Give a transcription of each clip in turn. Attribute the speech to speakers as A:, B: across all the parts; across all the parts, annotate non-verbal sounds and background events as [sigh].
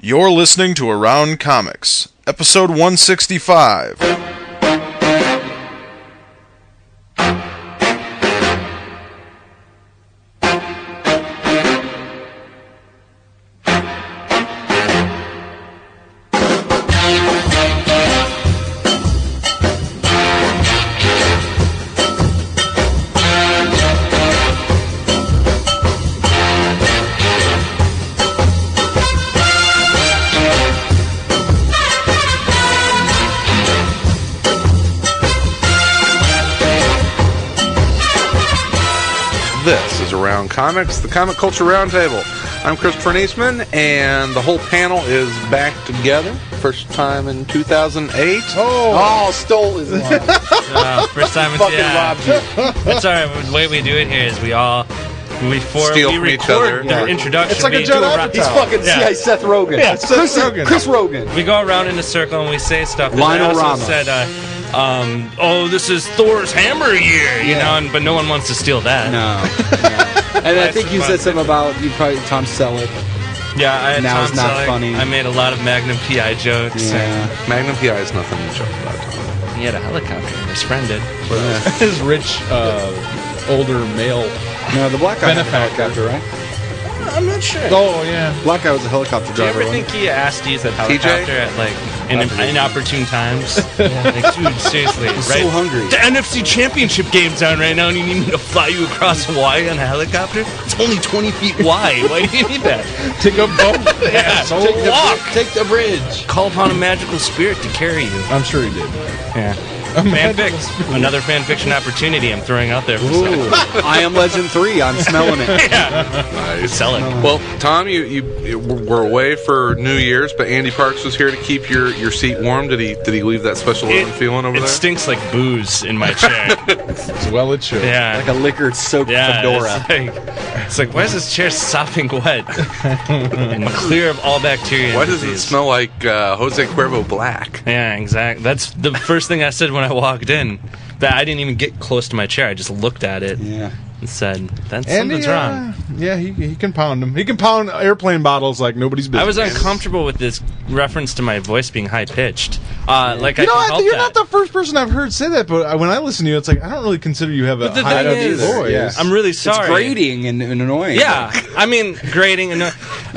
A: You're listening to Around Comics, episode 165.
B: This is Around Comics, the comic culture roundtable. I'm Chris Perniesman, and the whole panel is back together. First time in 2008.
C: Oh, stole his line.
D: Uh, first time it's
C: Fucking
D: yeah.
C: robbed you.
D: It's all right. The way we do it here is we all before
B: Steal
D: we
B: from each
D: record
B: other.
D: the
B: Yeah.
D: introduction.
C: It's like
D: we
C: a
D: do
C: Judd
D: round-
C: He's fucking
D: Yeah.
C: yeah. Seth Rogen. Yeah, Chris,
B: Seth Rogen.
C: Chris Rogen.
D: We go around in a circle and we say stuff. And
C: Lionel
D: I also
C: Ramos.
D: said, uh, um, "Oh, this is Thor's hammer year," you
C: Yeah.
D: know, and, but no one wants to steal that. [laughs]
C: No. and I think you said something about you probably Tom Selleck.
D: Yeah, I had
C: Now
D: Tom
C: it's not
D: Selleck.
C: funny.
D: I made a lot of Magnum PI jokes.
C: Yeah.
B: Magnum PI is nothing to joke about. Tom.
D: And he had a helicopter. and His friend did.
E: his rich uh, older male.
C: No, the black guy was a
E: Benefactor.
C: helicopter, right?
D: I'm not sure.
E: Oh yeah.
C: Black guy was a
D: Do
C: helicopter
D: you
C: driver.
D: ever
C: wasn't
D: think he asked to use that helicopter at like in, inopportune times? Like, dude, seriously,
C: so
D: right?
C: hungry.
D: The NFC Championship game's on right now, and you need me to fly you across Hawaii on a helicopter? It's only 20 feet wide. Why do you need that?
E: Take a boat.
D: [laughs] Yeah, so
C: Take the,
D: walk.
C: take the bridge.
D: Call upon a magical spirit to carry you.
E: I'm sure he did.
D: Yeah. Fanfic. Another fanfiction opportunity I'm throwing out there for someone.
C: Ooh, [laughs] I am Legend 3. I'm smelling it.
B: Nice.
D: Sell it.
B: Well, Tom, you, you you were away for New Year's, but Andy Parks was here to keep your, your seat warm. Did he did he leave that special
D: It,
B: warm feeling over
D: it
B: there?
D: stinks like booze in my chair.
E: As well it should.
D: yeah.
C: Like a liquor soaked
D: Yeah,
C: fedora.
D: It's like, it's like, why is this chair sopping wet and clear of all bacteria? and
B: Why does it
D: disease?
B: smell like uh, Jose Cuervo Black?
D: Yeah, exactly. That's the first thing I said when I walked in. That I didn't even get close to my chair. I just looked at it
C: Yeah.
D: and said, "That's
E: Andy,
D: something's
E: uh,
D: wrong."
E: yeah, he, he can pound them. He can pound airplane bottles like nobody's business.
D: I was uncomfortable with this reference to my voice being high pitched. Uh, like
E: You
D: I
E: know,
D: can
E: I,
D: help
E: you're
D: that.
E: not the first person I've heard say that, but I, when I listen to you, it's like I don't really consider you have a
D: the
E: high
D: thing
E: enough
D: is-
E: voice.
C: Yeah.
D: I'm really sorry.
C: It's grating and, and annoying.
D: Yeah, I mean grading. And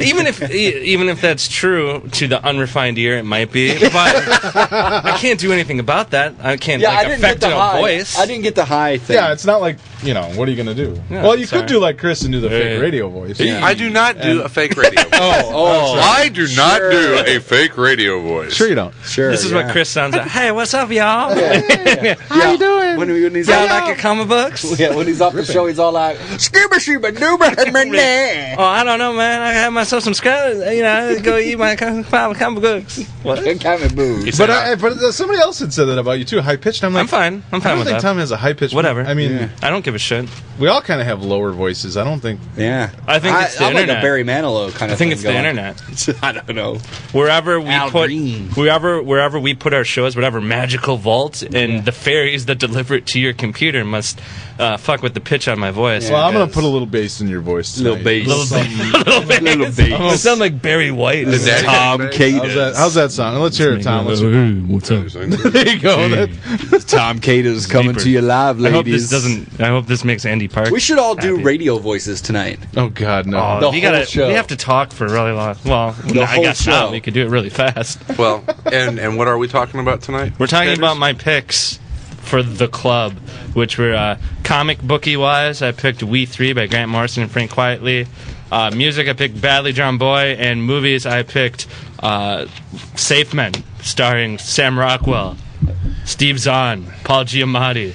D: even if e- even if that's true to the unrefined ear, it might be. But I can't do anything about that. I can't
C: Yeah,
D: like,
C: I didn't
D: affect
C: get the
D: a
C: high.
D: voice.
C: I didn't get the high thing.
E: yeah, it's not like you know what are you gonna do?
D: Yeah,
E: well, you
D: sorry.
E: could do like Chris and do the
D: Hey.
E: fake radio voice.
C: Yeah.
B: I do not do a fake [laughs] radio. voice.
C: oh,
B: I do not
C: Sure.
B: do a fake radio voice.
E: Sure you don't.
C: sure.
D: This is
C: yeah.
D: what Chris sounds like. Hey, what's up, y'all?
E: How you doing?
C: When, when he's
D: Y'all
C: out-
D: like your comic books?
C: [laughs] Yeah, when he's off the show, he's all like, "Scuba, scuba, nooba, [laughs]
D: Oh, I don't know, man. I have myself some scrubs. You know, go eat my com- comic comic books.
C: uh, kind of mood.
E: But I, but uh, somebody else had said that about you too, high pitched. I'm like,
D: I'm fine.
E: I
D: I'm fine
E: don't
D: with
E: think
D: that.
E: Tom has a high pitched.
D: Whatever.
E: I mean,
C: Yeah.
D: I don't give a shit.
E: we all kind of have lower voices. I don't think
C: Yeah,
D: I think it's the
C: I'm Like
D: internet.
C: a Barry Manilow kind
D: I
C: of.
D: think
C: thing
D: it's the internet.
C: internet. [laughs] I don't know.
D: Wherever we
C: Al
D: put,
C: Green.
D: wherever wherever we put our shows, whatever magical vault, and the fairies that deliver it to your computer must uh, fuck with the pitch on my voice.
E: Well, I'm gonna
C: Yes.
E: put a little bass in your voice. Tonight.
C: Little bass.
D: Little bit, little bit.
C: [laughs] Little
D: I sound like Barry White.
B: Daddy
C: Tom
B: Hanks.
E: How's that, how's that sound? Let's hear it, Tom. Let's hear it.
D: What's up?
E: There you go. That,
C: [laughs] Tom Cato's coming
D: Deeper.
C: to you live,
D: I
C: ladies.
D: hope this doesn't. I hope this makes Andy Park.
C: We should all do
D: happy.
C: radio voices tonight.
E: oh God, no.
D: Oh,
C: The
D: you gotta,
C: whole show.
D: We have to talk for really long. Well, no, I
C: whole
D: guess not.
C: show.
D: We could do it really fast.
B: Well, and and what are we talking about tonight?
D: We're talking
B: Peters?
D: about my picks for the club, which were uh, comic booky wise. I picked We Three by Grant Morrison and Frank Quietly. Uh, music, I picked Badly Drawn Boy, and movies, I picked uh, Safe Men, starring Sam Rockwell, Steve Zahn, Paul Giamatti,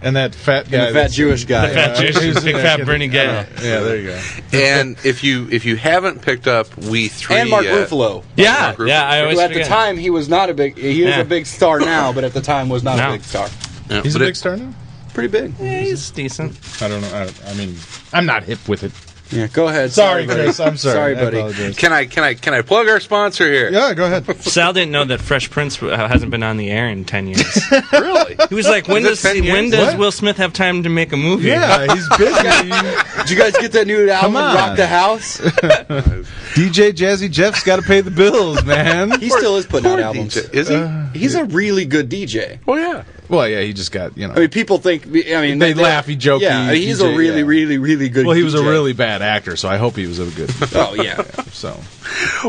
E: and that fat guy.
C: Yeah, fat
E: that's-
C: Jewish [laughs] guy.
D: Fat
E: Yeah.
D: Juice, Big Fat Bernie Gay.
E: Yeah, there you go.
B: And if you if you haven't picked up We Three
C: and Mark
B: yet,
C: Ruffalo,
D: Yeah,
B: Group.
D: yeah. I always
C: who at the
D: forget.
C: time he was not a big. He is
D: Yeah.
C: a big star now, but at the time was not
D: No.
C: a big star.
B: Yeah,
E: He's
B: but
E: a
B: it-
E: big star now.
C: Pretty big.
D: Yeah, he's decent.
E: I don't know. I, I mean, I'm not hip with it.
C: Yeah, go ahead.
E: Sorry,
C: buddy.
E: Chris. I'm sorry.
C: Sorry,
E: I
C: buddy.
E: apologize.
B: Can I can I can I plug our sponsor here?
E: Yeah, go ahead.
D: [laughs] Sal didn't know that Fresh Prince uh, hasn't been on the air in ten years. [laughs]
B: Really?
D: He was like, when
B: it
D: does
B: 10 years?
D: when does
E: What?
D: Will Smith have time to make a movie?
E: Yeah, he's busy.
C: [laughs] Did you guys get that new album,
E: on.
C: Rock the House?
F: DJ Jazzy Jeff's got to pay the bills, man.
C: He still is putting out
B: Poor
C: albums.
B: DJ. Is he?
C: He's a really good DJ.
B: oh yeah.
F: well, yeah, he just got you know.
C: I mean, people think. I mean,
F: They laugh, he joke,
C: Yeah,
F: he-
C: he's
F: he
C: a
F: j-
C: really,
F: yeah.
C: really, really good.
F: well, he was a
C: DJ.
F: really bad actor, so I hope he was a [laughs] good.
D: [laughs]
C: Oh yeah.
F: So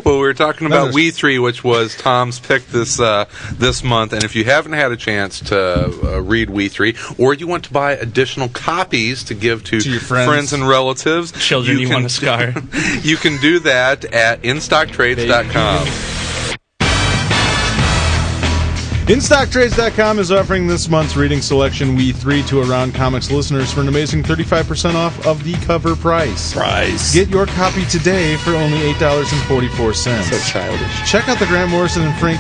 B: Well, we were talking about
F: Another-
B: We Three, which was Tom's pick this uh, this month. And if you haven't had a chance to uh, read We Three, or you want to buy additional copies to give to,
F: To your friends.
B: and relatives,
D: Children you, want to
B: can,
D: scar.
B: [laughs] you can do that at InStockTrades.com.
F: InStockTrades.com is offering this month's reading selection We 3 to Around Comics listeners for an amazing 35% off of the cover price.
C: Prize.
F: Get your copy today for only $8.44.
C: so childish.
F: Check out the Grant Morrison and Frank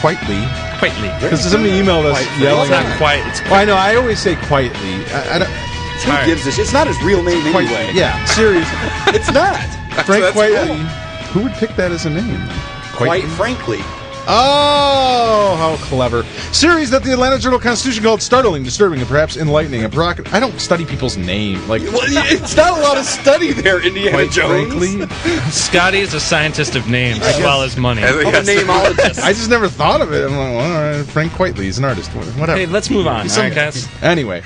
F: Quietly.
D: Quietly.
F: Because somebody emailed us
D: It's
F: yelling at
D: not quite. It's
F: Well, I know, I always say Quietly. I, I don't,
C: Who
D: Alright.
C: gives a shit? It's not his real name
F: quite,
C: anyway.
F: Yeah, serious.
C: it's not.
F: Frank
B: That's
F: Quietly.
B: cool.
F: Who would pick that as a name?
C: Quite frankly,
F: Oh, how clever. Series that the Atlanta Journal Constitution called startling, disturbing, and perhaps enlightening. A proc- I don't study people's name. Like,
C: well, it's not a lot of study there, Indiana [laughs]
F: quite
C: Jones.
F: frankly,
D: Scotty is a scientist of names as well as money.
B: I think
C: I'm
B: that's-
C: a nameologist.
F: [laughs] I just never thought of it. I'm like, well, all right, Frank Quitely is an artist. wh- Whatever.
D: Hey, let's move on.
F: He's
D: All
F: some-
D: right,
F: [laughs]
D: guys.
F: Anyway,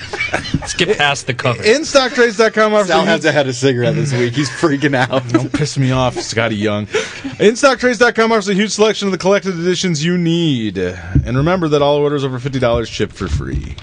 D: Let's get past the cover.
F: InStockTrades.com offers
C: Sal
F: a
C: has had a cigarette this week. He's freaking
F: [laughs]
C: out.
F: Piss me off, Scotty Young. InStockTrades.com offers a huge selection of the collected editions you need. And remember that all orders over $50 ship for free.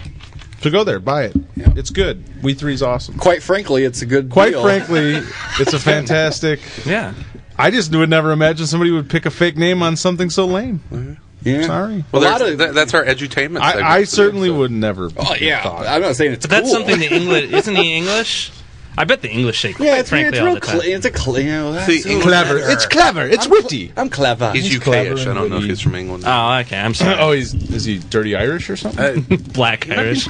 F: So go there, buy it. It's good. We three's awesome.
C: Quite frankly, it's a good.
F: Quite
C: deal. [laughs]
F: frankly, it's a fantastic.
D: yeah.
F: I just would never imagine somebody would pick a fake name on something so lame.
C: Yeah.
F: Sorry.
B: Well,
C: A lot
B: there's-
C: of-
B: that- that's our edutainment. segment
F: I, I
B: today,
F: certainly
B: so.
F: would never.
C: Oh yeah.
F: thought.
C: I'm not saying it's.
D: But that's
C: cool.
D: something the English isn't he English? I bet the English shake
C: Yeah,
D: quite
C: it's,
D: frankly
C: it's
D: all
C: real.
D: the time.
C: Cle- it's a cle- you know, that's
B: See,
C: so
B: English- Clever.
F: It's clever. It's witty.
C: I'm clever.
B: He's
F: He's
B: UKish.
F: clever
B: I don't know if
F: and Ah,
B: he's from England.
D: oh, okay. I'm sorry.
F: [laughs] [clears throat] Oh, he's is he dirty Irish or
C: Uh,
F: something?
D: Black Irish.
B: [laughs]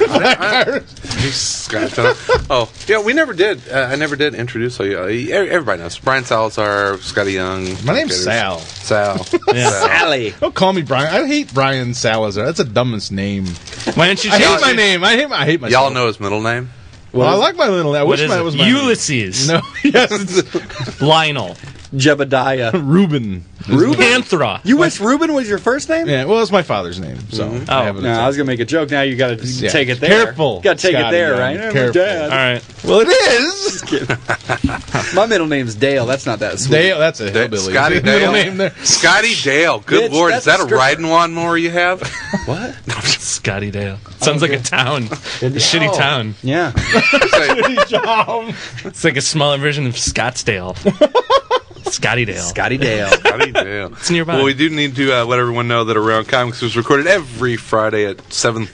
B: He's Scottish. I don't- oh, yeah. We never did. Uh, I never did introduce you. Uh, e- everybody knows Brian Salazar, Scotty Young.
F: My name's
B: Peters.
F: Sal. [laughs]
B: Sal.
D: Yeah.
C: Sally.
F: Don't call me Brian. I hate Brian Salazar. That's the dumbest name.
D: Why don't you
F: I
D: change
F: hate my
D: it?
F: name. I hate. My, I hate myself.
B: Y'all know his middle name.
F: Well, I like my little. I
D: What
F: wish
D: is
F: my was
D: it?
F: my
D: Ulysses.
F: [laughs] No. yes, it's
D: Lionel.
F: [laughs]
C: Jebediah.
F: Reuben.
C: Reuben.
D: Panthera.
C: You wish Reuben was your first name?
F: Yeah. Well, it's my father's name. So. I
D: Oh.
F: have it.
C: No, I was gonna make a joke. Now you gotta
F: Yeah.
C: take it there.
F: Careful,
C: Gotta take it
F: Scotty,
C: there,
F: yeah,
C: right? Eh, my
F: careful.
D: all
C: dad.
D: right.
F: well, it is.
C: My middle name's Dale. That's not that sweet.
F: Dale. That's a
B: Da-
F: hillbilly.
B: Scotty
F: Middle
B: Dale.
F: name there.
B: Scotty Dale. Good
C: Bitch,
B: lord, is
C: that's
B: that
C: a
B: a
C: stripper.
B: riding lawnmower you have?
C: [laughs] What?
D: Scotty Dale. Sounds like a town.
F: [laughs]
D: A shitty town.
C: Yeah.
B: Say,
D: It's like a smaller version of
F: [laughs]
D: Scottsdale. Scotty Dale.
C: Scotty Dale.
D: [laughs]
B: Scotty Dale. It's
D: nearby.
B: Well, we do need to uh, let everyone know that Around Comics is recorded every Friday at seven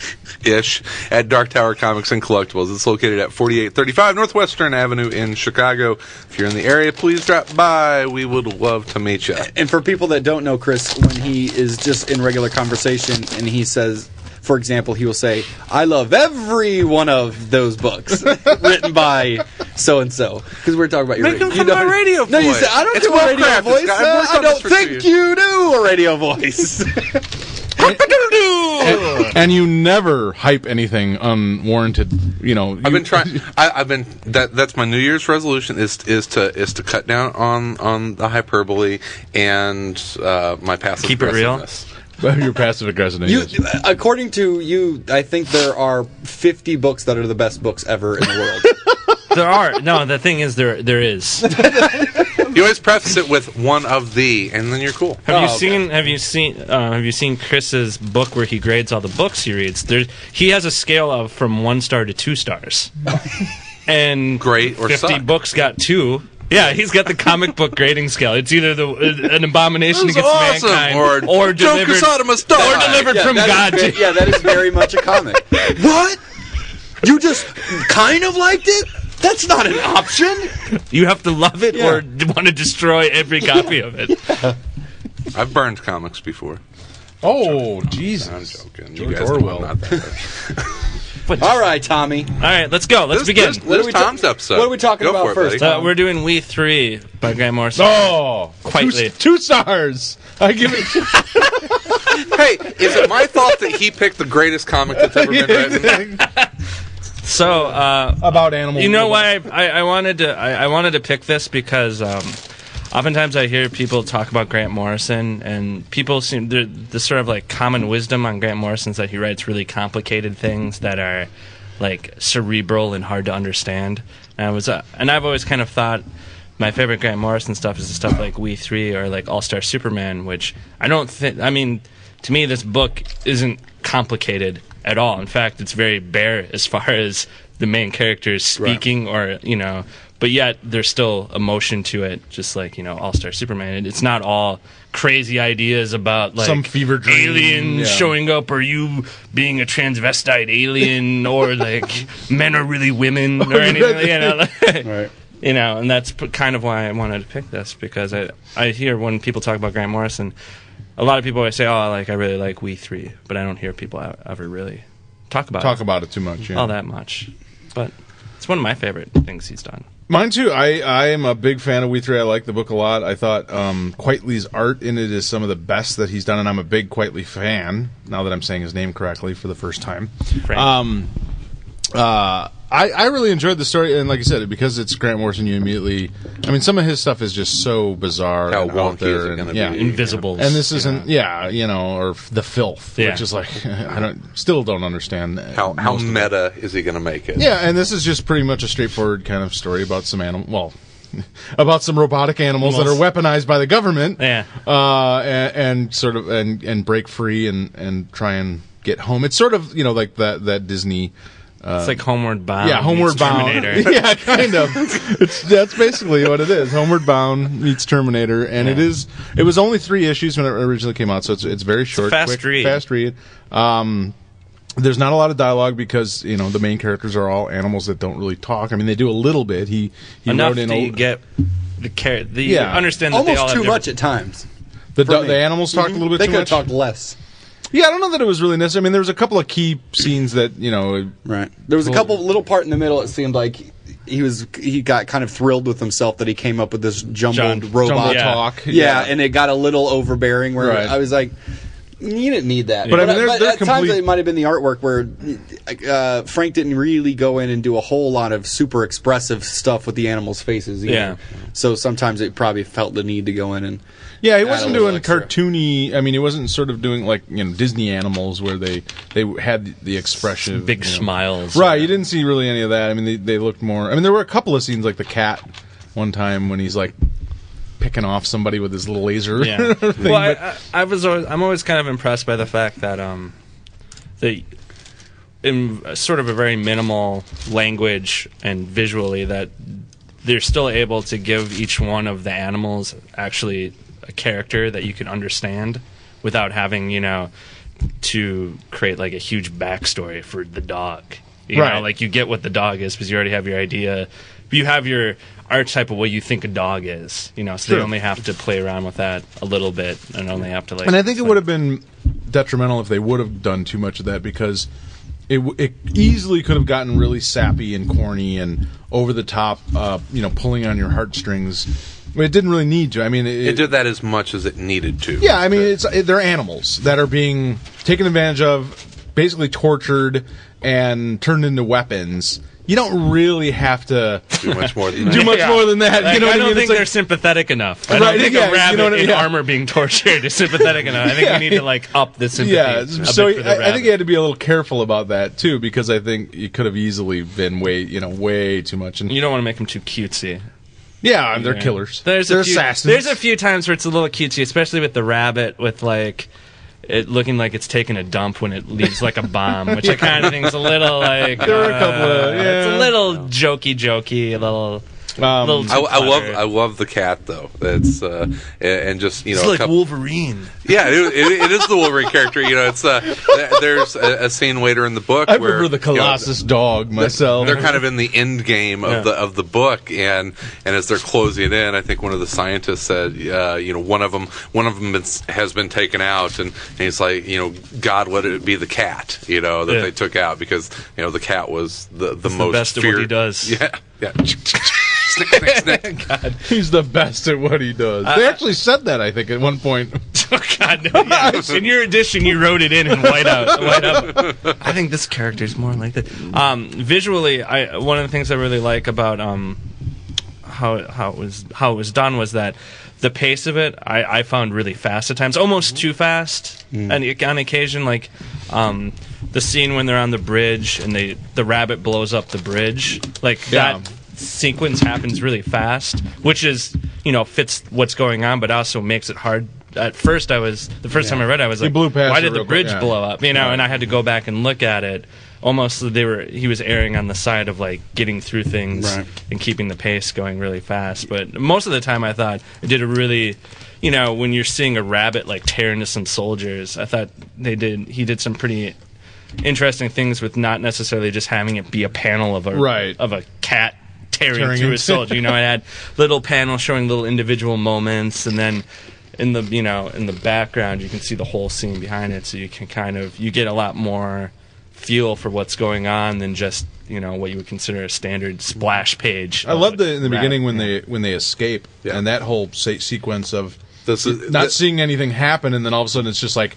B: ish at Dark Tower Comics and Collectibles. It's located at forty eight thirty five Northwestern Avenue in Chicago. If you're in the area, please drop by. We would love to meet
D: [laughs]
B: you.
C: and for people that don't know Chris, when he is just in regular conversation and he says, for example, he will say, "I love every one of those books [laughs] written by so and so," because we're talking about your
B: Make him
C: you
B: come
C: know-
B: by radio
C: No, you
B: voice.
C: say, "I don't
B: It's
C: do a radio
B: well-crafted,
C: voice.
B: Scott. I've
C: uh,
B: worked
C: I
B: on this
C: don't
B: for
C: think
B: two
C: you do a radio
B: [laughs]
C: voice."
F: and you never hype anything unwarranted. You know,
B: I've been
F: [laughs]
B: trying. I've been that. That's my New Year's resolution is is to is to cut down on on the hyperbole and uh, my passive
D: Keep it real.
B: aggressiveness.
F: You're passive aggressive.
C: You,
F: yes.
C: according to you, I think there are 50 books that are the best books ever in the world.
D: There are no. The thing is, there there is. Have
B: You always preface it with one of the, and then you're cool. Oh,
D: you
C: okay.
D: seen? Have you seen? Uh, have you seen Chris's book where he grades all the books he reads? There, he has a scale of from one star to
B: [laughs]
D: two stars, and
B: Great or
D: fifty
B: suck.
D: books got two. Yeah, he's got the comic book grading scale. It's either the uh, an abomination
B: This is
D: against
B: awesome,
D: mankind,
B: or,
D: delivered,
B: Joe Quesada must
D: or
B: die.
C: [laughs]
D: delivered
C: Yeah,
D: from
C: that is
D: God.
C: ve- yeah, that is very much a comic. [laughs] what? You just kind of liked it? That's not an option.
D: [laughs] You have to love it
C: Yeah.
D: or [laughs] want to destroy every copy of
B: [laughs]
D: it.
B: I've burned comics before.
F: oh
B: I'm
F: Jesus!
B: joking.
F: George
B: you guys
F: Orwell.
B: know I'm not that. bad.
C: All right, Tommy.
D: All right, let's go. Let's
B: This-
D: begin.
B: this-
C: What are
B: this
C: we ta-
B: Tom's episode.
C: what are we talking
B: Go
C: about
B: for it,
C: first?
B: buddy.
D: Uh, we're doing We Three by Grant Morrison.
F: Oh,
D: Quietly.
F: two, two stars. I give it.
B: hey, is it my fault that he picked the greatest comic that's ever been written?
D: So, uh,
F: about animals.
D: you know why I, I, I wanted to I, I wanted to pick this because um, oftentimes I hear people talk about Grant Morrison, and people seem the the sort of like common wisdom on Grant Morrison is that he writes really complicated things that are like cerebral and hard to understand. And I was, uh, and I've always kind of thought my favorite Grant Morrison stuff is the stuff like We Three or like All Star Superman, which I don't think. I mean, to me, this book isn't complicated at all. In fact, it's very bare [laughs] as far as the main characters speaking or you know, but yet there's still emotion to it. Just like you know, All Star Superman, It- it's not all crazy ideas about like
F: Some fever dream,
D: alien
F: yeah.
D: showing up or you being a transvestite
F: [laughs]
D: alien or like men are really women or anything. You know, like-
G: Right.
D: you know, and that's p- kind of why I wanted to pick this because I I hear when people talk about Grant Morrison, a lot of people always say, "Oh, like I really like We Three," but I don't hear people e- ever really talk about
F: Talk
D: it
F: about it too much. Yeah.
D: all that much. But it's one of my favorite things he's done.
F: Mine too. I, I am a big fan of We Three. I like the book a lot. I thought um, Quitely's art in it is some of the best that he's done, and I'm a big Quitely fan. Now that I'm saying his name correctly for the first time,
D: Frank.
F: um, uh, I I really enjoyed the story, and like I said, because it's Grant Morrison, you immediately. I mean, some of his stuff is just so bizarre.
B: How
F: and out
B: wonky
F: there
B: is it
F: and-
B: gonna
F: yeah.
B: be?
D: Invisibles.
F: And this isn't, yeah, you know, or f- the filth,
D: Yeah.
F: which is like [laughs] I don't, still don't understand uh,
B: How how
F: most of it.
B: meta is he going to make it?
F: Yeah, and this is just pretty much a straightforward kind of story about some animal. Well, [laughs] about some robotic animals that are weaponized by the government.
D: Yeah.
F: Uh, and, and sort of and and break free and and try and get home. It's sort of you know like that that Disney.
D: it's like Homeward Bound.
F: yeah, Homeward
D: meets
F: Bound. [laughs]
D: Terminator. [laughs]
F: yeah, kind of. Um, It's that's basically what it is. Homeward Bound meets Terminator, and it is. It was only three issues when it originally came out, so it's it's very short,
D: fast
F: quick,
D: read.
F: fast read. Um, there's not a lot of dialogue because you know the main characters are all animals that don't really talk. I mean, they do a little bit. He he
D: Enough
F: wrote in
D: that
F: a,
D: you get the care. The
F: Yeah.
D: understand that they
G: Almost
D: all have
G: too
D: different-
G: much at times.
F: the
G: for
F: do-
G: me.
F: the animals talked a
C: Mm-hmm.
F: little
G: They
F: bit too
G: could have
F: much.
G: talked less.
F: yeah, I don't know that it was really necessary. I mean, there was a couple of key scenes that you know.
G: Right. There was a couple little part in the middle. It seemed like he was he got kind of thrilled with himself that he came up with this jumbled
D: Jumbled
G: robot
D: Yeah.
F: talk.
G: Yeah, and it got a little overbearing where
F: Right.
G: I was like, you didn't need that.
F: But I mean, they're- they're
G: at times
F: complete-
G: it might have been the artwork where uh, Frank didn't really go in and do a whole lot of super expressive stuff with the animals' faces. Either.
D: Yeah.
G: So sometimes it probably felt the need to go in and.
F: Yeah, he
G: Add a
F: wasn't
G: little
F: doing
G: extra.
F: cartoony. I mean, he wasn't sort of doing like you know Disney animals where they they had the expression,
D: big
F: you know.
D: smiles.
F: Right, you didn't see really any of that. I mean, they they looked more. I mean, there were a couple of scenes like the cat one time when he's like picking off somebody with his little [laughs] laser.
D: Yeah.
F: thing,
D: well, I,
F: but-
D: I, I was always, I'm always kind of impressed by the fact that um, they in a sort of a very minimal language and visually that they're still able to give each one of the animals actually a character that you can understand without having you know to create like a huge backstory for the dog. You know,
F: Right.
D: like you get what the dog is because you already have your idea. You have your archetype of what you think a dog is. You know, so
F: Sure.
D: they only have to play around with that a little bit and only have to like.
F: And I think it would have been detrimental if they would have done too much of that because it, w- it easily could have gotten really sappy and corny and over the top, uh, you know, pulling on your heartstrings. I mean, It didn't really need to. I mean,
B: It did that as much as it needed to.
F: Yeah, I mean, it's it, they're animals that are being taken advantage of, basically tortured and turned into weapons. You don't really have
D: [laughs]
F: to
B: Too much more
F: [laughs]
B: than that.
F: do much
D: Yeah.
F: more than
D: [laughs]
F: that.
D: Like,
F: you know
D: I
F: what
D: don't
F: I mean?
D: think
F: It's like-
D: they're sympathetic enough. I
F: Right,
D: don't think
F: yeah,
D: a
F: you
D: rabbit
F: know what I-
D: in
F: yeah.
D: armor being tortured is sympathetic enough. I think
F: [laughs] Yeah.
D: we need to like up the sympathy.
F: yeah,
D: a bit
F: so
D: for the
F: I, I
D: rabbit.
F: think you had to be a little careful about that too, because I think you could have easily been way, you know, way too much. And
D: you don't want to make them too cutesy.
F: yeah, they're killers.
D: There's
F: they're
D: a few,
F: assassins.
D: There's a few times where it's a little cutesy, especially with the rabbit, with like it looking like it's taking a dump when it leaves like a bomb, which
F: [laughs]
D: I kind of think's a little like
F: There were a couple of-
D: uh, it's
F: yeah.
D: a little jokey, jokey, a little.
F: Um,
D: little
B: I, I love
D: cluttered.
B: I love the cat though. It's uh, and- and just you know
D: It's
B: a
D: like
B: couple-
D: Wolverine.
B: yeah it, it, it is the Wolverine character. You know it's uh, th- there's a, a scene later in the book.
F: I
B: where,
F: remember the
B: you know,
F: Colossus dog myself.
B: they're kind of in the end game of
D: Yeah.
B: the of the book, and and as they're closing in, I think one of the scientists said, uh, you know, one of them one of them is, has been taken out, and, and he's like, you know, God, let it be the cat, you know, that
D: Yeah.
B: they took out because you know the cat was the the
D: the
B: most
D: best at what
B: feared-
D: he does.
B: Yeah, yeah. [laughs] Snack, snack, snack.
F: [laughs] He's the best at what he does. they actually said that, I think, at one point.
D: [laughs] Oh God! No,
F: [laughs]
D: yeah. In your edition, you wrote it in in whiteout. whiteout. I think this character is more like that. Um, visually, I one of the things I really like about um, how it, how it was how it was done was that the pace of it I, I found really fast at times, almost
F: Mm-hmm.
D: too fast,
F: Mm.
D: and it- on occasion like um, the scene when they're on the bridge and they the rabbit blows up the bridge, like
F: Yeah.
D: that sequence happens really fast, which is you know fits what's going on, but also makes it hard. At first, I was the first time I read, it, I was
F: He
D: like,
F: blew past
D: "Why
F: it
D: did the
F: real quick,
D: bridge
F: yeah.
D: blow up?" You know, and I had to go back and look at it. Almost, they were. He was erring on the side of like getting through things
C: Right.
D: and keeping the pace going really fast. But most of the time, I thought it did a really, you know, when you're seeing a rabbit like tear into some soldiers, I thought they did. He did some pretty interesting things with not necessarily just having it be a panel of a
F: Right.
D: of a cat tearing,
F: Tearing
D: through
F: into-
D: a soldier. You know, it had little panels showing little individual moments, and then in the you know in the background you can see the whole scene behind it, so you can kind of you get a lot more feel for what's going on than just you know what you would consider a standard splash page.
F: I
D: of
F: loved
D: a
F: it in the
D: rap.
F: beginning when they when they escape
B: Yeah.
F: and that whole se- sequence of
B: This is-
F: not
B: that-
F: seeing anything happen and then all of a sudden it's just like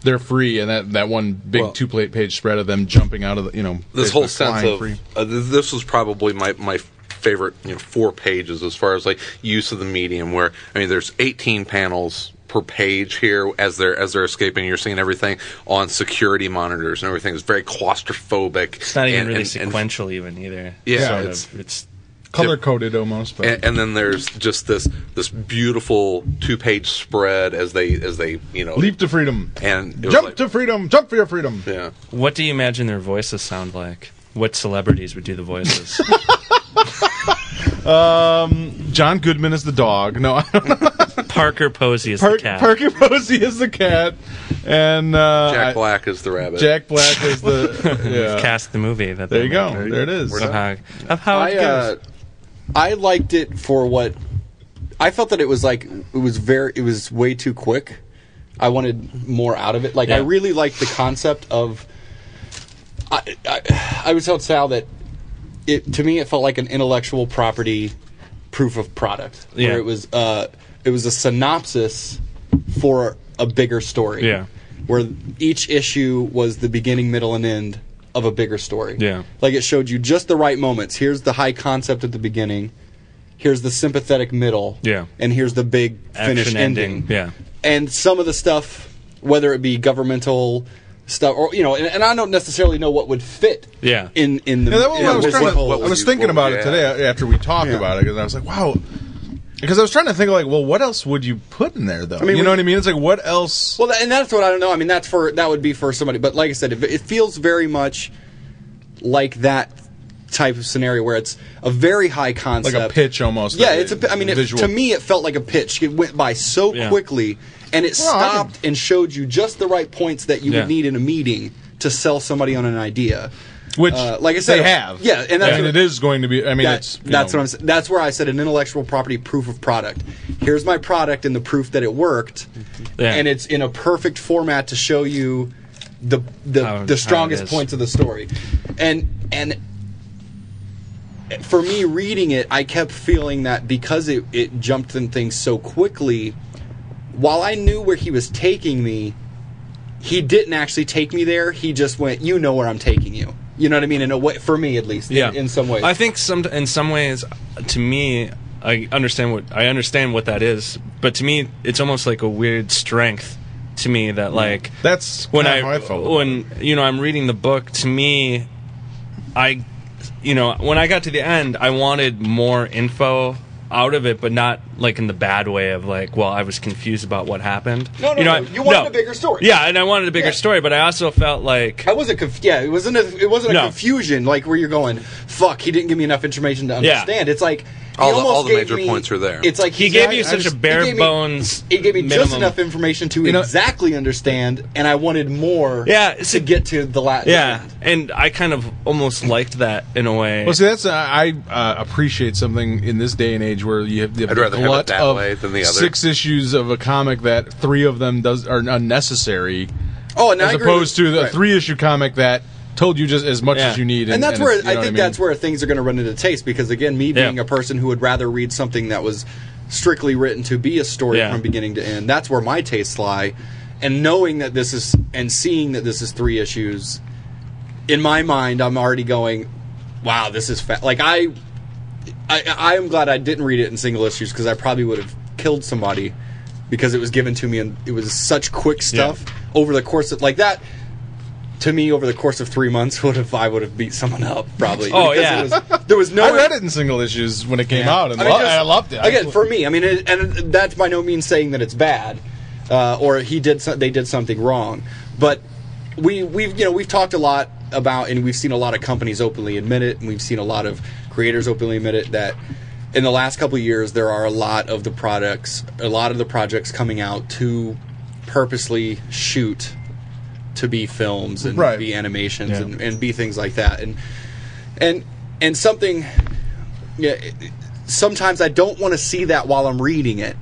F: they're free and that, that one big
B: Well-
F: two plate page spread of them jumping out of the you know
B: this
F: basically
B: whole sense
F: flying
B: of uh, th- this was probably my my favorite you know four pages as far as like use of the medium where i mean there's 18 panels per page here as they're as they're escaping you're seeing everything on security monitors and everything it's very claustrophobic
D: It's not even
B: and,
D: really
B: and- and-
D: sequential, even either.
B: Yeah,
D: sort
B: it's-
D: of. it's
F: color coded almost but
B: and, and then there's just this this beautiful two page spread as they as they you know
F: leap to freedom
B: and it was
F: jump
B: like-
F: to freedom jump for your freedom
B: yeah
D: What do you imagine their voices sound like? What celebrities would do the
F: [laughs]
D: voices?
F: John Goodman is the dog no [laughs] I don't know
D: Parker Posey is
F: Par-
D: the cat.
F: Parker Posey is the cat and uh,
B: jack
F: I-
B: black is the rabbit
F: Jack Black
B: [laughs]
F: is the yeah.
D: Cast the movie. That
F: there
D: they
F: you go
D: made.
F: there it is
D: Of how, of how
C: I
D: it goes.
C: uh, I liked it for what I felt that it was like it was very it was way too quick. I wanted more out of it. Like I
D: Yeah.
C: really liked the concept of. I, I, I was told Sal that it to me it felt like an intellectual property proof of product
D: Yeah.
C: where it was uh it was a synopsis for a bigger story
D: Yeah.
C: where each issue was the beginning middle and end of a bigger story
D: Yeah.
C: like it showed you just the right moments here's the high concept at the beginning here's the sympathetic middle
D: Yeah.
C: and here's the big finish
D: Action ending.
C: ending
D: Yeah.
C: and some of the stuff, whether it be governmental stuff or you know, and, and I don't necessarily know what would fit.
D: Yeah.
C: In in the
F: Yeah, that was
C: in
F: what I was
C: this
F: trying to.
C: whole-
B: what
F: I was
B: you-
F: thinking
B: what
F: about
B: would
F: it
B: you
F: today uh, after we talked
C: Yeah.
F: about it because I was like, wow. Because I was trying to think like, well, what else would you put in there though?
C: mean, we-
F: you know what I mean? It's like, what else?
C: Well, tha- and that's what I don't know. I mean, that's for that would be for somebody, but like I said, it, it feels very much like that type of scenario where it's a very high
F: like
C: concept,
F: a pitch almost.
C: Yeah,
F: like
C: it's. A, I mean, it,
F: visual.
C: to me, it felt like a pitch. It went by so
D: Yeah.
C: quickly, and it
F: Well, I can-
C: stopped and showed you just the right points that you
D: Yeah.
C: would need in a meeting to sell somebody on an idea.
F: which
C: uh, like I said,
F: they have.
C: yeah, and that's
F: I mean,
C: what-
F: it is going to be. I mean,
C: That-
F: it's you
C: that's
F: know,
C: what I'm. s- That's where I said an intellectual property proof of product. Here's my product and the proof that it worked,
D: Yeah.
C: and it's in a perfect format to show you the the,
D: How- how
C: the
D: it
C: strongest
D: is.
C: points of the story, and and for me reading it, I kept feeling that because it it jumped in things so quickly. While I knew where he was taking me, he didn't actually take me there. He just went, "You know where I'm taking you." You know what I mean? In a way, for me at least, in, in some ways.
D: I think some in some ways, to me, I understand what I understand what that is, but to me, it's almost like a weird strength to me
C: Mm.
D: that like
F: That's
D: when
F: kinda
D: I,
F: how I felt.
D: when you know I'm reading the book. To me, I you know when I got to the end, I wanted more info out of it, but not like in the bad way of like, well, I was confused about what happened.
C: No, no,
D: you know,
C: no,
D: I-
C: you wanted a bigger story.
D: Yeah, and I wanted a bigger
C: Yeah.
D: story, but I also felt like
C: I wasn't conf- yeah, it wasn't a it wasn't a
D: No.
C: confusion like where you're going, fuck, he didn't give me enough information to
D: Yeah.
C: understand. It's like he
B: All the-
C: almost
B: all the
C: gave
B: major
C: me-
B: points are there.
C: It's like
D: he
C: he's
D: gave
C: not-
D: you
C: I
D: such
C: just-
D: a
C: he
D: bare
C: gave me-
D: bones.
C: He gave me just
D: minimum.
C: enough information to
F: know-
C: exactly understand, and I wanted more
D: Yeah,
C: to
D: see-
C: get to the Latin.
D: Yeah, and I kind of almost liked that in a way.
F: Well, see, that's uh, I uh, appreciate something in this day and age where you have the
B: I'd rather have it
F: glut
B: that
F: of
B: way than the other.
F: six issues of a comic that three of them does are unnecessary.
C: Oh, and I
F: as
C: agree
F: opposed
C: with-
F: to the
C: right.
F: three issue comic that told you just as much
D: Yeah.
F: as you need.
C: and that's
F: it's-
C: where
F: you know
C: I
F: what
C: think that's where things are going to run into taste because again, me
D: Yeah.
C: being a person who would rather read something that was strictly written to be a story
D: Yeah.
C: from beginning to end. That's where my tastes lie, and knowing that this is and seeing that this is three issues, in my mind, I'm already going, "Wow, this is fa-. like I." I, I am glad I didn't read it in single issues because I probably would have killed somebody because it was given to me and it was such quick stuff over the course of like that. To me, over the course of three months, [laughs] would have I would have beat someone up probably.
D: Oh,
C: because
D: yeah.
C: it was, there was no.
F: I read it in single issues when it came out, and,
C: I mean,
F: lo-
C: just-
F: and I loved it. I
C: Again, for me, I mean, it, and that's by no means saying that it's bad, uh, or he did so, they did something wrong. But we we've you know we've talked a lot about, and we've seen a lot of companies openly admit it, and we've seen a lot of creators openly admit it that in the last couple of years there are a lot of the products, a lot of the projects coming out to purposely shoot to be films and
F: Right.
C: be animations
D: Yeah.
C: and, and be things like that and and and something yeah it- it- sometimes i don't want to see that while i'm reading it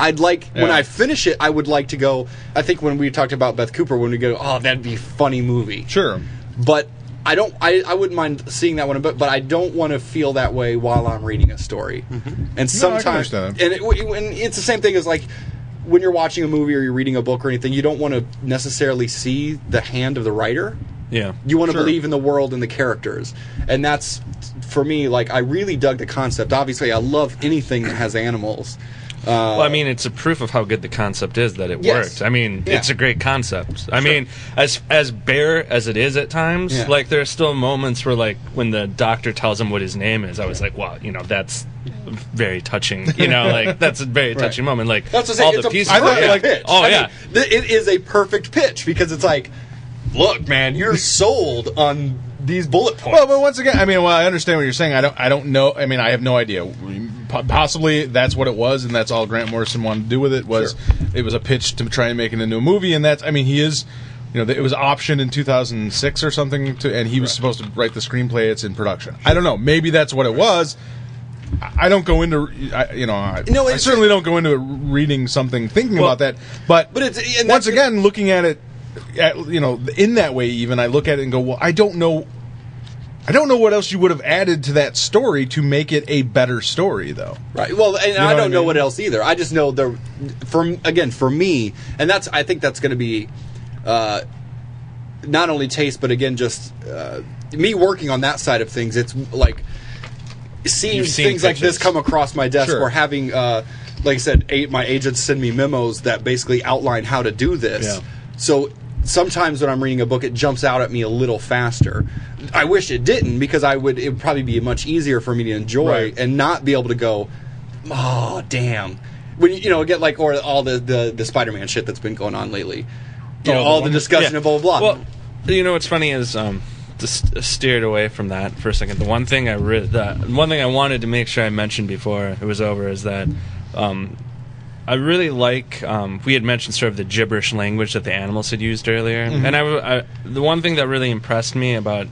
C: i'd like when
F: Yeah.
C: i finish it i would like to go i think when we talked about beth cooper when we go oh that'd be a funny movie
F: sure.
C: but i don't i, I wouldn't mind seeing that one but but i don't want to feel that way while i'm reading a story
F: Mm-hmm.
C: and sometimes
F: understand
C: and,
F: that.
C: it, and it's the same thing as like when you're watching a movie or you're reading a book or anything you don't want to necessarily see the hand of the writer
D: Yeah.
C: you want to
F: Sure.
C: believe in the world and the characters. And that's for me like I really dug the concept. Obviously, I love anything that has animals. Uh,
D: Well, I mean, it's a proof of how good the concept is that it
C: Yes.
D: worked. I mean,
C: Yeah.
D: it's a great concept. I mean, as as bare as it is at times,
C: Yeah.
D: like there are still moments where, like, when the doctor tells him what his name is, I was like, wow, you know, that's very touching. You
C: [laughs]
D: know, like that's a very touching moment. Like
C: that's what I'm
D: all
C: saying.
D: the
C: it's
D: pieces.
C: a
F: I thought,
C: perfect
D: yeah.
F: like-
C: pitch.
D: oh
C: I
D: yeah,
C: mean, th- it is a perfect pitch because it's like, look, man, you're sold on these bullet points.
F: Well, but once again, I mean, well, I understand what you're saying. I don't, I don't know. I mean, I have no idea. Po- Possibly that's what it was, and that's all Grant Morrison wanted to do with it was it was a pitch to try and make it into a movie, and that's. I mean, he is, you know, th- it was optioned in 2006 or something, to, and he was supposed to write the screenplay. It's in production. I don't know. Maybe that's what it was. I- I don't go into, I, you know, I,
C: No,
F: I
C: it's-
F: certainly don't go into reading something thinking about that. But
C: But it's- and that's-
F: once again, looking at it, at, you know, in that way, even I look at it and go, well, I don't know I don't know what else you would have added to that story to make it a better story, though.
C: Right. Well, and
F: know
C: I
F: what
C: don't
F: I
C: know
F: mean?
C: what else either. I just know there, for again for me, and that's I think that's going to be, uh, not only taste, but again just uh, me working on that side of things. It's like seeing
D: You've
C: things
D: seen
C: like this
D: pictures.
C: come across my desk,
F: Sure.
C: or having, uh, like I said, eight, my agents send me memos that basically outline how to do this.
D: Yeah.
C: So sometimes when I'm reading a book, it jumps out at me a little faster. I wish it didn't because I would. It would probably be much easier for me to enjoy
F: Right.
C: and not be able to go, oh damn. When you, you know get like or all the the, the Spider-Man shit that's been going on lately. You know, all the discussion
D: Yeah.
C: of blah blah. blah.
D: Well, you know what's funny is um, just steered away from that for a second. The one thing I re- the one thing I wanted to make sure I mentioned before it was over is that um, I really like um, we had mentioned sort of the gibberish language that the animals had used earlier,
C: Mm-hmm.
D: and I, w- I- the one thing that really impressed me about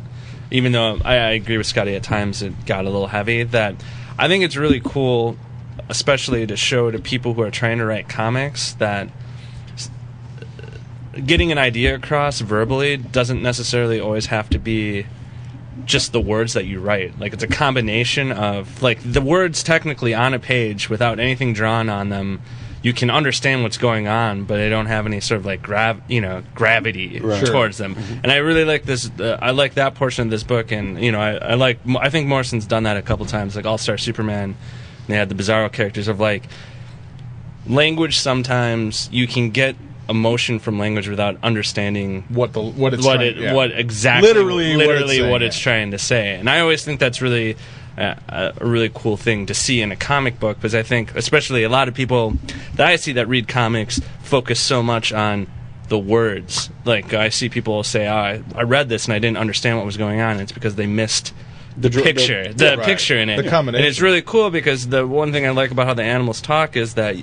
D: even though I, I agree with Scotty at times it got a little heavy that I think it's really cool, especially to show to people who are trying to write comics that getting an idea across verbally doesn't necessarily always have to be just the words that you write. Like it's a combination of like the words technically on a page without anything drawn on them. You can understand what's going on, but they don't have any sort of like grav, you know, gravity towards them. And I really like this. Uh, I like that portion of this book, and you know, I, I like. I think Morrison's done that a couple times, like All Star Superman. and They had the Bizarro characters of like language. Sometimes you can get emotion from language without understanding
F: What the what it's
D: what
F: trying-
D: it
F: yeah.
D: what exactly
F: Literally
D: literally
F: what it's
D: literally
F: saying,
D: what it's
F: yeah.
D: trying to say and i always think that's really uh, a a really cool thing to see in a comic book because i think especially a lot of people that i see that read comics focus so much on the words like i see people say oh, I, I read this and i didn't understand what was going on it's because they missed the,
C: dr- the-
D: picture the,
F: right.
D: picture in it
F: The combination.
D: and it's really cool because the one thing i like about how the animals talk is that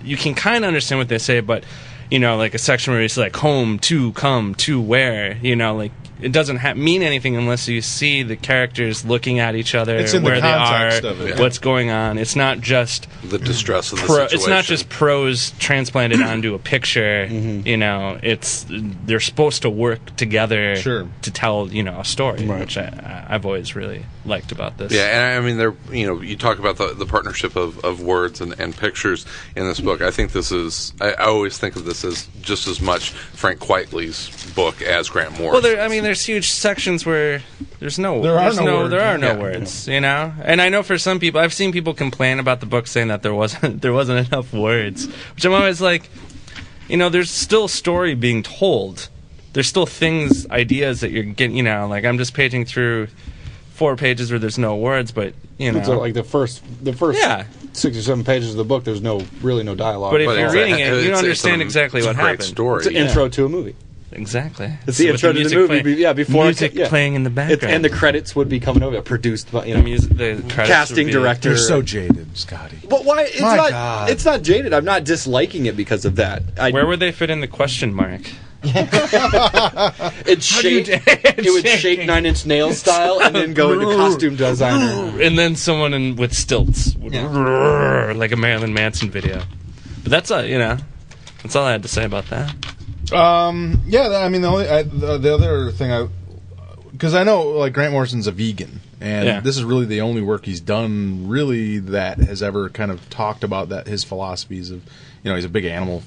D: you can kind of understand what they say, but you know, like a section where it's like home to come to where, you know, like it doesn't ha- mean anything unless you see the characters looking at each other,
F: It's in the
D: where they
F: context
D: are,
F: of it.
D: what's going on. It's not just
B: The distress of the
D: pro-
B: situation.
D: it's not just prose transplanted [clears throat] onto a picture.
F: Mm-hmm.
D: You know, it's they're supposed to work together
F: Sure.
D: to tell you know a story, which I, I- I've always really liked about this.
B: Yeah, and I mean, there. You know, you talk about the, the partnership of, of words and, and pictures in this book. I think this is. I, I always think of this as just as much Frank Quitely's book as Grant Morrison's.
D: Well, there, I mean, there's huge sections where there's no
F: There are
D: there's
F: no words.
D: there are no
F: Yeah.
D: words, you know. And I know for some people, I've seen people complain about the book saying that there wasn't [laughs] there wasn't enough words, which I'm always like, you know, there's still story being told. There's still things, ideas that you're getting. You know, like I'm just paging through four pages where there's no words, but you know,
C: So like the first, the first
D: Yeah.
C: six or seven pages of the book, there's no really no dialogue.
D: But if
B: But
D: you're
B: it's a-
D: reading it, you
B: it's-
D: don't
B: it's
D: understand
B: an-
D: exactly
B: it's a
D: what
B: great
D: happened.
B: Story.
C: it's an intro to a movie.
D: Exactly.
G: It's the
D: With
G: intro to the
D: music
G: movie,
D: play-
G: be- yeah, before it
D: music
G: ca- yeah.
D: playing in the
G: It's,
D: background.
G: and the
D: the,
G: credits would be coming over, produced by you know,
D: music, the credits would
G: casting
D: be-
G: director.
F: You're so jaded, Scotty.
G: But why? It's
F: My
G: not.
F: God.
G: It's not jaded. I'm not disliking it because of that. I,
D: Where would they fit in the question mark?
G: it shake?
D: [laughs]
G: It would shake Nine Inch Nails style and then go into costume designer.
D: And then someone in with stilts, would roar like a Marilyn Manson video. But that's all, you know. That's all I had to say about that.
F: Um, yeah, that- I mean the only I, the, the other thing I because I know like Grant Morrison's a vegan, and
D: Yeah.
F: this is really the only work he's done really that has ever kind of talked about that his philosophies of you know he's a big animal.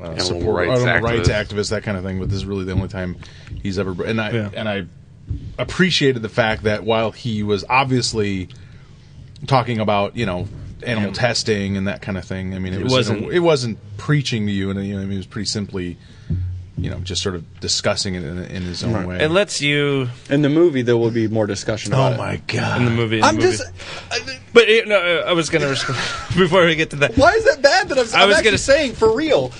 F: Uh,
B: Animal
F: support-
B: rights
F: animal rights
B: activist.
F: activist, that kind of thing. But this is really the only time he's ever. And I
D: Yeah.
F: and I appreciated the fact that while he was obviously talking about you know animal testing and that kind of thing. I mean, it, was
D: wasn't-
F: it wasn't preaching to you, and you know, I mean, it was pretty simply, you know, just sort of discussing it in, in his own way.
D: It lets you
G: In the movie, there will be more discussion. About
F: oh my
D: in the
F: god!
D: movie. in
G: I'm
D: the movie.
G: just.
D: But you know, I was gonna respond [laughs] before we get to that.
G: Why is that bad that I'm,
D: I
G: I'm
D: was
G: actually
D: gonna-
G: saying for real?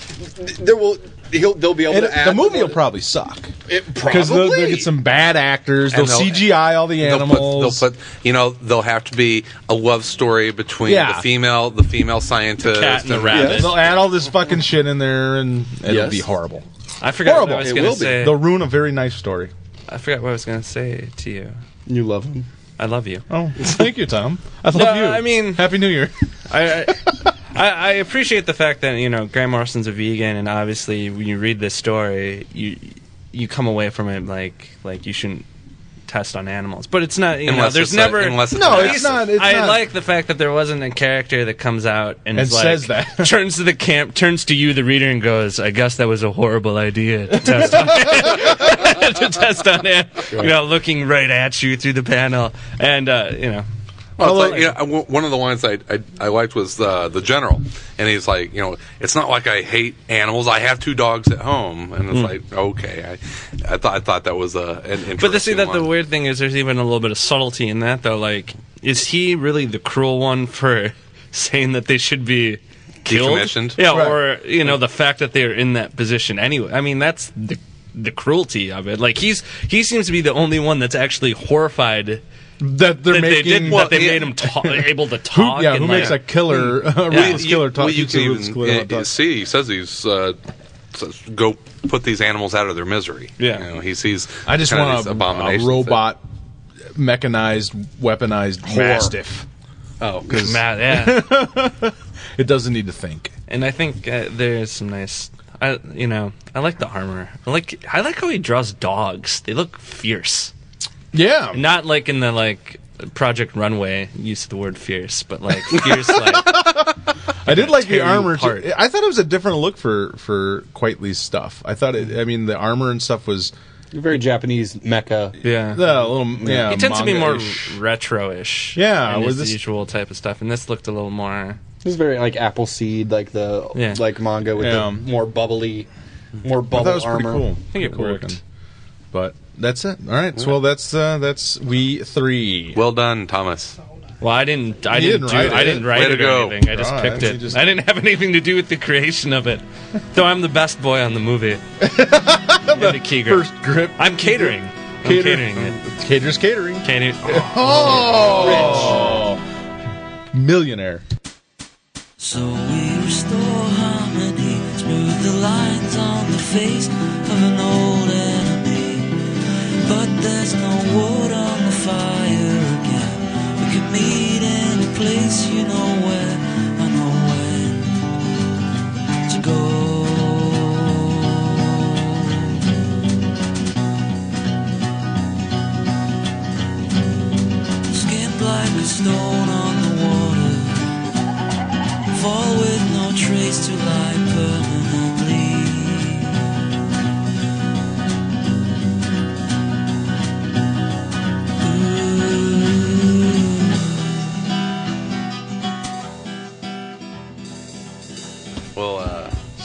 G: There will. He'll, they'll be able
F: And
G: to add
F: the movie will
G: more-
F: probably suck
G: It
F: because they'll, they'll
G: probably-
F: get some bad actors. They'll,
B: And they'll-
F: CGI all the
B: They'll put, they'll
F: animals.
B: put, you know, they'll have to be a love story between
F: Yeah.
B: the female, the female scientist,
D: cat and the
F: Yeah,
D: rabbit.
F: they'll add all this fucking shit in there, and it'll
G: Yes.
F: be horrible.
D: I forgot
F: horrible.
D: what I was
F: It
D: gonna
F: will be.
D: say.
F: They'll ruin a very nice story.
D: I forgot what I was gonna say to you.
G: You love him.
D: I love you.
F: Oh, thank you, Tom. I love
D: No,
F: you.
D: I mean-
F: Happy New Year. [laughs]
D: I, I- I I appreciate the fact that you know Grant Morrison's a vegan, and obviously when you read this story, you you come away from it like like you shouldn't test on animals. But it's not. You know,
B: Unless
D: there's
B: it's a-
D: never.
B: unless it's
F: No,
B: an
F: it's
B: accident.
F: not. It's
D: I
F: not.
D: like the fact that there wasn't a character that comes out and,
F: And
D: is like-
F: says that.
D: [laughs] turns to the camp, turns to you, the reader, and goes, "I guess that was a horrible idea to test on [laughs] to test on it." You know, looking right at you through the panel, and uh, you know,
B: Well, it's like, you know, w- one of the lines I, I, I liked was uh, the general, and he's like, you know, it's not like I hate animals. I have two dogs at home, and it's like, okay, I, I thought I thought that was uh, an interesting.
D: But the see that the
B: line.
D: weird thing is, there's even a little bit of subtlety in that, though. Like, is he really the cruel one for [laughs] saying that they should be killed?
B: Decommissioned?
D: Yeah,
F: Right.
D: or you know, the fact that they are in that position anyway. I mean, that's the the cruelty of it. Like he's he seems to be the only one that's actually horrified
F: That they're
D: that they
F: making
D: did
B: Well,
D: that they
B: yeah.
D: made him
F: [laughs]
D: ta- able to
F: Who,
D: talk.
F: yeah,
D: and
F: who
D: like,
F: makes a killer, [laughs] a ruthless killer talk?
B: Well, you
F: who's a
B: can
F: ruthless
B: even
F: killer
B: uh,
F: talk?
B: see. He says he's uh, says, go put these animals out of their misery.
D: Yeah.
B: you know, he sees.
F: I just
B: kinda
F: want
B: these
F: a, a
B: abominations that-
F: robot, mechanized, weaponized mastiff.
D: oh, mad,
F: [laughs]
D: yeah.
F: It doesn't need to think.
D: and I think uh, there's some nice. I you know I like the armor. I like I like how he draws dogs. They look fierce.
F: Yeah,
D: not like in the like Project Runway use of the word fierce, but like fierce like
F: I did like the
D: tear you
F: armor. too.
D: apart.
F: I thought it was a different look for for Quitely's stuff. I thought it. I mean, the armor and stuff was
C: You're very Japanese mecha.
D: yeah.
F: the little. [laughs] Yeah,
D: he Uh-huh. tends to be more
F: manga-ish.
D: retro-ish.
F: Yeah,
D: in
F: with
D: his
F: this-
D: usual type of stuff, and this looked a little more.
C: This is very like Appleseed, like the
D: Yeah.
C: like manga with
F: Yeah.
C: the more bubbly, more
F: I
C: bubble
F: thought it was pretty
C: armor.
F: cool.
D: I think it
F: Cool
D: worked.
F: looking. But that's it. All right. So, well, that's uh, that's we three.
B: Well done, Thomas.
D: Well, I didn't. I
F: You
D: didn't.
F: didn't
D: do,
F: write it.
D: I didn't
B: Way
D: write
B: to
D: it
B: go.
D: or anything. I just
F: All
D: picked
F: right,
D: it.
F: you just-
D: I didn't have [laughs] anything to do with the creation of it. Though I'm the best boy on the
F: [laughs]
D: movie. And the key grip.
F: First grip.
D: I'm catering. I'm catering it.
F: Caterers catering.
D: Catering.
F: [laughs]
D: Oh.
F: Oh, millionaire.
H: So we restore harmony, smooth the lines on the face of an old enemy. But there's no wood on the fire again. We could meet in a place you know where, I know when to go. Skinned like a stone on the water fall with no trace to lie permanently.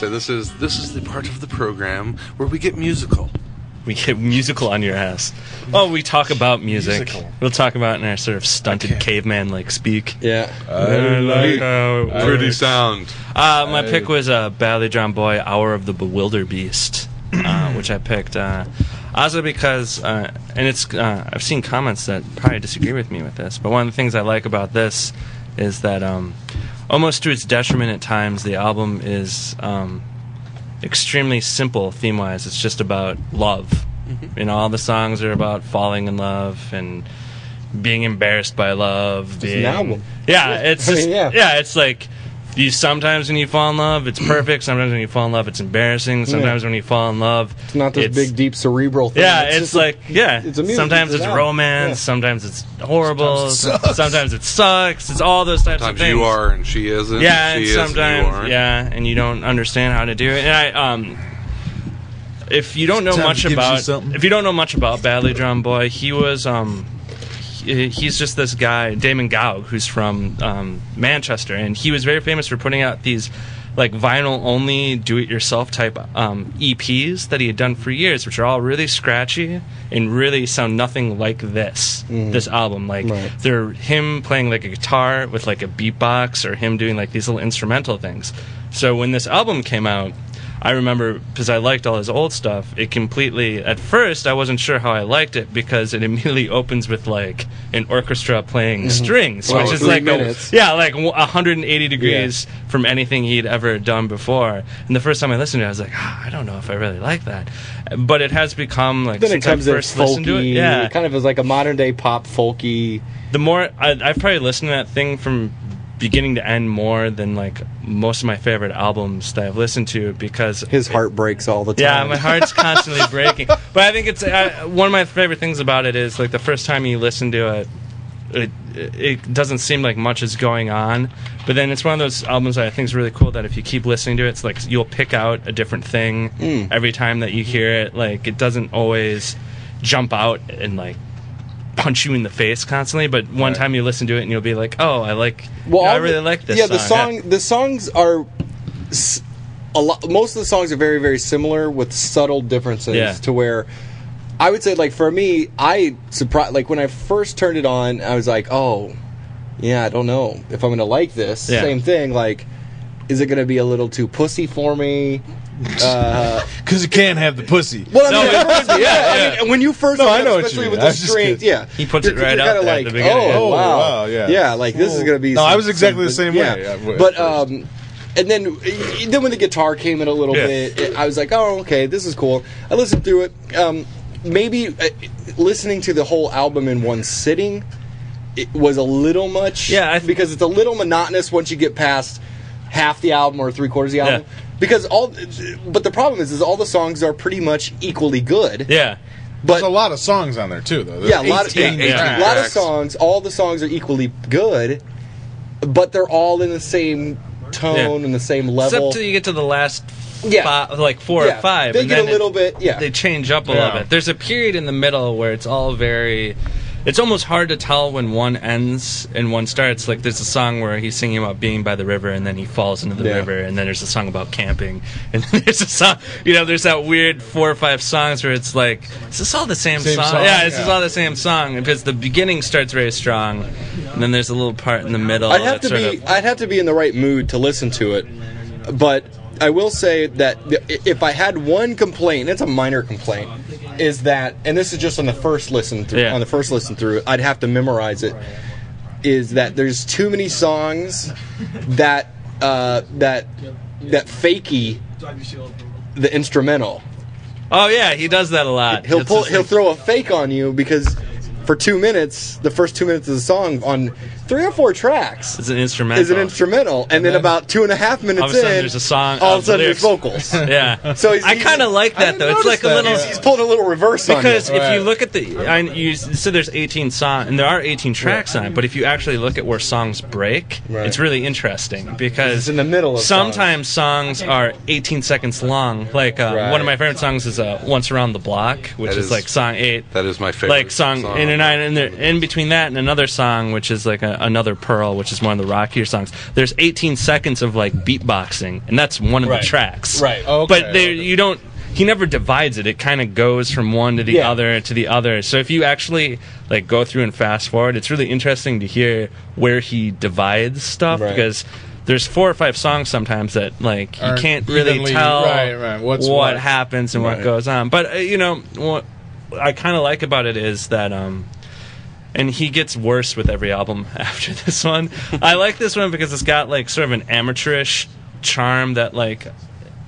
B: this is this is the part of the program where we get musical.
D: We get musical on your ass. Oh, we talk about music.
F: Musical.
D: We'll talk about it in our sort of stunted caveman like speak.
C: Yeah.
D: I like how it
B: Pretty
D: works.
B: sound.
D: Uh, my pick was uh, Badly Drawn Boy, Hour of the Bewilder Beast, [clears throat] uh, which I picked. Uh, also because, uh, and it's, uh, I've seen comments that probably disagree with me with this, but one of the things I like about this is that um, almost to its detriment at times, the album is um, extremely simple theme wise. It's just about love. You know, all the songs are about falling in love and being embarrassed by love. being,
C: album.
D: Yeah, it's
C: [laughs] I mean,
D: just,
C: yeah.
D: yeah. it's like you sometimes when you fall in love, it's perfect. [clears throat] Sometimes when you fall in love, it's embarrassing. Sometimes when you fall in love,
C: It's not this big, deep cerebral thing.
D: Yeah, it's,
C: just a-
D: like yeah.
C: it's a music,
D: sometimes
C: it's
D: it's
C: an album.
D: romance.
C: Yeah.
D: Sometimes it's horrible. Sometimes it sucks. It's all those types of
B: Sometimes
D: things.
B: you are and she isn't.
D: Yeah,
B: she
D: and
B: is and you
D: sometimes
B: aren't.
D: yeah, and you don't understand how to do it. And I um if you don't know
F: Sometimes it
D: much
F: gives you
D: about
F: something.
D: if you don't know much about Badly Drawn Boy, he was um he- he's just this guy Damon Gaug who's from um, Manchester and he was very famous for putting out these like vinyl only do it yourself type um, EPs that he had done for years which are all really scratchy and really sound nothing like this
F: Mm-hmm.
D: this album like
C: Right.
D: they're him playing like a guitar with like a beatbox or him doing like these little instrumental things so when this album came out I remember because I liked all his old stuff. It completely at first I wasn't sure how I liked it because it [laughs] immediately opens with like an orchestra playing strings,
C: Wow,
D: which is
C: Mm-hmm. three
D: like a,
C: minutes.
D: yeah, like w- 180 degrees from anything he'd ever done before. And the first time I listened to it, I was like, ah, I don't know if I really like that. But it has become like
C: Then it
D: since
C: comes
D: I
C: in
D: first listened to it,
C: folky.
D: yeah,
C: It kind of is like a modern day pop folky.
D: the more I, I've probably listened to that thing from beginning to end more than like most of my favorite albums that I've listened to because
C: His heart breaks all the time.
D: yeah, my heart's
C: [laughs]
D: constantly breaking. But I think it's uh, one of my favorite things about it is like the first time you listen to it, it it doesn't seem like much is going on. But then it's one of those albums that I think is really cool that if you keep listening to it, it's like you'll pick out a different thing
C: Mm.
D: every time that you hear it. Like it doesn't always jump out and like punch you in the face constantly. But one time you listen to it and you'll be like, oh, I like. Well, I
C: all
D: really
C: the-
D: like this.
C: Yeah, the song. The songs are s- a lot. Most of the songs are very, very similar with subtle differences.
D: Yeah.
C: To where I would say, like for me, I surprised. Like when I first turned it on, I was like, oh, yeah, I don't know if I'm gonna like this.
D: Yeah.
C: Same thing. Like, is it gonna be a little too pussy for me? Uh,
F: Because you can't have the pussy.
C: well, I mean,
D: No,
C: like, pussy, yeah, I mean, when you first, no,
F: I know what you
C: especially
F: mean.
C: with
F: I
C: the
F: was just
C: strings,
F: kidding.
C: yeah,
D: He puts
C: You're-
D: it right
C: you're
D: out
C: kinda
D: there at
C: like,
D: the beginning.
C: Oh,
F: Oh,
C: wow.
F: wow, yeah.
C: yeah, like this is gonna be.
F: No, I
C: some-
F: was exactly the
C: something-
F: same way, uh, w- at
C: but
F: first.
C: um, and then and then when the guitar came in a little
D: Yeah.
C: bit, it, I was like, oh, okay, this is cool. I listened through it. Um, maybe uh, listening to the whole album in one sitting it was a little much.
D: Yeah, I th-
C: because it's a little monotonous once you get past half the album or three quarters of the album.
D: Yeah.
C: Because all, but the problem is, is all the songs are pretty much equally good.
D: Yeah.
C: but
F: There's a lot of songs on there too, though. There's
C: yeah, a lot of
F: 18
C: yeah,
D: yeah.
C: a lot of
B: tracks.
C: songs. All the songs are equally good, but they're all in the same tone
D: Yeah.
C: and the same level.
D: Except till you get to the last
C: Yeah.
D: five, like four
C: Yeah.
D: or five.
C: They
D: and
C: get a
D: then it-
C: little bit- yeah.
D: They change up a
F: Yeah.
D: little bit. There's a period in the middle where it's all very. It's almost hard to tell when one ends and one starts. Like there's a song where he's singing about being by the river and then he falls into the
C: Yeah.
D: river, and then there's a song about camping, [laughs] and then there's a song. You know, there's that weird four or five songs where it's like, is this all the same,
F: Same
D: song?
F: song,
D: Yeah, this is
F: yeah.
D: all the same song because the beginning starts very strong, and then there's a little part in the middle.
C: I'd have
D: that
C: to
D: sort
C: be
D: of-
C: I'd have to be in the right mood to listen to it, but I will say that the- i- if I had one complaint, it's a minor complaint, is that and this is just on the first listen through
D: Yeah.
C: on the first listen through, I'd have to memorize it. Is that there's too many songs that uh, that that fakey the instrumental.
D: oh yeah, he does that a lot.
C: He'll
D: It's
C: pull.
D: just
C: He'll
D: like-
C: throw a fake on you because for two minutes, the first two minutes of the song on three or four tracks
D: It's an instrumental.
C: is an instrumental, and then about two and a half minutes
D: All of a sudden
C: in,
D: there's a song
C: All
D: of
C: of a sudden there's
D: [laughs]
C: vocals.
D: yeah.
C: So he's-
D: I kind of like that though. It's like a
F: that.
D: little
C: he's, he's pulling a little reverse on
D: because
C: you.
D: if you look at the I, you said there's 18 songs and there are 18 tracks on it, but if you actually look at where songs break, it's really interesting because
C: in the middle of songs.
D: sometimes songs. are 18 seconds long. Like uh, one of my favorite songs is uh, "Once Around the Block," which
B: That
D: is,
B: is-
D: like song eight.
B: That is my favorite.
D: like song, and
B: on
D: and I, and there, in between that and another song, which is like a, another Pearl, which is one of the rockier songs. There's 18 seconds of like beatboxing, and that's one of
C: Right.
D: the tracks.
C: Right.
F: Oh, Okay,
D: But there,
F: okay.
D: you don't. He never divides it. It kind of goes from one to the
C: Yeah.
D: other to the other. So if you actually like go through and fast forward, it's really interesting to hear where he divides stuff
C: Right.
D: because there's four or five songs sometimes that like you
F: Aren't
D: can't really
F: evenly-
D: tell
F: right, right. What's
D: what
F: what.
D: happens and what goes on. But uh, you know what I kind of like about it is that um and he gets worse with every album [laughs] after this one. I like this one because it's got like sort of an amateurish charm that like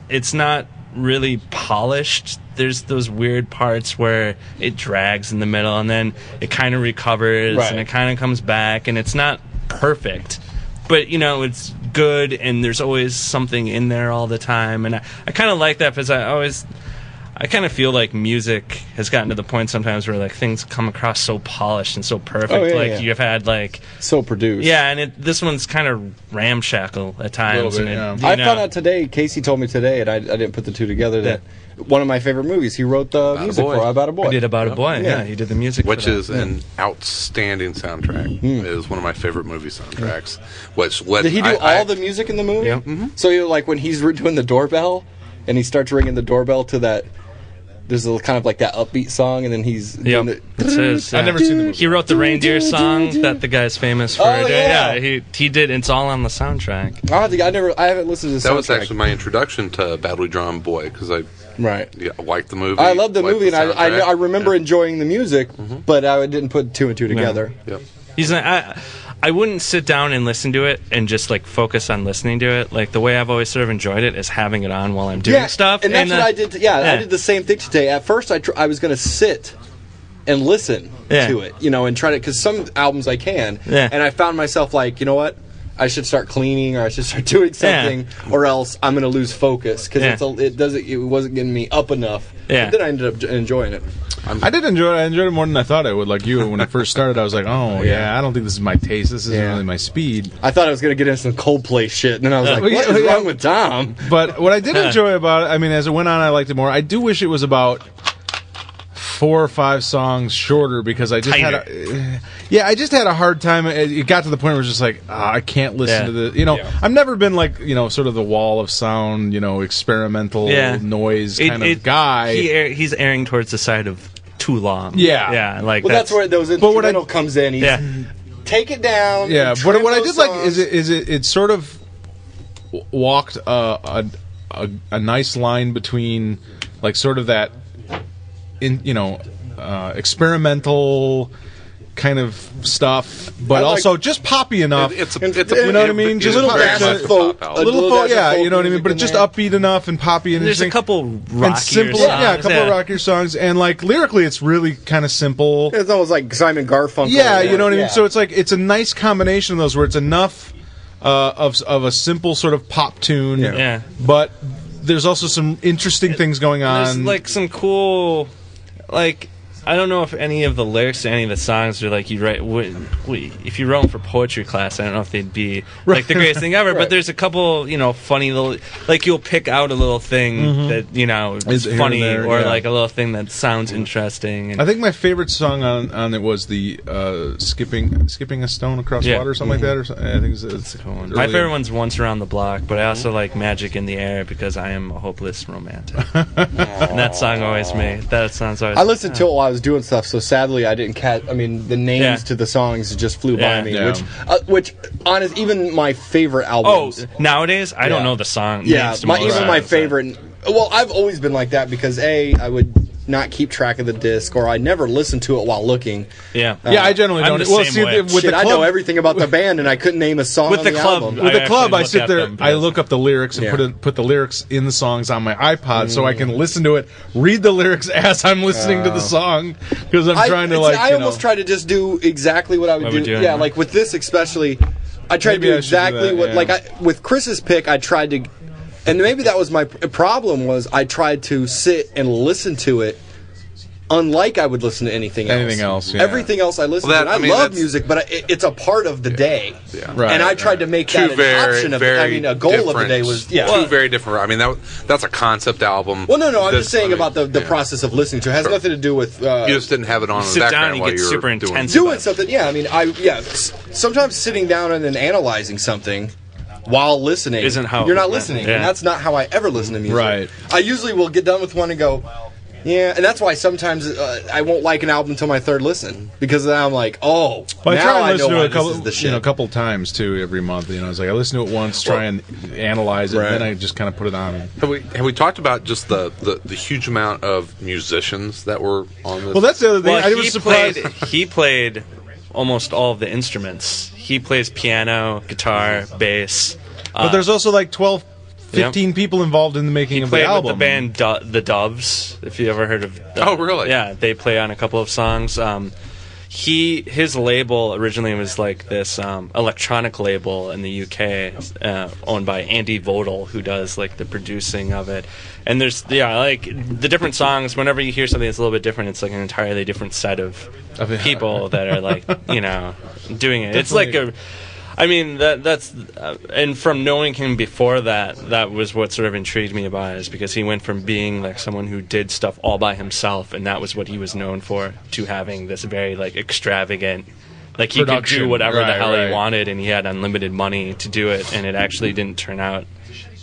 D: it's not really polished. There's those weird parts where it drags in the middle and then it kind of recovers
C: Right.
D: and it kind of comes back and it's not perfect. But you know, it's good and there's always something in there all the time and I, I kind of like that because I always I kind of feel like music has gotten to the point sometimes where like things come across so polished and so perfect.
C: Oh, yeah,
D: like
C: yeah.
D: you've had like
C: so produced.
D: yeah, and it, this one's kind of ramshackle at times.
F: Little bit, yeah.
D: and it, you
C: I
D: know,
C: found out today. Casey told me today, and I, I didn't put the two together. That one of my favorite movies, he wrote the music
B: Boy.
C: for About a Boy.
D: he did
F: Oh,
D: about a boy. Yeah.
C: Yeah.
D: he did the music, for
B: which
D: that.
B: is an outstanding soundtrack. It is one of my favorite movie soundtracks. Which let
C: Hmm. Did he do
B: I-
C: all
B: I-
C: the music in the movie?
D: Yeah.
C: So you know, like when he's [laughs] re- doing the doorbell, and he starts ringing the doorbell to that. There's a kind of like that upbeat song, and then he's doing
D: Yep.
C: the-
D: It says,
F: I've
D: yeah.
F: never seen the movie.
D: He wrote the reindeer song that the guy's famous for.
C: Oh, yeah.
D: he he did. It's all on the soundtrack.
C: I, don't think- I never, I haven't listened to the
B: That was
C: soundtrack.
B: actually my introduction to Badly Drawn Boy because I
C: right.
B: yeah, liked the movie.
C: I love the
B: liked
C: movie, and I, I,
B: soundtrack.
C: I remember enjoying the music,
D: Mm-hmm.
C: but I didn't put two and two together.
B: Yep.
D: He's not, I, I wouldn't sit down and listen to it and just like focus on listening to it. Like the way I've always sort of enjoyed it is having it on while I'm doing stuff.
C: And that's
D: uh,
C: what I did. t- yeah, I
D: yeah.
C: did the same thing today. At first, I tr- I was going to sit and listen
D: Yeah.
C: to it, you know, and try to because some albums I can,
D: Yeah.
C: and I found myself like, you know what. I should start cleaning, or I should start [laughs]
D: Yeah.
C: doing something, or else I'm going to lose focus because
D: Yeah.
C: it doesn't it wasn't getting me up enough.
D: Yeah.
C: But then I ended up j- enjoying it.
F: I did enjoy it. I enjoyed it more than I thought I would. Like you, when I first started, I was like, "Oh yeah, I don't think this is my taste. This isn't
C: Yeah.
F: really my speed."
C: I thought I was going to get into some Coldplay shit, and then I was like,
F: Well,
C: "What
F: yeah,
C: is
F: yeah.
C: wrong with Tom?"
F: But what
D: [laughs]
F: I did enjoy about it, I mean, as it went on, I liked it more. I do wish it was about four or five songs shorter because I just had, a, [sighs] yeah, I just had a hard time. It it got to the point where it was just like, ah, I can't listen
D: Yeah.
F: to the, you know, I've never been like, you know, sort of the wall of sound, you know, experimental
D: Yeah.
F: noise
D: It-
F: kind of
D: it-
F: guy.
D: He air, he's erring towards the side of too long.
F: Yeah.
D: yeah. Like
C: Well, that's, where those
F: But what I-
C: instrumental comes in. He's,
D: yeah.
C: take it down.
F: yeah,
C: and
F: but
C: trim
F: what I
C: those
F: did like is
C: songs.
F: it is it it sort of w- walked a a, a, a nice line between like sort of that in you know uh, experimental kind of stuff, but
C: I like-
F: also just poppy enough.
B: It- it's a, it's a,
F: You know what I mean?
B: it's
F: Just
B: a
F: little
B: very
F: bits
B: much
F: of-
B: a pop
F: a
B: album.
F: little,
C: little
F: fo-
C: dash of
F: yeah,
C: folk
F: you know what I mean.
C: music
F: But
C: in
F: just
C: there.
F: upbeat enough and poppy and
D: There's a
F: [laughs] interesting.
D: couple rockier
F: and simple,
D: songs.
F: yeah, a couple
D: yeah.
F: rockier songs, and like lyrically, it's really kind of simple.
C: It's almost like Simon Garfunkel.
F: Yeah, you know what I
C: Yeah.
F: mean. So it's like it's a nice combination of those where it's enough uh, of of a simple sort of pop tune,
D: Yeah.
F: but there's also some interesting things going
D: There's
F: on.
D: like some cool, like I don't know if any of the lyrics to any of the songs are like you write. Would, would- if you wrote them for poetry class, I don't know if they'd be like
F: [laughs]
D: the greatest thing ever. But there's a couple, you know, funny little like you'll pick out a little thing that you know is
F: Mm-hmm. Is here and
D: funny
F: there,
D: or
F: yeah.
D: like a little thing that sounds interesting. And
F: I think my favorite song on, on it was the uh, skipping skipping a stone across
D: Yeah. Mm-hmm.
F: water or something like that. Or something. I think it's, it's
D: one.
F: earlier.
D: My favorite one's Once Around the Block, but I also like Magic in the Air because I am a hopeless romantic.
F: [laughs]
D: and that song always made that song's always.
C: I listened to it while I was doing stuff, so sadly I didn't catch. I mean, the names
D: Yeah.
C: to the songs just flew
D: Yeah.
C: by me,
F: Yeah.
C: which, uh, which, honest, even my favorite
D: Oh,
C: albums.
D: nowadays I
C: Yeah.
D: don't know the song.
C: yeah,
D: names to
C: my,
D: most
C: even
D: songs,
C: my
D: so-
C: favorite. Well, I've always been like that because a, I would not keep track of the disc, or I never listened to it while looking.
D: Yeah.
F: Yeah, I generally
D: I'm
F: don't.
D: the
F: well,
D: same
F: see,
D: way.
F: with the
C: Shit,
F: club,
C: I know everything about the band, and I couldn't name a song
D: With
C: on
D: the
C: the,
D: club,
C: album.
F: with
D: I
F: the club,
D: actually
F: I
D: look
F: sit
D: at
F: there.
D: them,
F: I
D: yeah.
F: look up the lyrics and
C: Yeah.
F: put it, put the lyrics in the songs on my iPod, so
D: Mm.
F: I can listen to it, read the lyrics [laughs] as I'm listening to the song, because I'm trying to
C: it's-
F: like.
C: I
F: you
C: almost
F: know.
C: try to just do exactly what I would
D: What
C: do.
D: we're doing,
C: yeah,
D: right?
C: like with this especially, I tried
F: Maybe
C: to do
F: I should do
C: exactly
F: that,
C: what
F: yeah.
C: like I, with Chris's pick. I tried to, and maybe that was my p- problem was I tried to sit and listen to it unlike I would listen to anything else.
F: Anything else, yeah.
C: Everything else I listen
B: Well, that-
C: to. and I,
B: I mean,
C: love
B: that's-
C: music, but I, it, it's a part of the day.
B: Yeah.
F: Right,
C: and I tried to make that an
B: very,
C: option of
B: very
C: I mean, a goal of the
B: different-
C: day was yeah.
B: two very different. I mean, that that's a concept album.
C: well, no, no. I'm
B: This-
C: just saying
B: I mean,
C: about the, the
B: yeah.
C: process of listening to. It has
B: Sure.
C: nothing to do with uh,
B: You just didn't have it on. in
D: sit
B: the
D: down
B: background
D: and
B: while
D: get
B: you were
D: super
B: doing
D: intense.
B: stuff.
C: doing something. Yeah, I mean, I yeah. s- Sometimes sitting down and then analyzing something while listening
D: Isn't how it
C: you're not
D: was meant.
C: listening.
D: Yeah.
C: And that's not how I ever listen to music.
F: Right.
C: I usually will get done with one and go, yeah, and that's why sometimes uh, I won't like an album until my third listen because then I'm like, oh,
F: Well, I
C: now
F: try and
C: I know
F: listen to
C: why
F: it a couple,
C: this is the shit.
F: you know, a couple times too every month. You know, it's like I listen to it once, try and analyze it,
C: Right.
F: and then I just kind of put it on.
B: Have we have we talked about just the, the, the huge amount of musicians that were on this?
F: Well, that's the other thing.
D: Well,
F: I
D: he
F: was surprised.
D: played. He played almost all of the instruments. He plays piano, guitar, bass.
F: But there's also like 12, 15 people involved in the
D: uh,
F: making
D: He
F: of
D: played
F: the album.
D: with the band Do- The Doves. If you ever heard of.
B: Oh, really?
D: Yeah, they play on a couple of songs. Um, he his label originally was like this um, electronic label in the UK, uh, owned by Andy Vodal, who does like the producing of it. And there's yeah, like the different songs. Whenever you hear something that's a little bit different, it's like an entirely different set of
F: Of it. [laughs]
D: people that are like you know doing it. It's like a I mean that that's uh, and from knowing him before that, that was what sort of intrigued me about it is because he went from being like someone who did stuff all by himself and that was what he was known for to having this very like extravagant like he could
F: Production,
D: do whatever the
F: right,
D: hell
F: right.
D: he wanted and he had unlimited money to do it and it actually didn't turn out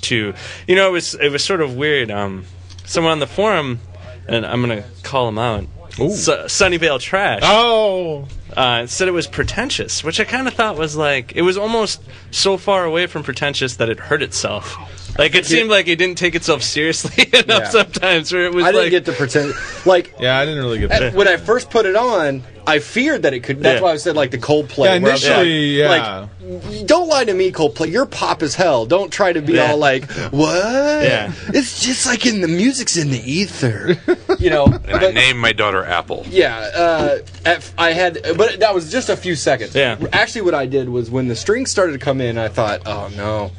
D: to you know it was it was sort of weird um someone on the forum and I'm going to call him out Su- Sunnyvale Trash
F: Oh,
D: uh, said it was pretentious, which I kind of thought was like it was almost so far away from pretentious that it hurt itself. Like it seemed like it didn't take itself seriously [laughs] enough
C: Yeah.
D: sometimes, where it was
C: I didn't
D: like
C: get to pretend like
F: yeah, I didn't really get
C: at-
F: that.
C: when I first put it on, I feared that it could. That's
D: Yeah.
C: why I said like the Coldplay.
F: Yeah,
C: where I was
F: initially,
C: like,
F: yeah.
C: like, don't lie to me, Coldplay. You're pop as hell. Don't try to be
D: Yeah.
C: all like, what?
D: Yeah.
C: It's just like in the music's in the
D: [laughs]
C: ether, you know.
B: and I
C: but-
B: named my daughter Apple.
C: yeah, uh, at, f- I had, but that was just a few seconds.
D: Yeah.
C: Actually, what I did was when the strings started to come in, I thought, oh
D: [laughs]
C: no.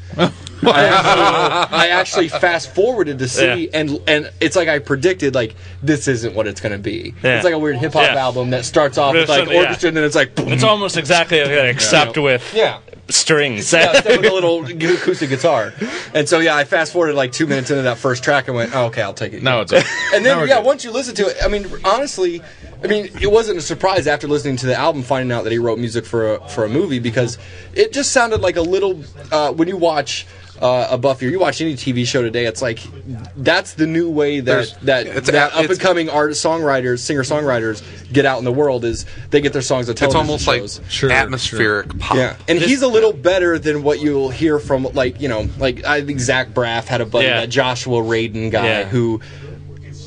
C: I, actually, I actually fast forwarded to see,
D: Yeah.
C: and and it's like I predicted, like this isn't what it's going to be.
D: Yeah.
C: It's like a weird hip hop
D: Yeah.
C: album that starts off with
D: There's
C: like
D: some- yeah.
C: orchestra, and then it's like, boom.
D: it's almost exactly like that, except with
C: yeah.
D: strings.
C: Yeah,
D: [laughs]
C: it's like with a little acoustic guitar, and so yeah, I fast forwarded like two minutes into that first track and went, oh, "Okay, I'll take it."
F: No, it's okay.
C: [laughs] And
F: Now
C: then,
F: we're
C: yeah,
F: good.
C: once you listen to it, I mean, honestly, I mean, it wasn't a surprise after listening to the album finding out that he wrote music for a, for a movie because it just sounded like a little. Uh, when you watch uh, a Buffy or you watch any TV show today, it's like that's the new way
B: There's-
C: that that,
B: it's-
C: that
B: it's-
C: up and coming artist songwriters, singer songwriters get out in the world is they get their songs at
B: It's
C: television
B: almost like
C: shows.
F: Sure,
B: atmospheric pop.
C: Yeah, and he's a little better than what you'll hear from like you know like I think Zach Braff had a buddy
D: Yeah.
C: that Joshua Radin guy
D: Yeah.
C: who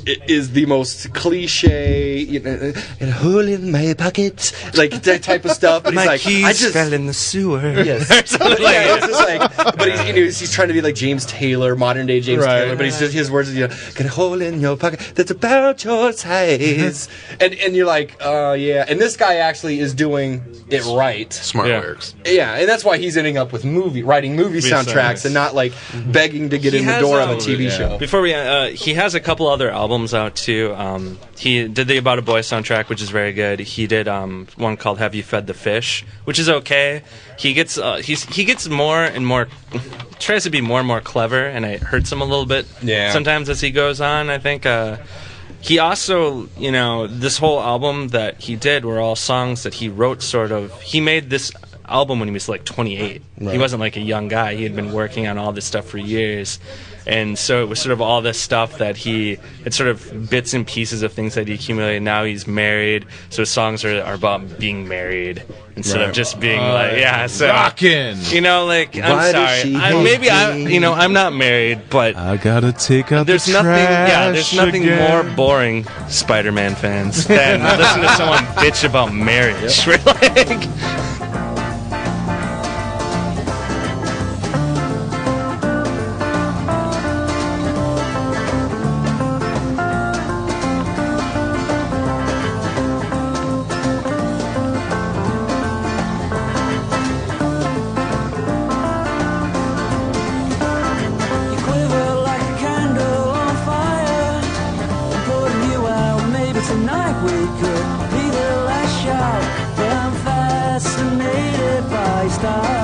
C: i- is the most cliche you know, and hole in my pocket like that type of stuff. But he's like I just [laughs]
D: in the sewer.
C: Yes. But yeah, it's just like, but he's, you know, he's trying to be like James Taylor, modern day James
F: Right.
C: Taylor. But he's just his words, is, you know, get a hole in your pocket that's about your size, and and you're like, oh yeah. And this guy actually is doing it right.
B: Smart
D: Yeah.
B: lyrics.
C: Yeah, and that's why he's ending up with movie writing movie soundtracks
D: soundtracks.
C: and not like begging to get in the
D: has,
C: door of a
D: um,
C: TV
F: yeah.
C: show.
D: Before we, uh, he has a couple other albums out too. Um, he did the About a Boy soundtrack, which is very good. He did um, one called Have You Fed the Fish, which is okay. He gets uh, he's, he gets more and more tries to be more and more clever, and it hurts him a little bit.
C: Yeah.
D: Sometimes as he goes on, I think. Uh, he also, you know, this whole album that he did were all songs that he wrote. Sort of, he made this album when he was like 28. He wasn't like a young guy. He had been working on all this stuff for years, and so it was sort of all this stuff that he, it's sort of bits and pieces of things that he accumulated. Now he's married, so his songs are, are about being married instead of just being like, [laughs] yeah, so
F: Rockin'.
D: You know, like I'm
C: Why does
D: sorry.
C: she
D: I,
C: hate
D: maybe I,
C: me?
D: you know, I'm not married, but
F: I gotta take out
D: there's nothing, yeah. There's nothing more boring, Spider-Man fans, [laughs] than listen to someone bitch about marriage. [laughs] We're like,
H: You quiver like a candle on fire. I'm putting you out maybe tonight. Ah.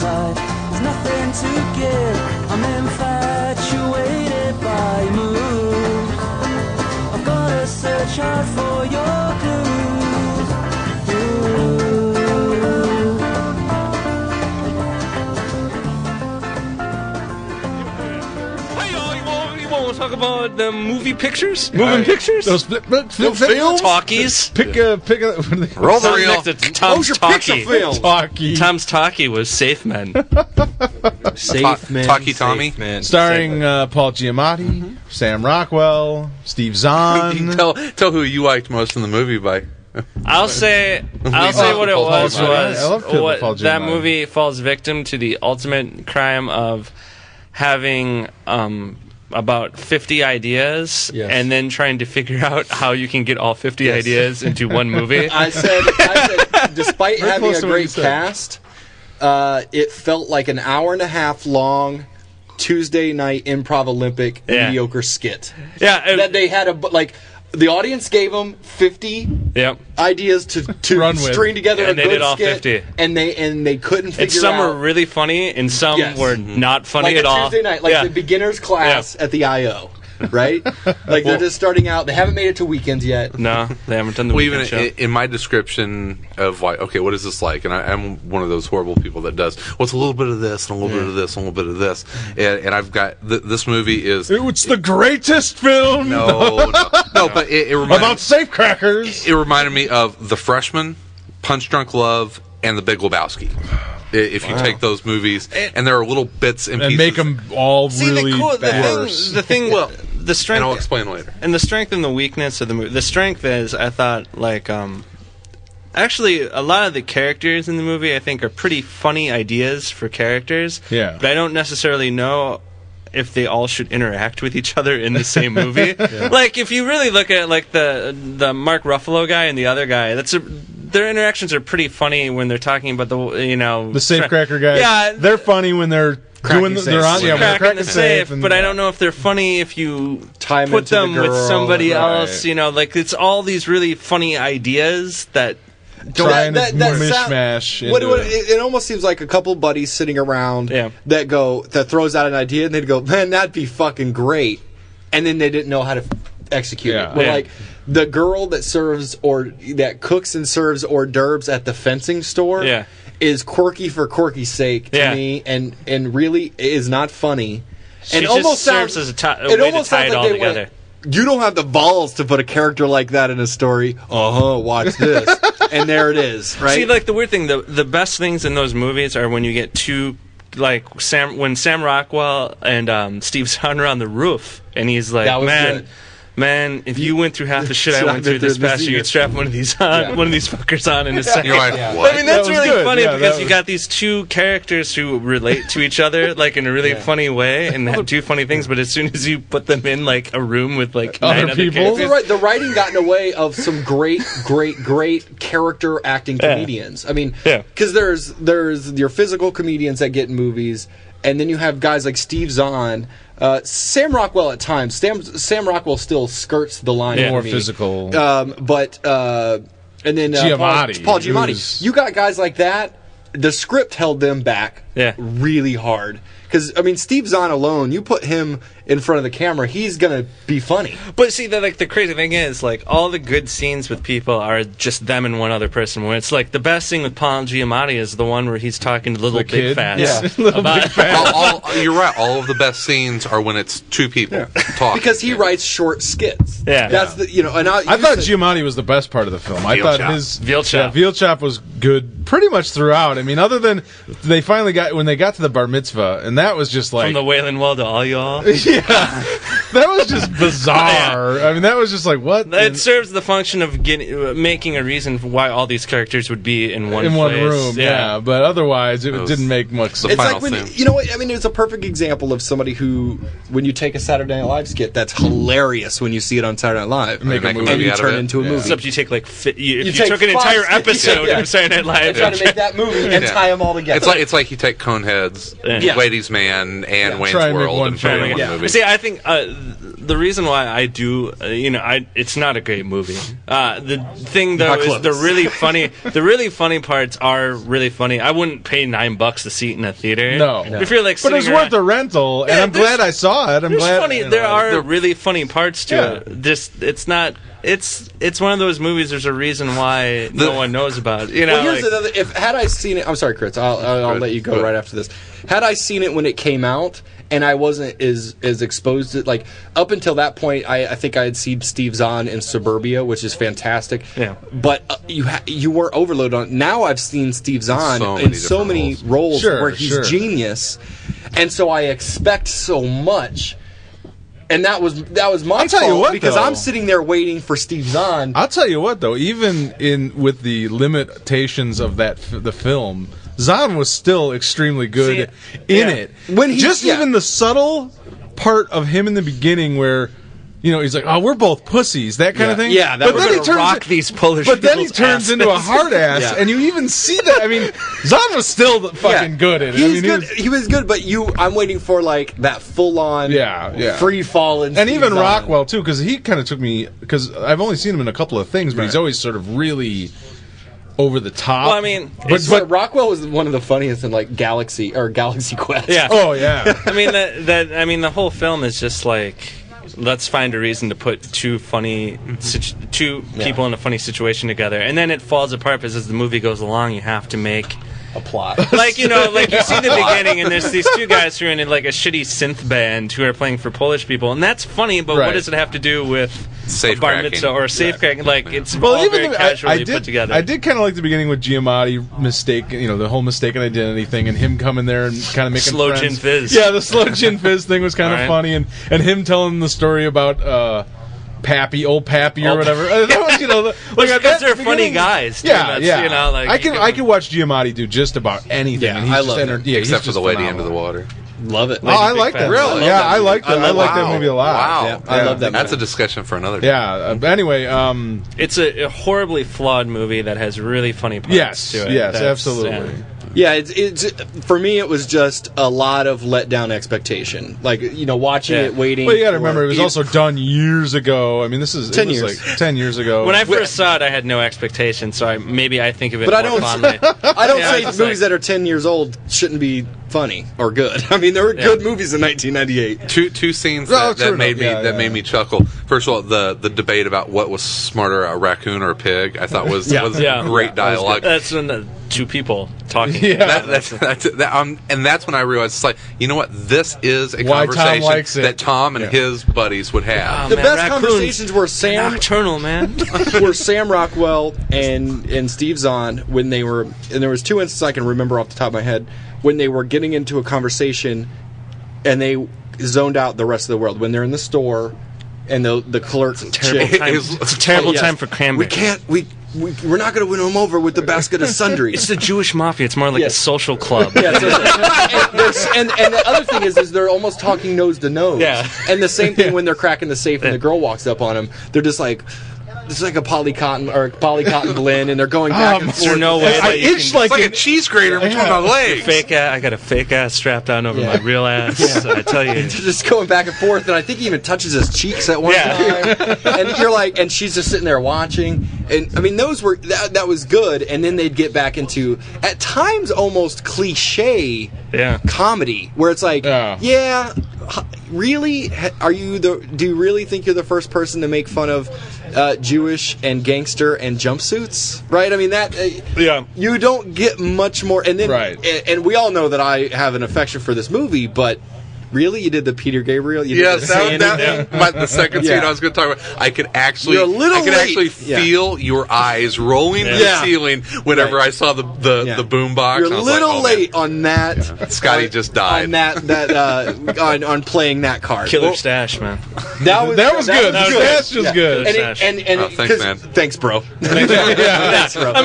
H: nothing to give. I'm infatuated by your moves. I've gotta search hard for your clues. Ooh.
D: Hey, y'all, you want, you want to talk about the movie pictures? Moving pictures?
F: Those flip, flip, flip,
I: Film
F: films?
I: talkies.
F: Pick a pick a [laughs] what are they?
I: Roll the
D: Sounds
I: reel.
D: next to Tom's Talkie.
F: talkie
D: Tom's Talkie was Safe Men.
B: Safe man, Talkie Tommy.
F: starring uh, Paul Giamatti,
D: Mm-hmm.
F: Sam Rockwell, Steve Zahn.
B: tell tell who you liked most in the movie by.
D: I'll
C: [laughs]
D: say I'll say what it
F: Paul
D: was
F: Giamatti. I love
D: was
F: Paul
D: what,
F: Giamatti.
D: that movie falls victim to the ultimate crime of having um, about 50 ideas
C: Yes.
D: and then trying to figure [laughs] out how you can get all 50 ideas into one movie.
C: [laughs] I said, I said despite
F: Very
C: having
F: close
C: a
F: to what you
C: great
F: said.
C: cast, uh, it felt like an hour and a half long Tuesday night improv Olympic
D: Yeah.
C: mediocre skit
D: yeah, it-
C: that they had a bu- like. The audience gave them fifty
D: yep.
C: ideas to, to
F: Run with.
C: string together
D: And
C: a
D: they
C: good
D: did all
C: skit,
D: 50.
C: and they and they couldn't figure
D: And some
C: out
D: were really funny and some
C: Yes. Mm-hmm.
D: were not funny
C: like
D: at
C: a
D: all.
C: Tuesday night, like
D: yeah.
C: the beginners class at the IO,
D: [laughs]
C: right? like they're just starting out. They haven't made it to weekends yet.
D: no, they haven't done the
B: Well,
D: weekend
B: even
D: show.
B: in, in my description of like, okay, what is this like? And I, I'm one of those horrible people that does. Well, it's a little bit of this and a little bit of this and a little bit of this, and, and I've got th- this movie is no,
F: It's the greatest film [laughs]
B: no, no, but it, it reminds
F: about safecrackers.
B: it reminded me of The Freshman, Punch Drunk Love, and The Big Lebowski. I- If you take those movies, and there are little bits and,
F: And
B: pieces,
F: make them all really
D: the, cool, the
F: bad.
D: thing, the thing,
C: [laughs]
D: well, the
B: and I'll
D: strength
B: explain later.
D: and the strength and the weakness of the movie. The strength is, I thought, like, um, actually, a lot of the characters in the movie, I think, are pretty funny ideas for characters.
F: Yeah.
D: But I don't necessarily know if they all should interact with each other in the same
F: [laughs]
D: movie. Like, if you really look at like the the Mark Ruffalo guy and the other guy, that's a their interactions are pretty funny when they're talking about the you know
F: The safecracker guys.
D: Yeah,
F: they're funny when they're doing. The, they're on. Yeah, when
D: cracking,
F: they're cracking
D: the safe,
F: and-
D: but I don't know if they're funny if you
C: Tie 'em
D: put
C: into the
D: them with
C: girl,
D: somebody
F: right.
D: else. You know, like it's all these really funny ideas that
F: Trying to
C: sound-
F: mishmash.
C: What,
F: into
C: what,
F: it.
C: it, it almost seems like a couple buddies sitting around
D: Yeah.
C: that go that throws out an idea and they'd go, "Man, that'd be fucking great," and then they didn't know how to f- execute
F: Yeah.
C: it. But
D: Yeah.
C: like the girl that serves or that cooks and serves hors d'oeuvres at the fencing store
D: Yeah.
C: is quirky for quirky's sake to
D: Yeah.
C: me, and and really is not funny. and
D: just serves as a ti- a way to tie it all
C: they went,
D: together.
C: you don't have the balls to put a character like that in a story. Uh huh.
D: [laughs]
C: Watch this, and there it is. Right?
D: See, like the weird thing, the the best things in those movies are when you get two, like Sam when Sam Rockwell and um, Steve Zahn are on the roof, and he's like,
C: That was
D: man.
C: good.
D: Man, if you went through half the
C: [laughs]
D: shit I
C: Shit
D: went
C: I've
D: through
C: been
D: this
C: through this
D: past year,
C: year."
D: you'd strap one of these on, one of these fuckers on
C: [laughs]
D: in a second.
B: You're like, what?
D: I mean, that's
F: That was
D: really
F: good.
D: funny
F: Yeah,
D: because
F: that
D: you
F: was-
D: got these two characters who relate to each
F: [laughs]
D: other, like in a really funny way, and have two funny things. But as soon as you put them in like a room with like
F: Other
D: nine other
F: people?
C: You're
D: characters,
C: right. The writing got in the way of some great, great, great character acting comedians. I mean,
D: Yeah.
C: because there's there's your physical comedians that get in movies, and then you have guys like Steve Zahn, uh, Sam Rockwell at times. Sam Sam Rockwell still skirts the line
D: Yeah.
C: for
F: more
C: me.
F: physical.
C: um, but uh, and then uh, Paul,
F: Giamatti,
C: Paul Giamatti.
F: who's-
C: You got guys like that. The script held them back,
D: Yeah.
C: really hard. Because I mean, Steve Zahn alone, you put him in front of the camera, he's gonna be funny.
D: But see, the, like the crazy thing is, like all the good scenes with people are just them and one other person. Where it's like the best scene with Paul Giamatti is the one where he's talking to little
F: The
D: big
F: kid?
D: fats. [laughs]
F: Yeah. Little
D: about-
F: Big Fat.
B: all, all, you're right. All of the best scenes are when it's two people talking.
C: because he writes short skits.
D: Yeah.
C: that's the you know. And I,
F: I
C: you
F: thought
C: said-
F: Giamatti was the best part of the film. I
B: Veal
F: thought
B: chop.
F: his
D: Veal chop.
F: Yeah, veal chop was good pretty much throughout. I mean, other than they finally got when they got to the bar mitzvah, and that was just like
D: from the Wailing Wall to all
F: [laughs]
D: y'all.
F: that
D: [laughs]
F: was just bizarre. I mean, that was just like what in-
D: It serves the function of getting, uh, making a reason for why all these characters would be in one
F: in one
D: place.
F: room. Yeah. but otherwise it
B: was-
F: didn't make much sense.
C: It's
B: Final
C: like when
B: thing.
C: you know what I mean. It's a perfect example of somebody who, when you take a Saturday Night Live skit, that's hilarious when you see it on Saturday Night Live,
F: Make a
C: and
B: movie
C: you
B: out of
C: turn
B: it.
C: into a
F: Yeah.
C: movie.
D: Except you take like fi- you, if you,
C: You take
D: took an
C: five-
D: entire
C: yeah,
D: episode
C: yeah.
D: of Saturday Night Live,
C: Try to make that movie and
B: Yeah.
C: tie them all together.
B: It's like it's like you take like Coneheads,
D: Yeah.
B: Ladies Man, and Wayne's
F: Try and make
B: World,
F: one
B: and try to
F: film.
B: make one
D: Yeah.
B: movie.
D: See, I think uh, th- the reason why I do, uh, you know, I it's not a great movie. Uh, the thing though
C: Not
D: is the
C: close.
F: [laughs]
D: really funny, the really funny parts are really funny. I wouldn't pay nine bucks to see it in a theater.
F: No.
D: if you're like,
F: But it's
D: sitting around-
F: worth the rental, and
D: Yeah,
F: I'm
D: there's-
F: glad I saw it. I'm
D: There's
F: glad.
D: funny.
F: you know,
D: there are
B: there-
D: really funny parts to
F: Yeah.
D: it. Just it's not. It's it's one of those movies. There's a reason why no one knows about. It, you know,
C: Well, here's
D: like-
C: another. If had I seen it, I'm sorry, Chris. I'll, I'll, I'll
B: Good.
C: let you go
B: Good.
C: right after this. Had I seen it when it came out, and I wasn't as as exposed to like up until that point, I, I think I had seen Steve Zahn in Suburbia, which is fantastic.
D: Yeah.
C: But uh, you ha- you were overloaded on. it. Now I've seen Steve Zahn
B: So
C: in
B: many
C: so
B: different
C: many
B: roles.
C: roles
F: Sure,
C: where he's
F: sure.
C: genius, and so I expect so much. And that was that was my
F: I'll tell you
C: fault
F: what,
C: because
F: though.
C: I'm sitting there waiting for Steve Zahn.
F: I'll tell you what, though, even in with the limitations of that f- the film, Zahn was still extremely good
D: See,
F: in
D: yeah.
F: it.
C: When he-
F: just
C: yeah.
F: even the subtle part of him in the beginning, where you know he's like, "Oh, we're both pussies," that kind of
C: Yeah.
F: thing.
C: Yeah, that
F: but
C: was-
F: then
C: We're
F: he
D: gonna
F: turns.
D: rock these Polish
F: but then he
D: people's
F: turns into a
D: asses.
F: [laughs] hard ass,
C: Yeah.
F: and you even see that. I [laughs] mean, Zahn was still the fucking good at it.
C: He's
F: I mean, he
C: good.
F: was-
C: He was good, but you, I'm waiting for like that full on,
F: Yeah, yeah.
C: free falling,
F: and even Rockwell too, because he kind of took me because I've only seen him in a couple of things, but he's always sort of really over the top.
D: Well, I mean,
F: but,
D: it's-
F: but
C: But Rockwell was one of the funniest in like Galaxy or Galaxy [laughs] Quest.
D: yeah.
F: oh yeah,
D: I mean that that I mean the whole film is just like let's find a reason to put two funny
F: Mm-hmm.
D: situ- two people in a funny situation together and then it falls apart because as the movie goes along you have to make
C: a plot.
F: [laughs]
D: like you know like you see the beginning and there's these two guys who are in like a shitty synth band who are playing for Polish people and that's funny but what
F: Right.
D: does it have to do with a bar
B: Safecracking.
D: mitzvah or a safecracking like it's
F: Well,
D: all
F: even
D: very
F: the- I-
D: casually
F: I, did,
D: put together
F: I did kind of like the beginning with Giamatti mistake, you know, the whole mistaken identity thing, and him coming there and kind of making
D: Slow
F: friends.
D: gin fizz.
F: Yeah, the slow
D: [laughs]
F: gin fizz thing was kind of
D: Alright.
F: funny, and and him telling the story about uh, Pappy, old Pappy or
D: Old
F: whatever. Uh, that was,
D: [laughs]
F: you know, the- like at
D: because
F: that
D: they're funny
F: beginning-
D: guys too,
F: Yeah,
D: that's,
F: yeah.
D: you know, like,
F: I
D: you
F: can
D: can-
F: I can watch Giamatti do just about anything.
C: Yeah,
F: and he's
C: I
F: just
C: love
F: enter-
C: him.
F: yeah, he's
B: Except for
F: just
B: the lady under
F: phenomenal.
B: the water.
C: love it.
F: Oh, I like that.
D: Really?
F: Yeah, I like
C: I
F: that. I
C: love
F: like that
C: that
F: movie a lot.
B: Wow,
C: Yeah, I love that
B: That's
C: movie.
B: a discussion for another. day.
F: Yeah. uh, but anyway, um,
D: it's a, a horribly flawed movie that has really funny parts
F: yes,
D: to it
F: yes,
D: That's- uh,
F: absolutely.
D: yeah.
C: Yeah, it's, it's for me. It was just a lot of let down expectation. Like you know, watching
D: Yeah.
C: it, waiting.
F: Well, you got
C: for
F: to remember, it was also [laughs] done years ago. I mean, this is it
C: 10
F: was
C: years.
F: like ten years ago.
D: When I first saw it, I had no expectations, so I, maybe I think of it
C: But I
D: more
C: [laughs] don't.
D: fondly.
C: I don't
D: Yeah,
C: say
D: it's
C: movies
D: like-
C: that are ten years old shouldn't be funny or good. [laughs] I mean, there were good movies in 1998.
B: Two two scenes
F: Oh,
B: that, that
F: true
B: made
F: enough.
B: me
F: Yeah,
B: that
F: yeah.
B: made me chuckle. First of all, the the debate about what was smarter, a raccoon or a pig, I thought was was
D: [laughs] Yeah.
B: great
D: Yeah,
B: dialogue.
D: That's when the two people talking.
F: Yeah.
B: that, that's, that's, that, um, and that's when I realized, it's like, you know what? This is a
F: Why Tom
B: conversation
F: likes it.
B: that Tom and
F: Yeah.
B: his buddies would
D: Oh,
B: have.
C: The
D: man,
C: best
D: raccoons,
C: conversations were Sam
D: Nocturnal, man.
C: [laughs] were Sam Rockwell and and Steve Zahn when they were and there was two instances I can remember off the top of my head when they were getting into a conversation and they zoned out the rest of the world when they're in the store and the the clerk
D: terrible
C: chick-
D: time.
B: was-
D: It's a terrible
C: Yes.
D: time for
C: we
D: cranberry.
C: can't we, we we're not going to win them over with the basket of sundries
D: It's the Jewish mafia. It's more like
C: Yes.
D: a social club.
C: [laughs] Yeah, so-
D: [laughs]
C: and, there's- and, and the other thing is, is they're almost talking nose to nose.
D: Yeah.
C: And the same thing when they're cracking the safe and the girl walks up on them. They're just like, it's like a polycotton
D: [laughs]
C: or polycotton blend, and they're going back and
D: Is there
C: forth.
D: no way
F: I
D: that you
F: itched
D: can
F: like
B: It's like a
F: an
B: cheese grater between my legs.
D: fake ass. I got a fake ass strapped on over my real ass. I tell
C: [laughs]
D: you.
C: They're just going back and forth, and I think he even touches his cheeks at one
D: Yeah.
C: time. [laughs] And you're like, and she's just sitting there watching. And I mean, those were that, that was good. And then they'd get back into at times almost cliche
D: Yeah.
C: comedy where it's like,
F: Yeah.
C: yeah, h- really, H- are you the? Do you really think you're the first person to make fun of uh, Jewish and gangster and jumpsuits? Right? I mean that. Uh,
D: Yeah.
C: you don't get much more and then
F: Right.
C: and, and we all know that i have an affection for this movie but really you did the peter gabriel you
B: Yes,
C: did the
B: that,
C: Sandman
B: that, [laughs]
C: thing?
B: but the second
C: Yeah.
B: scene I was going to talk about, I could actually,
C: You're a little
B: I could
C: late.
B: actually
C: Yeah.
B: feel your eyes rolling to the
C: Yeah.
B: ceiling whenever
C: Right.
B: I saw the the,
C: Yeah.
B: the boom box.
C: you're
B: I
C: a
B: was like,
C: little
B: oh, man.
C: late on that
B: Scotty
C: on-
B: just died.
C: on that that [laughs] uh on, on playing that card
D: Killer
C: Well,
D: stash, man.
C: that was
F: That was good.
D: was good.
F: That's just good.
C: and,
D: Stash.
C: it, and, and
B: Oh,
C: it-
B: thanks,
C: 'cause-
B: man.
C: [laughs] thanks bro
F: [laughs]
D: I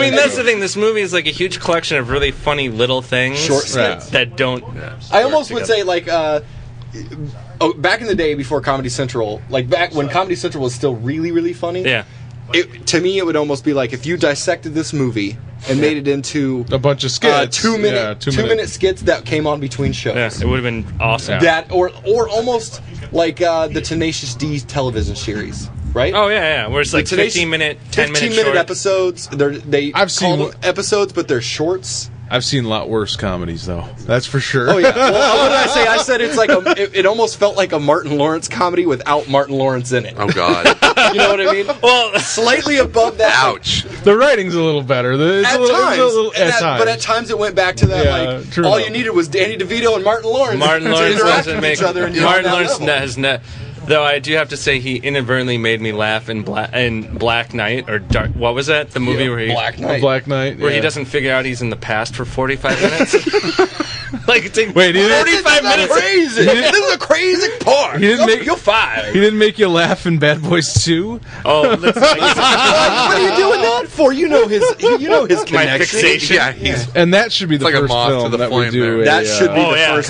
D: mean, that's the thing. This movie is like a huge collection of really funny little things
C: Short snips.
D: that don't.
C: I almost would say like uh, oh, back in the day before Comedy Central, like back when Comedy Central was still really really funny.
D: Yeah.
C: It, to me, it would almost be like if you dissected this movie and made it into
F: A bunch of skits.
C: uh, two minute
F: Yeah,
C: two, minute. skits that came on between shows.
D: Yeah, it would have been awesome.
C: That or or almost like uh, the Tenacious D television series, right?
D: Oh yeah, yeah. Where it's like
C: Tenacious-
D: fifteen minute, ten minute, short.
C: episodes. They're, they call
F: I've seen-
C: them episodes, but they're shorts.
F: I've seen a lot worse comedies though. That's for sure.
C: Oh yeah. Well, what did I say? I said it's
D: [laughs]
C: like a, it, it almost felt like a Martin Lawrence comedy without Martin Lawrence in it.
B: Oh God! [laughs]
C: You know what I mean?
D: Well, [laughs]
C: Slightly above that. like,
B: Ouch!
F: The writing's a little better. The- It's
C: At
F: a little,
C: times,
F: it's a little-
C: and that- but at times it went back to that.
F: Yeah,
C: like
F: true
C: all
F: enough.
C: you needed was Danny DeVito and Martin Lawrence.
D: Martin
C: to
D: Lawrence
C: interact
D: doesn't
C: with
D: make
C: each other. And you're on
D: Martin
C: that
D: Lawrence
C: level.
D: ne- has not. Though I do have to say he inadvertently made me laugh in Black in Black Knight or Dark. What was that? The movie where he
C: Black Knight.
F: Black Knight.
D: where he
F: yeah.
D: doesn't figure out he's in the past for forty
C: [laughs]
D: five minutes. [laughs] like it takes
F: Wait, he didn't-
D: forty five minutes.
C: Crazy. [laughs] this is a crazy part.
F: He didn't make-
C: You're five.
F: He didn't make you laugh in Bad Boys Two.
D: Oh, let's,
C: [laughs] what are you [laughs] doing that for? You know his. You know [laughs] his
D: my
C: connection.
D: fixation.
B: Yeah, he's
F: And that should be the
B: like a
F: first
B: moth to
F: film
B: the
F: that we
B: flame
F: do.
B: there.
F: A,
C: That should be
F: uh,
D: Oh,
C: the
D: yeah.
C: first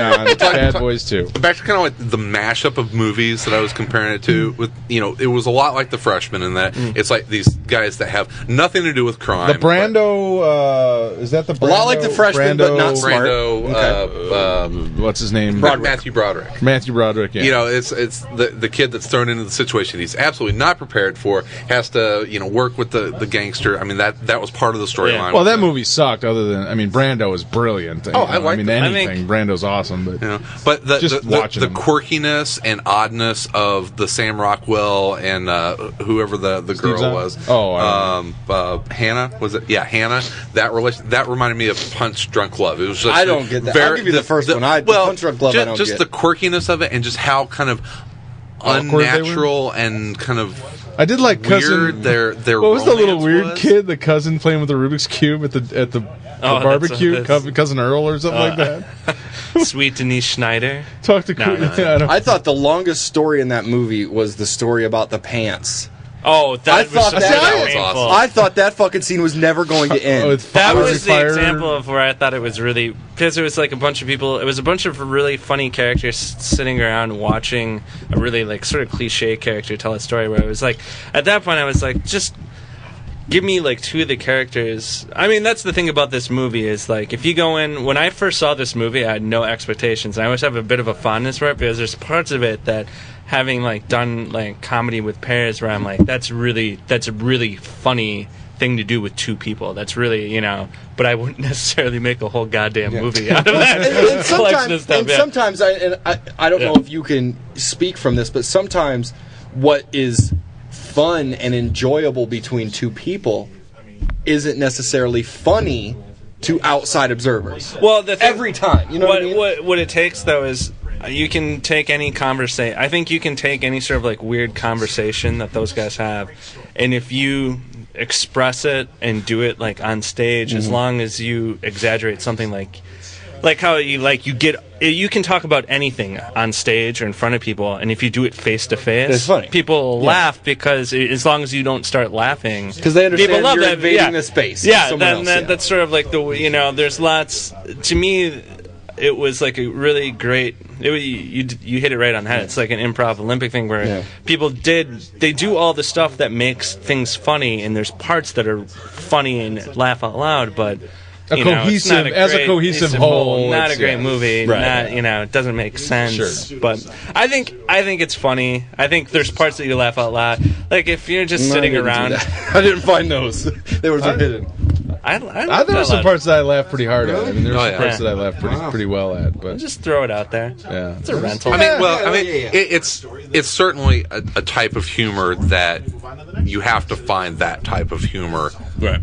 C: [laughs]
F: on Bad
B: talk-
F: Boys Two.
B: back to kind of like the mashup of movies that I was comparing it to. With you know, it was a lot like The Freshman in that it's like these guys that have nothing to do with crime.
F: The Brando uh, is that the Brando,
C: A lot like the freshman, but not
B: but
C: smart.
B: Brando, uh, um,
F: What's his name?
C: Broadway.
B: Matthew Broderick.
F: Matthew Broderick. Yeah.
B: You know, it's it's the the kid that's thrown into the situation he's absolutely not prepared for has to you know work with the, the gangster. I mean that that was part of the storyline.
D: Yeah.
F: well, that movie sucked. Other than, I mean, Brando is brilliant. Oh,
B: I like
F: I mean,
B: that.
D: I
F: anything. Brando's awesome, but
B: You know, but the
F: Just
B: the, the,
F: watching
B: the
F: them.
B: quirkiness and oddness of the Sam Rockwell and uh, whoever the, the girl
F: Zahn?
B: was.
F: Oh, I
B: um, uh, Hannah was it? Yeah, Hannah. That relation that reminded me of Punch Drunk Love. It was just
C: I don't get that. I'll give you the first one. I- the Punch Drunk Love I
B: Just,
C: don't
B: just
C: get.
B: the quirkiness of it and just how kind of
F: Awkward they were?
B: unnatural and kind of
F: I did like cousin.
B: weird their their
F: [laughs] what was the little
B: romance
F: weird
B: was.
F: kid? The cousin playing with the Rubik's cube at the at
D: Oh,
F: the, the
D: that's-
F: barbecue.
D: that's-
F: Cou- cousin Earl or something like that.
D: [laughs] Sweet Denise Schneider.
F: Talk to
D: No,
F: Courtney.
D: no, no.
F: I don't-
C: I thought the longest story in that movie was the story about the pants.
D: Oh, that
C: I
D: was
C: thought
D: so
C: that-
B: That was
D: painful.
B: awesome.
C: I thought that fucking scene was never going [laughs] to end.
F: Oh, it's
D: That
F: fire-
D: was the
F: fire-
D: example of where I thought it was really because it was like a bunch of people. It was a bunch of really funny characters sitting around watching a really like sort of cliche character tell a story. Where it was like, at that point, I was like, just give me like two of the characters. I mean, that's the thing about this movie is like if you go in. When I first saw this movie, I had no expectations. I always have a bit of a fondness for it because there's parts of it that having like done like comedy with pairs where I'm like, that's really that's a really funny thing to do with two people. That's really you know. But I wouldn't [laughs] necessarily make a whole goddamn
C: [laughs]
D: movie out of that.
C: and, and
D: [laughs] collection of
C: sometimes,
D: stuff,
C: and
D: yeah.
C: sometimes I, and I, I don't know if you can speak from this, but sometimes what is fun and enjoyable between two people isn't necessarily funny to outside observers.
D: Well, the thing,
C: Every time, you know what I mean?
D: what, what it takes though is uh, you can take any conversation. I think you can take any sort of like weird conversation that those guys have, and if you express it and do it like on stage,
C: Mm-hmm.
D: as long as you exaggerate something like like how you like you get eh, you can talk about anything on stage or in front of people and if you do it face to face
C: It's funny.
D: people laugh because i- as long as you don't start laughing
C: 'Cause they understand
D: people love
C: you're
D: that,
C: invading
D: yeah.
C: the space of
D: yeah,
C: someone
D: that,
C: else,
D: that-
C: yeah.
D: that's sort of like the you know there's lots to me it was like a really great it, was- you, you d- you hit it right on the head it's like an improv olympic thing where
C: Yeah.
D: people did they do all the stuff that makes things funny and there's parts that are funny and laugh out loud but
F: A
D: you know, it's
F: cohesive-
D: not
F: as a
D: great-
F: cohesive whole,
D: not
F: it's-
D: a great
F: yeah.
D: movie
F: Right.
D: not you know it doesn't make sense
F: Sure.
D: but i think i think it's funny i think there's parts that you laugh out loud like if you're just
C: No, I
D: sitting
C: didn't do
D: around
C: that. [laughs] I didn't find those. They were hidden.
D: I, I
F: I,
D: laughed
F: there were
D: out
F: some
D: loud.
F: parts that I laughed pretty hard at. I mean, there were
B: Oh,
F: some
B: yeah.
F: parts
D: Yeah.
F: that I laughed pretty, pretty well at. But
D: Just throw it out there.
F: yeah,
D: It's a rental.
B: I mean, well,
C: yeah,
B: I mean,
C: yeah, yeah.
B: It, it's it's certainly a, a type of humor that you have to find that type of humor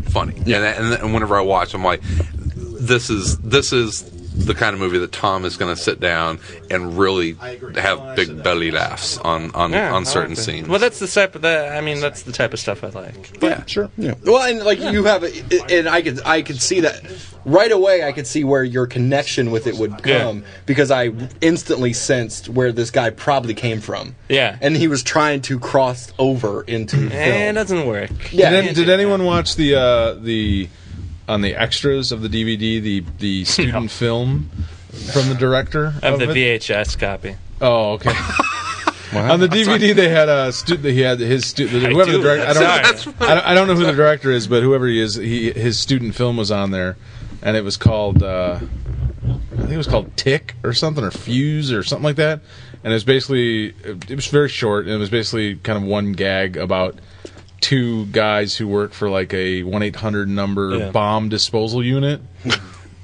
B: funny. Yeah. And, that- and, that- and whenever I watch, I'm like, this is this is the kind of movie that Tom is going to sit down and really have big belly laughs on on,
D: Yeah, I
B: on
D: like
B: certain
D: that.
B: scenes.
D: Well, that's the type of the. I mean, that's the type of stuff I like.
B: yeah,
F: sure.
C: Well, and like you have, a, and I could I could see that right away. I could see where your connection with it would
D: Yeah.
C: come because I instantly sensed where this guy probably came from.
D: Yeah.
C: and he was trying to cross over into the
D: Eh, it
C: film.
D: doesn't work.
C: Yeah,
F: Did, did anyone watch the uh, the on the extras of the DVD the the student film from the director
D: Of the
F: it? [laughs]
D: VHS copy.
F: Oh, okay. On the DVD, they had a stu- he had his stu- the, whoever the
D: do.
F: director. I don't,
D: Sorry.
B: That's
F: I don't. I don't know who the director is, but whoever he is, he his student film was on there, and it was called. Uh, I think it was called Tick or something, or Fuse or something like that. And it was basically, it was very short, and it was basically kind of one gag about two guys who work for like a 1 800 number
D: Yeah.
F: bomb disposal
D: [laughs]
F: unit.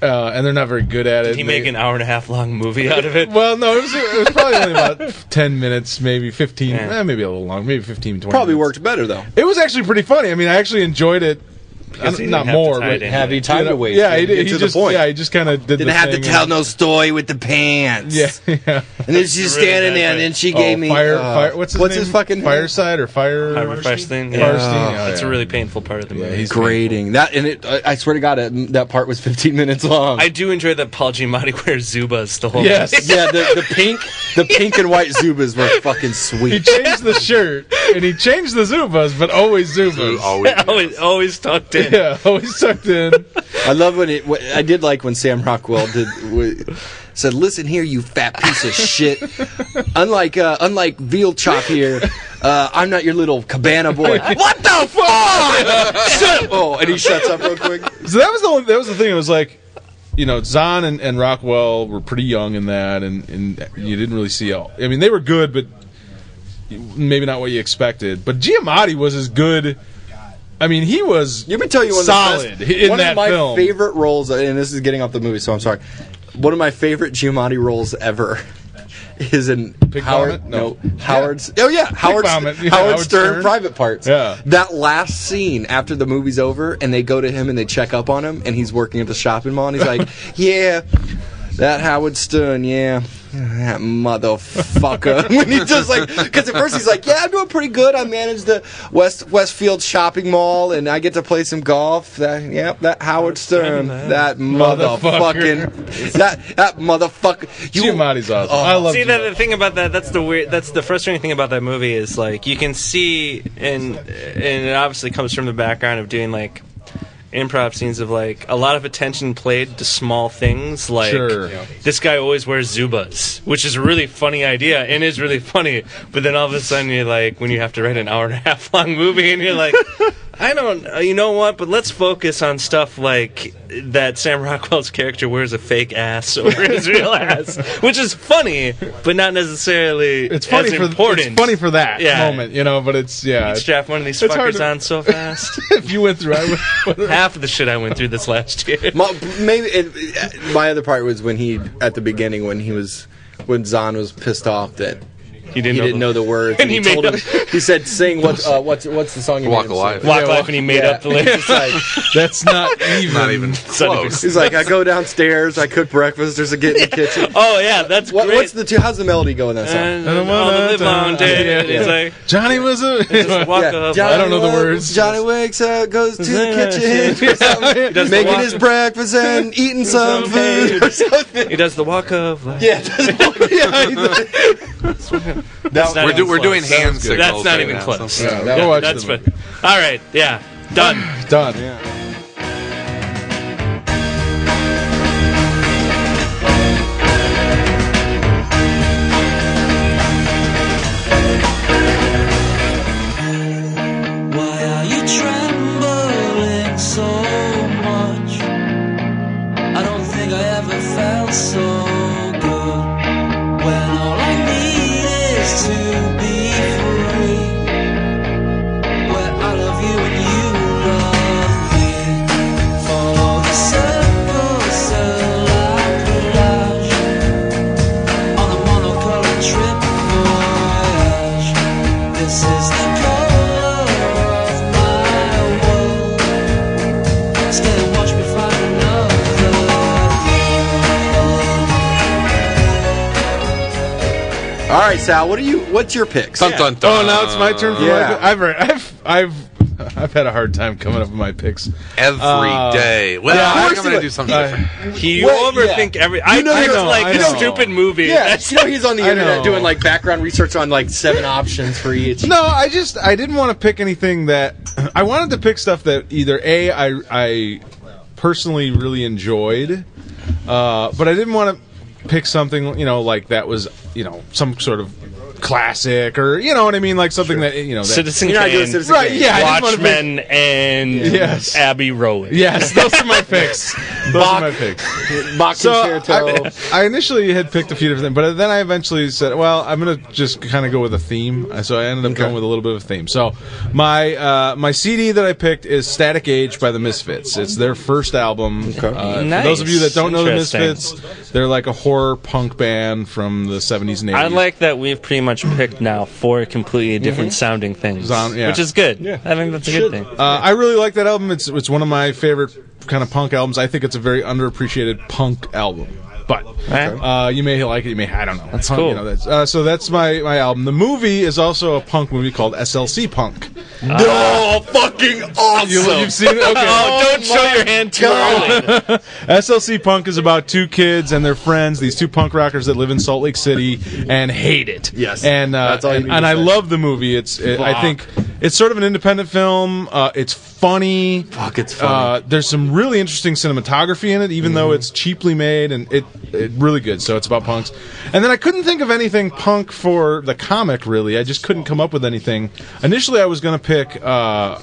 F: uh, and they're not very good at it.
D: He
F: and
D: make
F: they-
D: an hour and a half long movie out of it.
F: well, no, it was, it was probably
C: [laughs]
F: only about 10 minutes, maybe 15,
D: Yeah.
F: eh, maybe a little longer, maybe 15, 20
C: Probably
F: minutes.
C: worked better though.
F: It was actually pretty funny. I mean, I actually enjoyed it. I
D: he
F: don't-
D: didn't
F: Not
D: have to
F: more,
D: tie
F: but
D: it in.
C: Have you time to waste?
F: yeah, he,
C: and
F: did-
C: get
F: he
C: to
F: just
C: the point.
F: yeah, he just kind of did.
I: Didn't
F: the
I: have to
F: thing
I: tell
F: and-
I: no story with the pants.
C: [laughs]
F: Yeah, yeah.
I: And then she's
D: Really
I: standing
D: bad
I: there, and
D: thing.
I: then she gave
F: oh,
I: me.
F: fire,
I: uh,
F: fire. What's his
C: what's
F: name?
C: his fucking-
F: fireside or fire?
D: Fire refresh thing.
F: Fire
D: Yeah.
F: Stein, oh,
D: That's
F: yeah.
D: a really painful part of the movie.
F: Yeah, he's
C: Grading that, and it. I, I swear to God, it, that part was 15 minutes long.
D: I do enjoy that Paul Giamatti [laughs] wears Zubas the whole
F: Yes.
C: [laughs] yeah, the, the pink, the pink and white Zubas were fucking
F: He
C: sweet.
F: changed the shirt and he changed the Zubas, but always Zubas.
D: [laughs]
B: Always.
D: always, always tucked in.
F: [laughs] Yeah, always sucked in.
C: I love when it. wh- I did like when Sam Rockwell did w- said, "Listen here, you fat piece of shit." unlike uh, unlike veal chop here, uh, I'm not your little cabana boy. what the fuck? [laughs] Shut Oh, and he shuts up real quick.
F: So that was the only, that was the thing. It was like, you know, Zahn and, and Rockwell were pretty young in that, and, and you didn't really see. All, I mean, they were good, but maybe not what you expected. But Giamatti was as good. I mean, he was.
C: Let me tell you one
F: solid
C: of the best,
F: in
C: one
F: that
C: of my
F: film.
C: favorite roles, and this is getting off the movie, so I'm sorry. One of my favorite Giamatti roles ever [laughs] is in Howard.
F: Vomit?
C: No,
F: No.
C: Howard's. Oh yeah, Howard.
F: Vomit, yeah,
C: Howard
F: Howard
C: Stern,
F: Stern.
C: Private Parts.
F: Yeah.
C: That last scene after the movie's over, and they go to him and they check up on him, and he's working at the shopping mall, and he's like, [laughs] "Yeah, that Howard Stern, yeah." That motherfucker. [laughs] when he just like, because at first he's like, "Yeah, I'm doing pretty good. I manage the West Westfield Shopping Mall, and I get to play some golf." That, yep, that Howard Stern, that motherfucking, [laughs] that that motherfucker. You, Oh.
F: Giamatti's awesome. I love.
D: See
F: Giamatti.
D: that the thing about that that's the weird that's the frustrating thing about that movie is like you can see and and it obviously comes from the background of doing like improv scenes of like a lot of attention played to small things like
F: Sure. Yeah.
D: this guy always wears zubas which is a really funny idea and is really funny but then all of a sudden you're like when you have to write an hour and a half [laughs] long movie and you're like I don't uh, you know what but let's focus on stuff like that Sam Rockwell's character wears a fake ass [laughs] over his
F: [laughs]
D: real ass which is funny but not necessarily
F: It's funny
D: as
F: for
D: important
F: it's funny for that
D: Yeah.
F: moment, you know. But it's yeah.
D: strap one of these
F: It's hard
D: fuckers
F: to-
D: on so
F: [laughs]
D: fast
F: if you went through, I would. [laughs]
D: half of the shit I went through this last year
C: My, maybe and, uh, my other part was when he at the beginning when he was when Zahn was pissed off that
D: he didn't
C: he
D: know
C: didn't know the words
D: [laughs] And
C: and he,
D: he
C: told
D: made
C: him he said sing what's uh, what's what's the song you
B: Walk
C: made him
B: Alive.
C: sing?
D: Walk
F: Yeah,
D: Life
F: well,
D: and he made
C: yeah.
D: up the lyrics.
C: [laughs] It's like,
F: That's not even.
B: Not even
D: of a-
B: close.
C: he's like I go downstairs I cook breakfast there's a get in [laughs] the kitchen
D: [laughs] Oh yeah, that's
C: what,
D: great.
C: what's the two how's the melody go in that song
D: And all the live long day.
F: Yeah,
D: and It's
F: yeah.
D: like
F: Johnny was a. [laughs]
D: just walk up.
C: Johnny
F: I don't know the
C: wakes-
F: words.
C: Johnny wakes up, goes to [laughs] the kitchen,
D: does the
C: making
D: walk-
C: his breakfast
F: [laughs]
C: and eating some food or something.
D: He does the walk of. Like,
C: Yeah, [laughs]
F: [laughs]
C: yeah,
D: that's not
B: We're, do,
D: even
B: we're
D: close.
B: doing hand
D: That's
B: signals.
D: not
B: right
D: even
B: now,
D: close.
B: so-
F: Yeah, go watch
D: that's
F: the
D: fun. All right, yeah,
C: [laughs]
D: done.
F: Done.
H: Why are you trembling so much? I don't think I ever felt so good. When all I need is to be free. Where I love you and you love me. Follow the circles like mirage on a monocolor trip voyage. This is the color of my world. Stay and watch me find another world.
C: yeah. All right, Sal, what are you? What's your picks?
B: Dun, dun,
F: Oh,
B: dun.
F: now it's my turn for
C: Yeah.
F: my pick. I've, re- I've, I've, I've had a hard time coming up with my picks.
B: Every
F: Uh,
B: day. Well,
F: yeah,
B: I think I'm
F: of course
B: going
F: it-
B: to do something
F: I-
B: different.
D: He you
C: Well,
D: overthink every. I,
C: You know,
D: I
C: you
D: just
C: know,
D: like
F: I
D: a
F: know.
D: stupid movie.
C: Yeah,
D: That's-
C: you know he's on the
F: [laughs] I
C: internet
F: know.
C: doing like background research on like seven options for each.
F: [laughs] No, I just I didn't want to pick anything that [clears throat] I wanted to pick stuff that either a I I personally really enjoyed, uh, but I didn't want to pick something you know like that was you know some sort of classic or you know what I mean, like something that you know. That,
D: [laughs] Citizen
C: You're not doing
D: Kane,
C: Citizen
F: Right,
C: Kane.
F: yeah, I just wanna make-
D: Watchmen, and
F: Yes.
D: Abby Rowan.
F: Yes, those are my picks. Those are my picks.
C: Bach
F: [laughs]
C: Concerto.
F: I, I initially had picked a few different things, but then I eventually said, "Well, I'm gonna just kind of go with a theme." Uh, So I ended up going with a little bit of a theme. So my uh, my CD that I picked is "Static Age" by the Misfits. It's their first album. Uh,
D: Nice.
F: For those of you that don't know the
D: Interesting.
F: Misfits, they're like a horror punk band from the 70s and 80s.
D: I like that we've pretty much picked now four completely different
C: Mm-hmm.
D: sounding things,
F: Sound- yeah.
D: which is good.
F: Yeah.
D: I think that's a good thing.
F: Uh, I really like that album. It's it's one of my favorite kind of punk albums. I think it's a very underappreciated punk album. But
D: Right.
F: uh, you may like it. You may I don't know. That's
D: cool.
F: You know, that's, uh, so that's my, my album. The movie is also a punk movie called SLC Punk.
C: oh, fucking awesome!
F: You, have seen it. Okay.
D: don't show your hand too early.
F: SLC Punk is about two kids and their friends, these two punk rockers that live in Salt Lake City and hate it.
C: Yes.
F: and uh,
C: That's all you
F: and,
C: need to
F: and I
C: say.
F: love the movie. It's it, I think it's sort of an independent film. Uh, it's funny.
C: Fuck, it's
F: Uh, there's some really interesting cinematography in it, even though it's cheaply made and it, it really good. So it's about punks. And then I couldn't think of anything punk for the comic. Really, I just couldn't come up with anything. Initially, I was going to pick. Uh,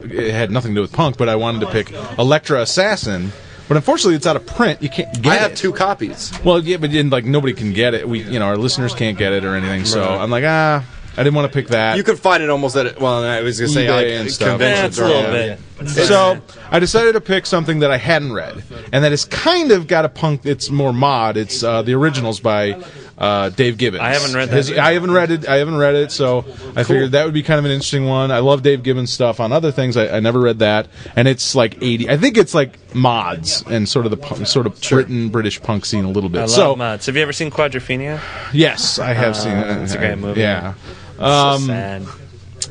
F: it had nothing to do with punk, but I wanted to pick Electra Assassin. But unfortunately, it's out of print. You can't get
C: I
F: it.
C: have two copies.
F: Well, yeah, but then, like nobody can get it. We, you know, our listeners can't get it or anything. So I'm like, ah, I didn't want to pick that.
C: You could find it almost at well. I was gonna say
F: eBay
C: like,
F: and stuff.
C: conventions
D: That's a
C: are
D: little
C: all-
D: bit.
F: so I decided to pick something that I hadn't read, and that is kind of got a punk. It's more mod. It's uh, the originals by uh, Dave Gibbons.
D: I haven't read that
F: His-
D: either.
F: I haven't read it. I haven't read it. So I figured that would be kind of an interesting one. I love Dave Gibbons stuff on other things. I, I never read that, and it's like eighty. I think it's like mods and sort of the punk, sort of Britain British punk scene a little bit.
D: I love
F: so
D: mods. Have you ever seen Quadrophenia?
F: yes, I have seen it.
D: Uh, it's a great movie.
F: Yeah.
D: so
F: Um,
D: sad.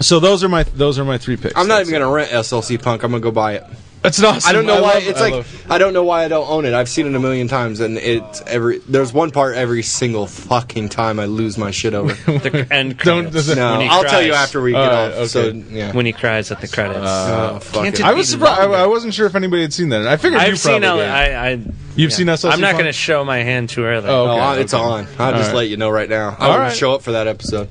F: so those are my those are my three picks.
C: I'm not even gonna rent SLC Punk. I'm gonna go buy it.
F: That's an awesome.
C: I don't know why
F: love-
C: it's
F: I
C: like
F: love-
C: I don't know why I don't own it. I've seen it a million times, and it's every there's one part every single fucking time I lose my shit [laughs] over.
F: [laughs]
D: The end
F: Don't-
D: credits.
F: does it-
C: no,
D: When he
C: I'll tell
D: cries.
C: you after we get
F: All right,
C: off.
F: Uh, okay.
C: So yeah,
D: When he cries at the credits.
C: oh, fuck it.
F: I was surprised. I, I wasn't sure if anybody had seen that. I figured Uh, you
D: I've
F: probably
D: seen. L-
F: did.
D: I, I,
F: You've seen SLC
D: I'm not
F: Punk?
D: going to show my hand too early.
F: Oh,
C: Oh,
F: okay,
C: I- it's
F: okay.
C: on. I'll just
F: right.
C: let you know right now.
F: All
C: I'm
F: right.
C: gonna show up for that episode.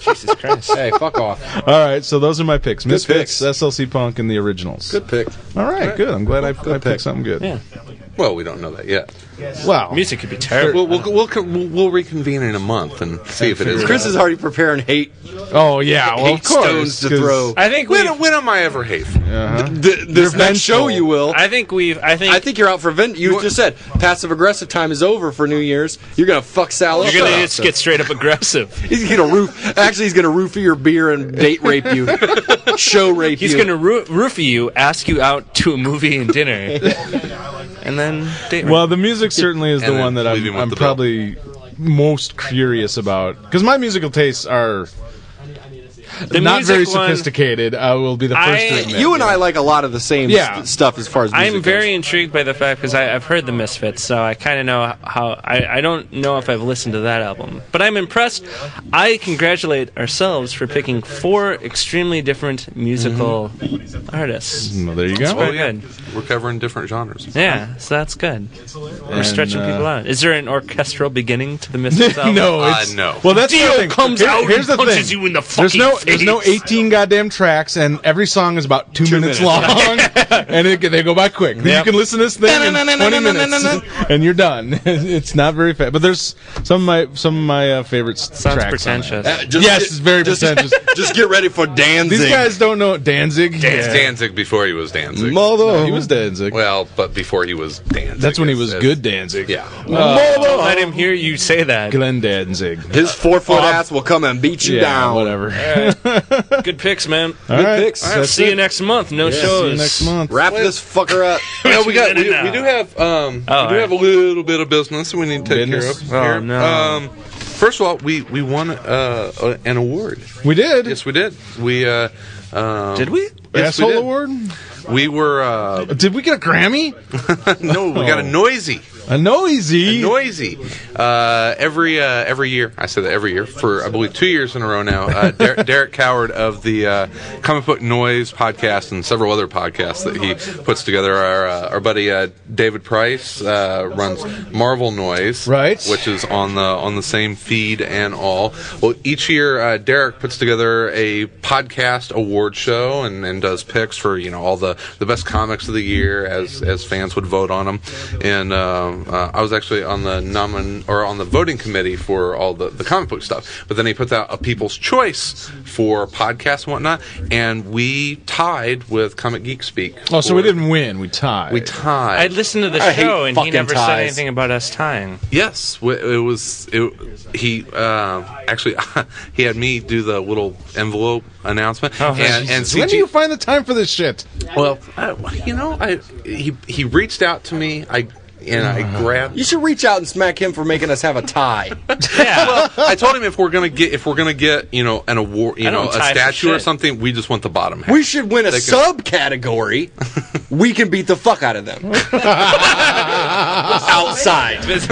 D: Jesus Christ!
C: [laughs] hey, fuck off.
F: All right, so those are my picks: Misfits,
C: picks.
F: SLC Punk, and the originals.
C: Good pick.
F: All right, good. I'm glad I, I picked
C: pick.
F: something good.
D: Yeah.
B: Well, we don't know that yet.
F: Wow.
D: [laughs] Music could be terrible.
B: We'll we'll, we'll co- we'll we'll reconvene in a month and see if it is.
C: Chris is already preparing hate.
F: Oh yeah. Well, of
C: Hate
F: course.
C: stones to
F: 'cause-
C: throw.
D: I think
B: When,
D: we.
B: when am I ever hateful?
F: Uh-huh.
C: Th- this next show you will.
D: I think we've. I think.
C: I think you're out for vent. You just said passive aggressive time is over for New Year's. You're gonna fuck Sal. up.
D: you're going to just get straight up
F: [laughs]
D: aggressive.
C: He's gonna roof. Actually, he's gonna roofie your beer and date rape
F: [laughs]
C: you. Show rape
D: He's
C: you.
D: going to roo- roofie you, ask you out to a movie and dinner,
F: [laughs]
D: and then date.
F: Well, the music certainly is the
B: And then
F: one that
B: leave
F: I'm,
B: him with
F: I'm
B: the bill.
F: probably most curious about because my musical tastes are
D: the
F: not
D: music
F: very
D: one-
F: sophisticated. I will be the first
D: I-
F: to admit.
C: You and I like a lot of the same
F: Yeah.
C: st- stuff as far as music
D: I'm very intrigued by the fact because I've heard the Misfits, so I kind of know how. I, I don't know if I've listened to that album, but I'm impressed. I congratulate ourselves for picking four extremely different musical
F: Mm-hmm.
D: artists.
F: Well, there you go.
D: Very good.
B: We're covering different genres.
D: Yeah, so that's good. We're
F: And,
D: stretching
F: uh, [laughs]
D: people out. Is there an orchestral beginning to the Misfits album?
F: no,
B: Uh,
F: it's,
B: no.
F: Well, that's
D: Dio
F: the thing.
D: comes
F: Here-
D: out and
F: here's the
D: punches
F: thing.
D: you in the
F: There's
D: fucking
F: no, there's no
D: face.
F: 18 goddamn tracks, and every song is about two, minutes, long, and it, they go by quick. You can listen to this thing in 20 minutes, and you're done. [laughs] it's not very fast, but there's some of my some of my uh, favorite s-
D: Sounds
F: tracks on
D: pretentious.
F: that. yes, it's very pretentious.
C: Uh, [laughs] Just get ready for dancing.
F: These guys don't know Danzig.
B: It's Danzig before he was Danzig.
F: Mother, he was Danzig.
B: well, but before he was Danzig.
F: that's when he was
B: It's-
F: good Danzig.
B: Yeah.
D: Don't let him hear you say that.
F: Glenn Danzig.
C: His four foot ass will come and beat you
F: yeah,
C: down.
F: whatever.
D: Good picks, man.
F: All right.
C: picks.
F: that's
D: See you
F: it.
D: next month. No shows.
F: See you next month.
C: Wrap this fucker up.
B: No, we got.
D: She's
B: We,
D: in it
B: we
D: now.
B: do have. Um,
D: Oh,
B: we do
D: all
B: have a little bit of business we need to take
F: Business?
B: care of.
D: Oh,
B: here.
D: no.
B: Um, first of all, we we won uh, a- an award.
F: We did.
B: Yes, we did. We uh, um,
D: Did we?
B: Yes, we
F: Asshole
B: did.
F: award?
B: We were uh, [laughs]
F: Did we get a Grammy?
B: no, we got a noisy.
F: A noisy.
B: noisy. Uh, every uh, every year, I say that every year for I believe two years in a row now. Uh, [laughs] Der- Derek Coward of the uh, Comic Book Noise podcast and several other podcasts that he puts together. Our uh, our buddy uh, David Price uh, runs Marvel Noise,
F: Right.
B: Which is on the on the same feed and all. Well, each year uh, Derek puts together a podcast award show and, and does picks for you know all the, the best comics of the year as as fans would vote on them. And um uh, I was actually on the nomin or on the voting committee for all the, the comic book stuff. But then he puts out a People's Choice for podcasts and whatnot, and we tied with Comic Geek Speak.
F: Oh, so we
B: for-
F: didn't win. We tied.
B: We tied.
D: I listened to the
C: I hate
D: show and he
C: fucking
D: never said
C: ties.
D: anything about us tying.
B: Yes, w- it was. It, he um actually [laughs] he had me do the little envelope announcement,
D: Oh,
B: and, and
F: when
B: CG
F: do you find the time for this shit?
B: well, I, you know, I he he reached out to me. I and
D: Uh-huh.
B: I grabbed.
C: [laughs] You should reach out and smack him for making us have a tie.
D: [laughs] Yeah.
B: I told him if we're gonna get if we're gonna get you know an award, you
D: I don't
B: know, a
D: tie for
B: statue or
D: shit.
B: something, we just want the bottom half.
C: We should win a
B: They can-
F: [laughs]
C: subcategory. we can beat the fuck out of them outside.
D: I
C: don't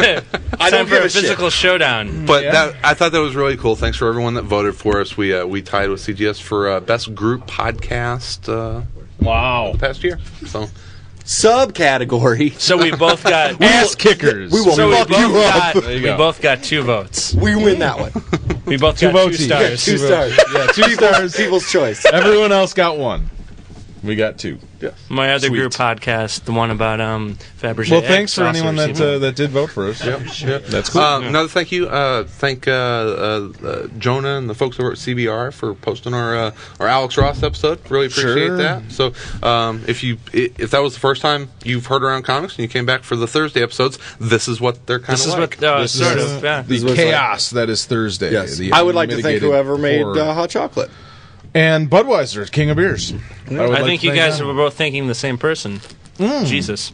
D: Time for
C: give
D: a
C: a shit.
D: physical showdown.
B: But that I thought that was really cool. Thanks for everyone that voted for us. We uh, we tied with CGS for uh, best group podcast uh,
D: Wow.
B: past year. So
C: Subcategory.
D: So we both got.
F: Ass kickers.
C: We will
D: [laughs] so we
C: fuck
D: both
C: you
D: got.
C: up.
F: you
D: We
F: go.
D: both got two votes.
C: We win that one.
D: We both
F: Two
D: got
F: votes
D: two
F: each. [laughs]
D: stars.
C: Two stars.
F: Yeah, two stars.
C: People's choice.
F: Everyone else got one. We got two.
D: My other
F: Sweet.
D: group podcast, the one about um Fabergé.
F: Well,
D: egg
F: thanks for
D: sauce
F: anyone that
D: receiving.
F: uh, that did vote for us. That's cool.
B: Uh, Another thank you. Uh, thank uh, uh, uh, Jonah and the folks over at CBR for posting our uh, our Alex Ross episode. Really appreciate
F: Sure.
B: that. So um, if you i- if that was the first time you've heard around comics and you came back for the Thursday episodes, this is what they're kind
D: This
B: of
D: is
B: like.
D: what uh,
F: This uh, is
D: sort
F: the-
D: of. Yeah.
F: the
C: what it's
F: chaos that is Thursday.
C: Yes.
F: the
C: I would like to thank
F: unmitigated
C: whoever made
F: horror.
C: uh, hot chocolate.
F: and Budweiser, King of Beers. I, would
D: I
F: like
D: think
F: to
D: you
F: thank
D: guys
F: them. Mm.
D: were both thinking the same person. Jesus.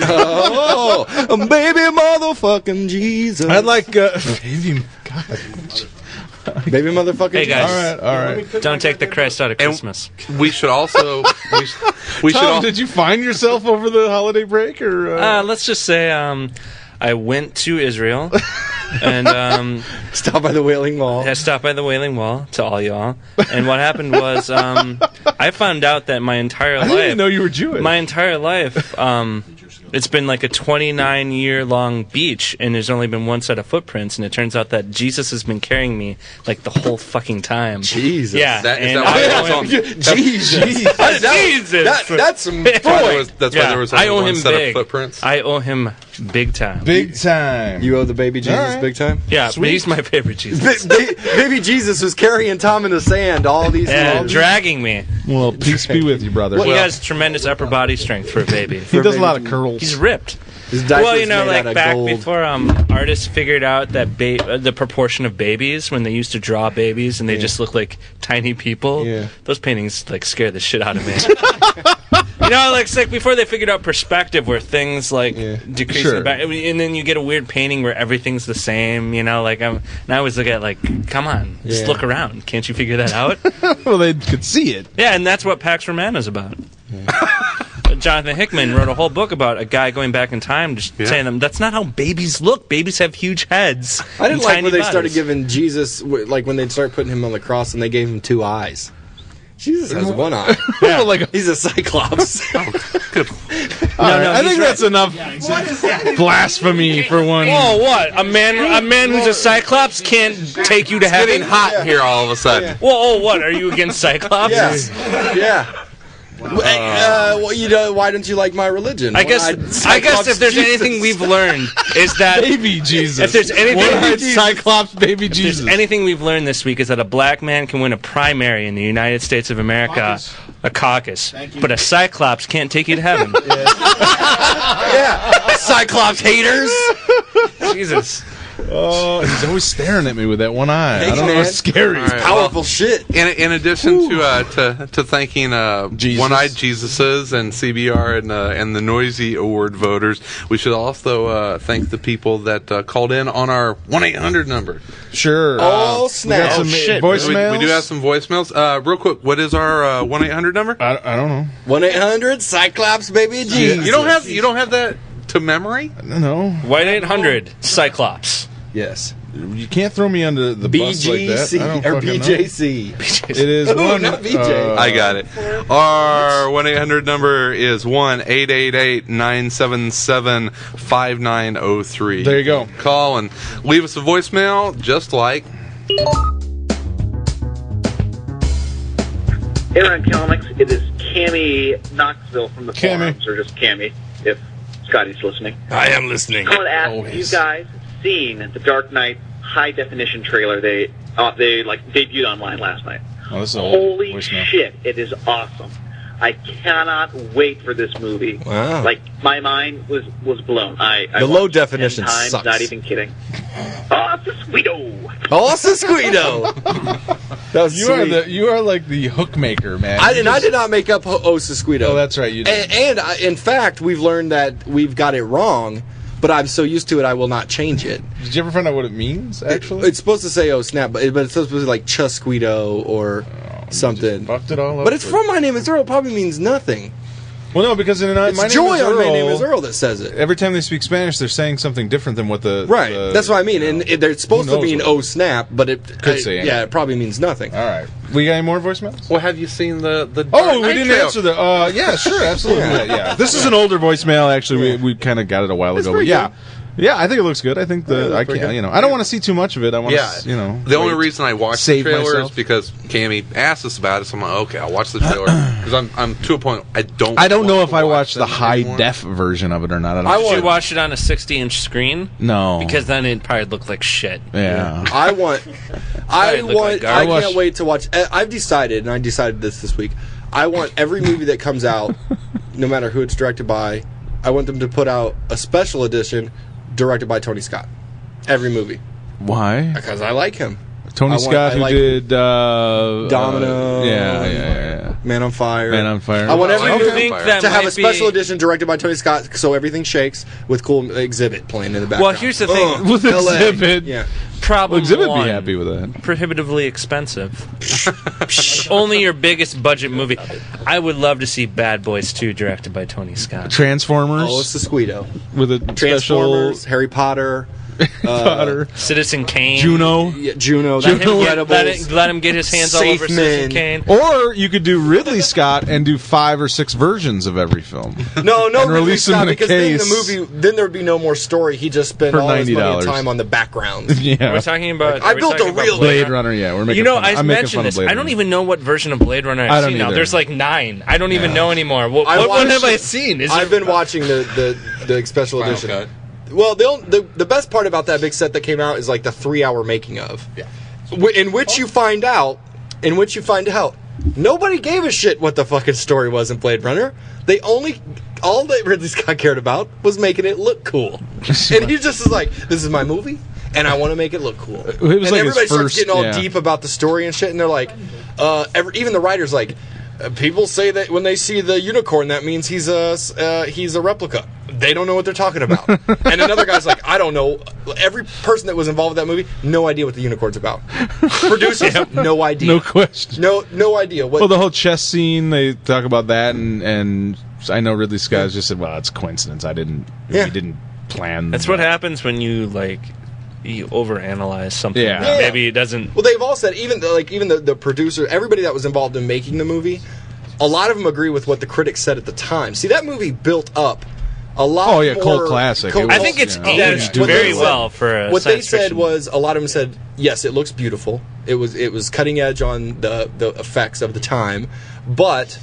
C: Oh, [laughs] baby motherfucking Jesus.
F: I'd like. Uh, baby, God.
C: baby motherfucking
D: Hey, guys.
F: All right, all right.
D: Don't take the Christ out of
B: And-
D: Christmas.
B: We should also we, sh- we should
F: [laughs] Tom,
B: all,
F: did you find yourself over the holiday break, or uh,
D: Uh, let's just say um, I went to Israel and um,
C: Jesus. Stop by the Wailing Wall.
D: I stopped by the Wailing Wall to all y'all. And what happened was um, I found out that my entire
F: I
D: life.
F: didn't even know you were Jewish.
D: my entire life, um, it's been like a 29 year long beach, and there's only been one set of footprints. And it turns out that Jesus has been carrying me like the whole fucking time.
C: Jesus.
D: Yeah,
B: That- is
D: and
B: that why
D: I
B: it's
D: owe
B: on-
D: him-
C: Jesus.
D: [laughs]
C: That-
D: Jesus.
C: that- that's some
B: that's why there was, that's why
D: [laughs] Yeah,
B: there was
D: I
B: only
D: owe
B: one
D: him
B: set
D: big.
B: of footprints.
D: I owe him big time.
F: big
C: [laughs]
F: time.
C: You owe the baby Jesus
F: All right.
C: big time?
D: yeah, but he's my favorite Jesus.
C: Ba- ba- baby Jesus was carrying Tom in the sand all these
D: Yeah,
C: years.
D: dragging me.
F: well, [laughs] peace be with you, brother.
D: he has tremendous upper body strength for a baby.
F: he does a
C: baby
F: lot of curls.
D: He's ripped.
C: His diaper's
D: Well, you know,
C: made out
D: like
C: of
D: back
C: gold.
D: before um, artists figured out that ba- uh, the proportion of babies when they used to draw babies and they just look like tiny people.
F: Yeah.
D: Those paintings like scare the shit out of me. [laughs] you know, like it's like before they figured out perspective where things like
F: Yeah.
D: decrease
F: Sure.
D: in the back, I mean, and then you get a weird painting where everything's the same. You know, like I'm, and I always look at like, come on, just
F: Yeah.
D: look around. Can't you figure that
C: [laughs]
D: out?
F: well, they could see it.
D: Yeah, and that's what Pax Romana is about. [laughs] Jonathan Hickman wrote a whole book about a guy going back in time, just saying them. That's not how babies look. Babies have huge heads.
C: I didn't
D: and
C: like
D: tiny
C: when they
D: bodies."
C: started giving Jesus, w- like when they'd start putting him on the cross and they gave him two eyes. Jesus has one
D: [laughs]
C: eye.
F: Well, like,
C: [laughs] He's a cyclops.
D: Oh,
F: all right, I think that's enough blasphemy for one.
D: Oh, what a man! A man who's a cyclops can't take you to heaven.
B: Getting hot here all of a sudden.
D: Whoa, oh, what are you
C: [laughs]
D: against cyclops?
C: Yes. yeah. W- uh, well, you know, why don't you like my religion?
D: I
C: One
D: guess.
C: eyed
D: I guess
C: Cyclops
D: if there's
C: Jesus.
D: anything we've learned is that
F: baby Jesus.
D: If there's anything-
F: One-eyed
D: Jesus.
F: Cyclops, baby
D: If
F: Jesus.
D: there's anything we've learned this week is that a black man can win a primary in the United States of America, a caucus, but a cyclops can't take you to
C: [laughs]
D: heaven.
C: Yeah. Cyclops haters.
D: Jesus.
F: oh, he's always staring at me with that one eye. I
C: Thanks,
F: don't know.
C: man.
F: It's scary.
B: All right.
C: [laughs] Powerful shit.
B: In, in addition to, uh, to to thanking uh,
F: Jesus.
B: one-eyed Jesuses and CBR and uh, and the Noisy Award voters, we should also uh, thank the people that uh, called in on our one eight hundred number.
F: Sure.
C: Oh,
F: we got
C: snap.
F: some
D: Oh, shit.
B: We, we
F: voicemails.
B: do have some voicemails. Uh, real quick, what is our Uh, one eight hundred number?
F: I, I don't know.
C: 1 800 Cyclops Baby Jesus.
B: You don't have you don't have that to memory?
F: No,
J: White 800 Cyclops.
C: Yes.
F: you can't throw me under the bus like that.
C: BGC
F: I don't
C: or
F: fucking know.
C: BJC.
F: It is [laughs] one.
C: not BJ.
F: uh,
B: I got it. Our 1 800 number is 1 888 977 5903.
F: There you go.
B: Call and leave us a voicemail just like.
K: Hey, Ryan Comics. It is Cammy Knoxville from the
F: Cammy.
K: forums, or just Cammy, if Scotty's listening.
I: I am listening.
K: I want to ask
F: Always.
K: you guys seen the Dark Knight high definition trailer they uh, they like debuted online last night.
F: Oh, this is an old
K: Holy
F: voicemail.
K: shit! It is awesome. I cannot wait for this movie.
I: Wow.
K: Like my mind was was blown. I, I
C: The low
K: watched it 10
C: definition
K: times,
C: sucks.
K: Not even kidding. [laughs] Oh, it's a sweeto.
C: Oh,
F: [laughs]
C: Squito. that was
F: You
C: sweet.
F: are the you are like the hook maker, man.
C: I
F: You
C: did.
F: just-
C: I did not make up Ho- Osasquito.
F: Oh, that's right, you did.
C: And, and I, in fact, we've learned that we've got it wrong, but I'm so used to it, I will not change it.
F: Did you ever find out what it means? Actually,
C: it's supposed to say "Oh snap," but, it, but it's supposed to be like Chusquito or something.
F: Oh, fucked it all up.
C: But it's
F: or-
C: from My Name Is Earl. It probably means nothing.
F: Well, no, because in my
C: It's
F: name
C: joy
F: is
C: on
F: Earl,
C: My Name Is Earl that says it.
F: Every time they speak Spanish, they're saying something different than what the
C: Right.
F: the-
C: That's what I mean. And it, they're supposed to
F: uh, knows
C: mean
F: what-
C: "Oh snap," but it
F: Could
C: I-
F: say anything.
C: yeah, it probably means nothing.
F: All right. We got any more voicemails?
B: Well, have you seen the. the Dark
F: Oh, we
B: Knight
F: didn't
B: trailer?
F: answer the. Uh, yeah, sure, absolutely. yeah. yeah. this is an older voicemail. Actually, we, we kind of got it a while ago. But
C: pretty
F: yeah, yeah, I think it looks good. I think the I
C: pretty
F: can't.
C: good.
F: You know, I don't want to see too much of it. I want to,
B: Yeah,
F: you know.
B: the only
F: wait.
B: reason I watched the
F: Save
B: trailer
F: myself.
B: is because Cammy asked us about it. So I'm like, okay, I'll watch the trailer because I'm I'm to a point I don't.
F: I don't
B: want
F: know
B: to
F: if I
B: watch
F: watched the
B: them
F: high
B: anymore.
F: def version of it or not. I, don't
J: Did you
F: think-
J: watch it on a 60 inch screen?
F: No,
J: Because then it'd probably look like shit.
F: yeah.
J: [laughs]
C: I want. I
J: Sorry, look
C: want.
J: like
C: I
F: garbage.
C: can't wait to watch. I- I've decided, and I decided this this week. I want every movie that
J: [laughs]
C: comes out, no matter who it's directed by, I want them to put out a special edition directed by Tony Scott. Every movie
F: Why?
C: because I like him.
F: Tony
C: I want-
F: Scott,
C: I
F: who
C: like
F: did uh,
C: Domino.
F: uh, yeah, yeah, yeah,
C: Man on Fire.
F: yeah. Man on Fire.
C: I want
J: Do
C: every
J: you
B: Okay.
C: movie
J: think that
C: to have
J: might
C: a special
J: be-
C: edition directed by Tony Scott, so everything shakes with cool exhibit playing in the background.
J: Well, here's the thing.
C: Ugh,
F: With
C: LA.
F: exhibit.
C: Yeah.
J: Problem
F: Well, Exhibit
J: one,
F: be happy with that.
J: prohibitively
F: [laughs]
J: expensive. Only your biggest budget movie. I would love to see Bad Boys 2 directed by Tony Scott.
F: Transformers
C: Oh, it's the Squeedo.
F: with a special
C: Transformers, Harry Potter,
F: Potter.
J: Citizen Kane.
F: Juno.
C: yeah, Juno.
J: Let him, get, let,
C: Incredibles.
J: it, let him get his hands all over
C: Safe
J: Citizen
C: Man.
J: Kane.
F: Or you could do Ridley Scott and do five or six versions of every film.
C: No, no,
F: and
C: Ridley
F: release him
C: Scott,
F: in a
C: because
F: case.
C: then the movie, then there would be no more story. He just spent
F: For
C: all his money and
F: $90.
C: time on the [laughs]
F: [laughs]
C: background.
J: Are we
F: yeah.
J: talking about?
C: I
J: are we
C: built
J: talking
C: a
J: about
C: real-
F: Blade Runner, yeah. We're making
J: You know,
F: fun.
J: I
F: I'm making fun
J: mentioned this.
F: of Blade
J: I don't
F: Runner.
J: even know what version of Blade Runner I've
F: I don't
J: seen now.
F: either.
J: There's like nine. I don't even know anymore. What,
C: I
J: what, what
C: watched-
J: have I seen? Is
C: I've
J: there-
C: been watching the the, the special
B: Final
C: edition.
B: cut.
C: Well, the, on- the the best part about that big set that came out is like the three hour making of, yeah. in which you find out, in which you find out, nobody gave a shit what the fucking story was in Blade Runner. They only. All that Ridley Scott cared about was making it look cool, and he just is like, "This is my movie, and I want to make it look cool." It
F: was
C: and
F: like his
C: everybody starts
F: first-
C: getting all
F: yeah.
C: deep about the story and shit, and they're like, uh, every, even the writers like, uh, people say that when they see the unicorn, that means he's a s- uh, he's a replica. They don't know what they're talking
F: [laughs]
C: about. and another guy's like, I don't know. Every person that was involved with that movie, no idea what the unicorn's
F: [laughs]
C: about. Producers, no idea.
F: No question.
C: no, no idea. What
F: Well, the whole chess scene, they talk about that, and and I know Ridley Scott just said, "Well, it's coincidence. I didn't.
C: Yeah.
F: We didn't plan."
J: That's what happens when you like you overanalyze something.
F: Yeah.
J: that
C: Yeah.
J: Maybe it doesn't.
C: Well, they've all said even the, like even the, the producer, everybody that was involved in making the movie, a lot of them agree with what the critics said at the time. See, that movie built up a lot.
F: Oh, yeah,
C: more-
F: cult classic. It
J: I
F: was-
J: think it's
F: Yeah.
J: aged
C: What they
J: very
C: said-
J: well for a
C: what they
J: science
C: said
J: fiction.
C: was a lot of them said yes, it looks beautiful. It was it was cutting edge on the the effects of the time, but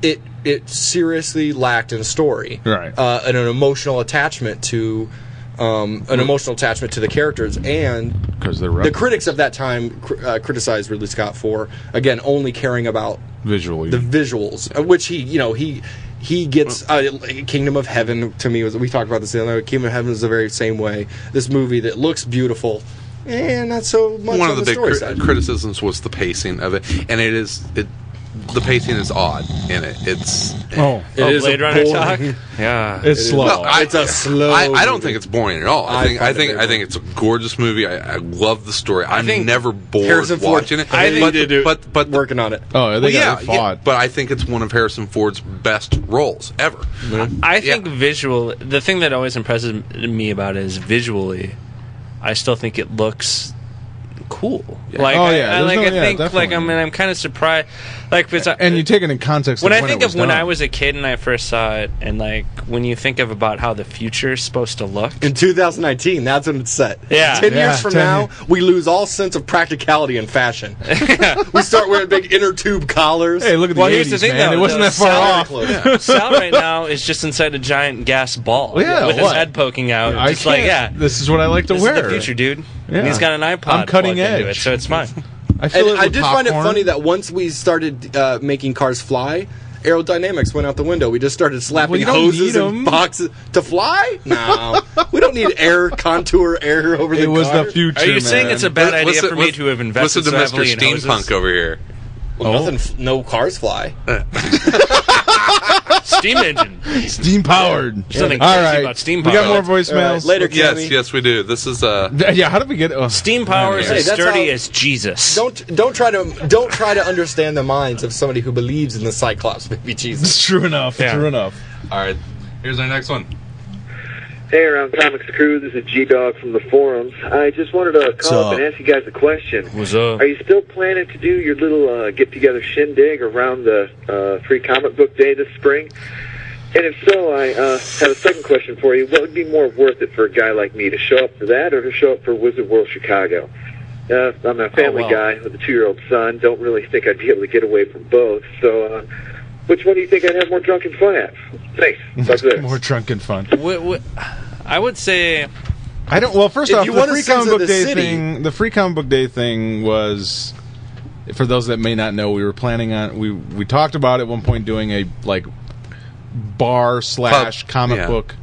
C: it it seriously lacked in story,
F: Right.
C: Uh, and an emotional attachment to. Um, an emotional attachment to the characters and
F: because they're
C: the
F: right.
C: critics of that time cr- uh, criticized Ridley Scott for again only caring about
F: visually.
C: the visuals, uh, which he you know he he gets uh, Kingdom of Heaven to me was we talked about this the other night. Kingdom of Heaven is the very same way. This movie that looks beautiful and not so much
B: One
C: on
B: of the, big
C: story
B: cri-
C: side.
B: criticisms was the pacing of it, and it is it the pacing is odd in it. It's
F: Oh,
L: It
D: oh,
L: is a
D: Blade Runner talk.
L: boring-
D: Yeah.
F: it's slow.
B: No,
F: Oh,
B: I-
C: It's a slow
B: I, I don't
C: movie.
B: think it's boring at all. I
C: I
B: think I
C: find it
B: think
C: very
B: I think it's a gorgeous movie. I, I love the story. I'm
C: think
B: never bored
C: Harrison Ford-
B: watching it.
C: I think
B: but,
C: they do-
B: but but
C: working on it.
F: oh, they
B: well, yeah,
F: got it
B: yeah,
F: fought.
B: but I think it's one of Harrison Ford's best roles ever.
D: I think
B: Yeah.
D: visual. The thing that always impresses m- me about it is visually. I still think it looks cool. Like
F: Oh,
D: I- I,
F: yeah, there's
D: like
F: no-
D: I
F: yeah,
D: think like I
F: definitely.
D: mean I'm kind of surprised. Like it's,
F: and you take it in context.
D: when
F: of
D: I think
F: it
D: of when
F: done.
D: I was a kid and I first saw it, and like when you think of about how the future is supposed to look.
C: In 2019, that's when it's set.
D: Yeah.
C: Ten
F: Yeah,
C: years from
F: 10
C: now, we lose all sense of practicality in fashion. we start wearing big inner tube collars.
F: Hey, look at the
D: Well,
F: 80s,
D: here's the thing,
F: man.
D: though,
F: it wasn't
D: the
F: that far
D: salary
F: off.
C: clothes.
D: Sal right now is just inside a giant gas ball
F: Well, yeah,
D: with his
F: what?
D: head poking out.
F: I
D: just like yeah,
F: can't. This is what I like to
D: this
F: wear.
D: is the future, dude.
F: Yeah.
D: And he's got an iPod.
F: I'm cutting
D: plugged into it,
F: edge.
D: so it's fine.
F: [laughs] I fill
C: and
F: it
C: I
F: with
C: did find it
F: popcorn.
C: funny that once we started uh, making cars fly, aerodynamics went out the window. We just started slapping
F: Well, you don't
C: hoses
F: need
C: and
F: 'em.
C: boxes to fly. No, we don't need air contour air over the
F: it was
C: car.
F: the future.
D: Are you saying
F: man.
D: it's a bad idea
B: Listen-
D: for me to have invested
B: Listen to
D: so
B: Mr.
D: heavily in
B: Steampunk
D: hoses?
B: over here.
C: Well, nothing.
F: Oh.
C: f- No cars fly.
D: [laughs] steam engine.
F: steam powered?
D: Something
F: All
D: crazy
F: right,
D: about steam
F: we got more
D: powered.
C: All right,
F: voicemails
C: later,
B: Yes,
C: Cammy.
B: yes, we do. This is uh
F: [laughs] Yeah, how did we get? Oh,
D: Steam power is
C: Hey,
D: as
C: that's
D: sturdy
C: how-
D: as Jesus.
C: Don't don't try to don't try to understand the minds of somebody who believes in the Cyclops, baby Jesus.
F: [laughs] It's true enough.
D: Yeah.
F: True enough.
B: all right. Here's our next one.
M: Hey, around Comics Crew, this is G Dog from the forums. I just wanted to call up,
F: up?
M: and ask you guys a question.
D: What's up?
M: Are you still planning to do your little uh, get together shindig around the uh, free comic book day this spring? And if so, I uh, have a second question for you. What would be more worth it for a guy like me to show up for that or to show up for Wizard World Chicago? Uh, I'm a family
D: wow.
M: guy with a two year old son. Don't really think I'd be able to get away from both. So, uh, which one do you think I'd have more drunken fun at? [laughs] Thanks. Talk to you later.
F: More drunken fun.
D: Wh- wh- I would say
F: I don't. Well, first
C: If
F: off,
C: you
F: the
C: want a
F: free
C: sense
F: comic
C: of the
F: book day
C: city-
F: thing. The free comic book day thing was, for those that may not know, we were planning on we we talked about at one point doing a like bar slash
B: Pub,
F: comic
B: yeah.
F: book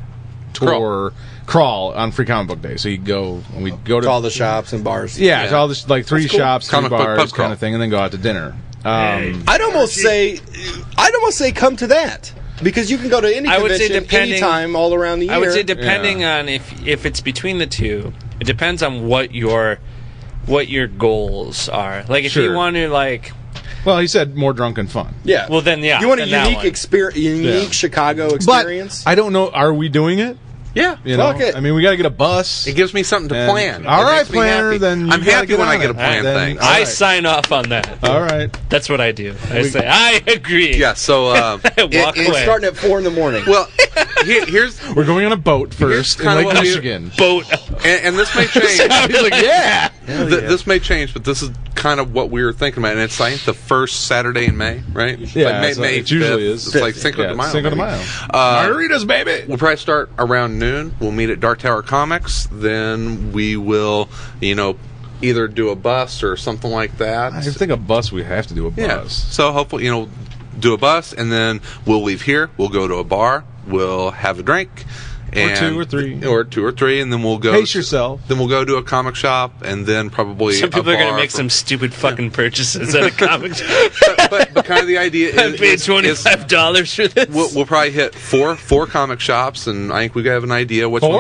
F: tour
B: Crawl.
F: crawl on free comic book day. So you go and we go to
C: To all the shops and bars.
F: yeah,
B: yeah.
F: to all the sh- like three shops, three
B: Comic book pub
F: bars,
B: crawl.
F: kind of thing, and then go out to dinner. Um,
C: I'd almost say, I'd almost say, come to that because you can go to any
D: I would say
C: convention,
D: depending-
C: any time, all around the year.
D: I would say depending on if if it's between the two, it depends on what your what your goals are. Like if
F: Sure.
D: you want to like
F: well, he said more drunken fun.
C: yeah.
D: Well, then, yeah,
C: You want a
D: then that
C: unique
D: one.
C: experience, unique
F: Yeah.
C: Chicago
F: But
C: experience.
F: I don't know. Are we doing it?
B: Yeah.
F: You know,
C: Fuck it.
F: I mean, we got to get a bus.
B: It gives me something to
F: And-
B: plan.
F: All
B: It
F: right,
B: makes me
F: planner,
B: happy.
F: then you
B: I'm
F: gotta
B: happy
F: get
B: when
F: on
B: I get
F: it.
B: a plan
F: Then-
B: things.
F: All
D: I
F: right.
D: sign off on that.
F: All right.
D: That's what I do. I say I agree.
B: Yeah, so
F: [laughs]
B: uh
D: [laughs] Walk
C: and it's
D: away.
C: starting at four in the morning.
B: well, here, here's
F: We're going on a boat first in
B: kinda
F: Lake
B: what we-
F: Michigan.
D: boat. [laughs]
B: and, and this may change.
F: [laughs] He's like, yeah.
B: Th- This may change, but this is kind of what we were thinking about, and it's I think the first Saturday in May, right? It's
F: Yeah,
B: like May,
F: it's
B: May
F: like- it usually
B: 5th.
F: is.
B: It's like Cinco
F: Yeah,
B: de Mayo.
F: Cinco de
B: maybe.
F: Mayo.
B: Uh,
F: Margaritas, baby.
B: We'll probably start around noon. We'll meet at Dark Tower Comics. Then we will, you know, either do a bus or something like that.
F: I think a bus. We have to do a
B: yeah.
F: bus.
B: So hopefully, you know, do a bus, and then we'll leave here. We'll go to a bar. We'll have a drink. And
F: two or three.
B: or two or three, and then we'll go.
F: Pace yourself.
B: Then we'll go to a comic shop, and then probably
D: Some
B: a
D: people are going
B: bar
D: to make
B: for-
D: some stupid fucking purchases at a comic shop.
B: [laughs] but, but kind of the
D: [laughs]
B: idea
D: I
B: is,
D: paid
B: is-
D: twenty
B: is
D: five dollars for this.
B: we'll, we'll probably hit four four comic shops, and I think we have an idea which
F: Four?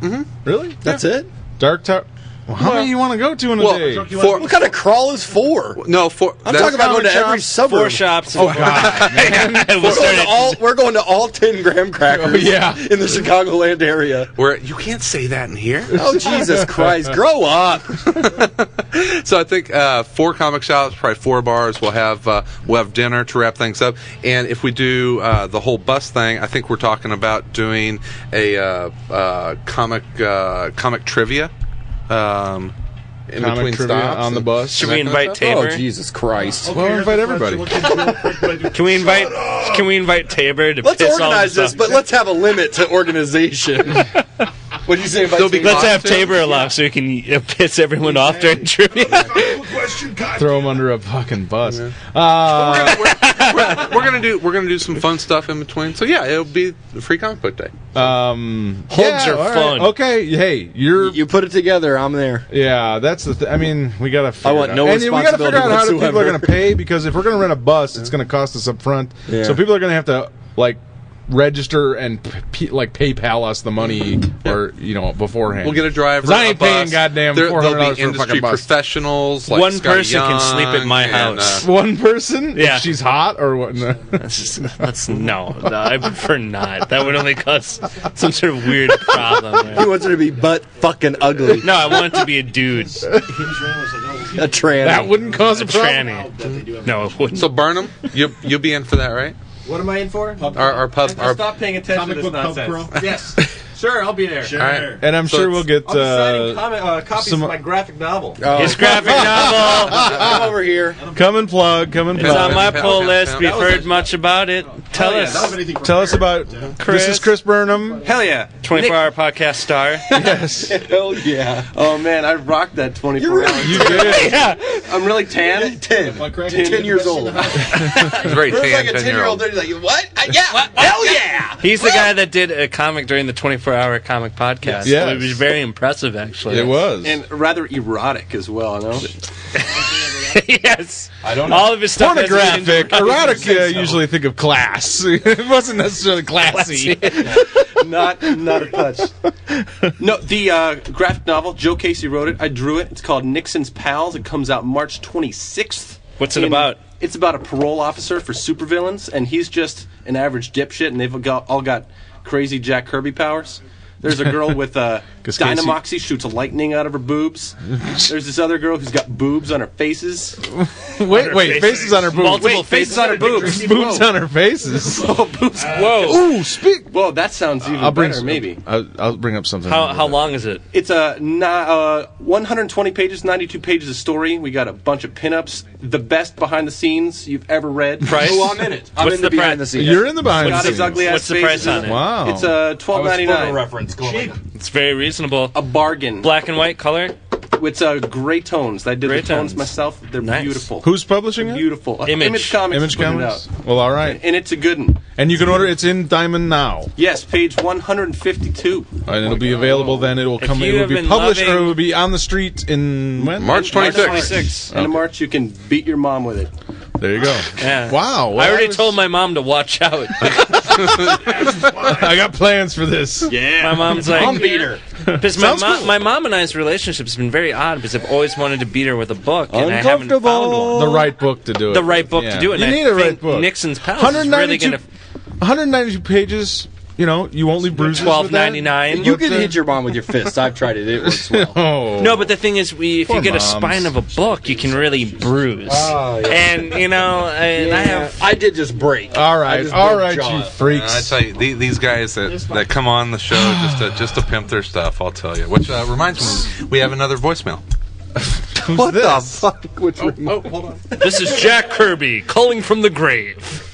B: ones-
F: Really?
C: That's it.
F: Dark Tower. Well, how many you want to go to in a day?
B: Well, four.
C: What kind of crawl is four?
B: No, four.
C: I'm talking about going to every suburb.
D: Four shops. Oh
F: God,
D: we'll [laughs]
C: We're going,
D: start
C: to
D: at-
C: all, we're going to all ten graham crackers.
F: Oh, yeah.
C: in the Chicagoland area.
B: Where you can't say that in here. [laughs]
C: Oh Jesus Christ! Grow up.
B: So I think uh, four comic shops, probably four bars. We'll have uh, we'll have dinner to wrap things up. And if we do uh, the whole bus thing, I think we're talking about doing a uh, uh, comic uh, comic trivia. Um, in
F: Comic
B: between
F: trivia
B: stops
F: on the
B: and-
F: bus.
D: Should we
B: and that kind
D: invite
B: of stuff.
D: Tabor?
C: Oh Jesus Christ!
F: Well, invite everybody.
D: Can we invite? Can we invite Tabor to
C: Let's
D: piss all
C: organize
D: this
C: this,
D: off? [laughs]
C: but let's have a limit to organization. What did you say
B: They'll
C: about
B: be-
D: Let's have
B: Locked in?
D: Tabor alive so he can uh, piss everyone off during trivia.
F: Throw him under a fucking bus. Uh,
B: [laughs] we're gonna do we're gonna do some fun stuff in between. So yeah, it'll be the free comic book day.
F: um,
D: Holds
F: yeah,
D: are
F: all right.
D: fun.
F: Okay, hey, you're.
C: You put it together. I'm there.
F: Yeah, that's the. Th- I mean, we gotta. Figure
C: I want
F: it out.
C: no
F: and we gotta figure out how the people are
C: responsibility
F: gonna pay because if we're gonna rent a bus, it's gonna cost us up front.
C: Yeah.
F: So people are gonna have to like register and p- p- like PayPal us the money or you know beforehand.
B: We'll get a driver.
F: 'Cause I ain't
B: a bus.
F: paying goddamn
B: There-
F: four hundred
B: There'll
F: dollars
B: be
F: for a
B: industry
F: fucking bus.
B: professionals. Like
D: One
B: Scott
D: person can sleep at my
B: Young
D: house.
B: uh,
F: One person,
D: Yeah.
F: if she's hot or what? no.
D: [laughs] That's just, that's no, no, I prefer not. That would only cause some sort of weird problem.
C: He
D: there.
C: wants her to be butt fucking ugly.
D: [laughs] No, I want it to be a dude, a
C: A trans.
F: that wouldn't cause a problem.
D: tranny. No, it wouldn't.
B: so Barnum, you you'll be in for that, right?
M: What am I in for?
B: Our, our pub. Our,
M: Stop paying attention to this nonsense. [laughs] Yes. sure, I'll be there. Sure.
B: all right.
F: And I'm
B: So
F: sure
B: it's-
F: we'll get.
M: I'll be signing
F: Uh,
M: comment, uh, copies
F: some-
M: of my graphic novel.
D: His graphic novel.
C: Come over
M: [laughs]
C: here.
F: come and plug. Come and
D: It's on
F: plug.
D: my
B: Pound,
D: pull
B: pound,
D: list.
B: pound.
D: We've
B: That
D: heard much about it. Tell
M: yeah, that
D: us.
M: was anything from
F: Tell us about.
D: Chris.
F: This is Chris Burnham.
M: Hell yeah.
D: 24 hour podcast star.
F: Yes,
C: Hell yeah.
M: Oh man, I rocked that 24 hours.
F: you did.
M: I'm really tan.
C: Ten. Ten years old.
B: It's very
C: It's
B: tan,
C: like a
B: ten year old.
C: ten-year-old. Like what? Uh, yeah. Hell yeah.
D: He's the guy that did a comic during the 24 hour comic podcast.
F: Yes.
D: It was very impressive, actually.
F: It was.
M: And rather erotic as well, you know?
D: [laughs] yes.
F: I don't
D: All of his stuff. has been
F: pornographic.
D: enjoyed.
F: Erotic. I usually think of class. [laughs] it wasn't necessarily classy.
M: not not a touch. No, the uh, graphic novel, Joe Casey wrote it. I drew it. It's called Nixon's Pals. It comes out March 26th.
D: What's it
M: And
D: about?
M: It's about a parole officer for supervillains, and he's just an average dipshit, and they've got, all got crazy Jack Kirby powers. There's a girl with uh,
F: 'Cause Casey-
M: Dynamoxy shoots lightning out of her boobs. There's this other girl who's got boobs on her faces.
D: [laughs]
F: wait, wait. Faces on her boobs.
D: Multiple
M: Wait, faces on her boobs.
F: Boobs on her faces.
M: Oh, boobs.
D: Whoa.
F: Ooh, speak.
M: [laughs] Whoa, that sounds even
F: I'll bring
M: better, maybe.
F: I'll, I'll bring up something.
D: How, how long is it?
M: It's a ni- uh, 120 pages, 92 pages of story. We got a bunch of pinups, the best behind the scenes you've ever read.
D: Price?
C: Oh, I'm in it. I'm
D: What's
C: in
D: the
C: the
D: price?
C: behind the scenes.
F: You're in the behind
M: Got
F: the
M: his
F: scenes.
M: ugly ass
D: What's the price
M: faces.
D: on it?
F: Wow.
M: It's uh, 12.99.
C: reference. Cheap.
D: It's very reasonable.
M: A bargain.
D: Black and white color.
M: It's uh, gray tones. I did
D: Gray
M: the tones
D: tones.
M: myself. They're
D: Nice.
M: beautiful.
F: Who's publishing it?
M: beautiful? Uh,
D: Image.
M: Comics.
F: Image
M: put it
F: Comics.
M: out.
F: Well, all right.
M: And it's a good one.
F: And you can order. It's in Diamond now,
M: Yes, page 152.
F: and it'll be
M: Oh.
F: available. Then it will
D: If
F: come.
D: you
F: It will
D: have
F: be
D: been
F: published, or it
D: loving-
F: will be on the street in when?
B: March twenty sixth.
D: 26.
M: End of March, you can beat your mom with it.
F: There you go.
D: Yeah.
F: Wow. well,
D: I already
F: was-
D: told my mom to watch out.
F: [laughs] I got plans for
D: [laughs]
F: this.
D: my mom's like,
C: Beater.
D: Because my,
F: Sounds
D: mo-
F: cool.
D: my mom and I's relationship has been very odd because I've always wanted to beat her with a book, and I haven't found one.
F: The right book to do it.
D: The right book
F: Yeah.
D: to do it.
F: You
D: and I
F: need a right
D: think
F: book.
D: Nixon's Palace is really going to
F: 192 pages. You know, you won't leave bruises. with that.
D: 12.99.
C: You
F: But,
C: can
F: uh,
C: hit your mom with your fist. I've tried it. It works well.
F: Oh.
D: No, but the thing is, we, if
F: Poor
D: you get
F: moms.
D: a spine of a book, you can really bruise. And you know, and I have.
C: I did just break.
F: All
C: I
F: right,
C: just
F: all
C: broke
F: right,
C: jaw.
F: you freaks.
B: I tell you, the- these guys that, that come on the show just to, just to pimp their stuff, I'll tell you. Which uh, reminds me, we have another voicemail.
F: Who's
C: What
F: this?
C: the fuck? Which
B: Oh, hold on.
D: This is Jack Kirby calling from the grave.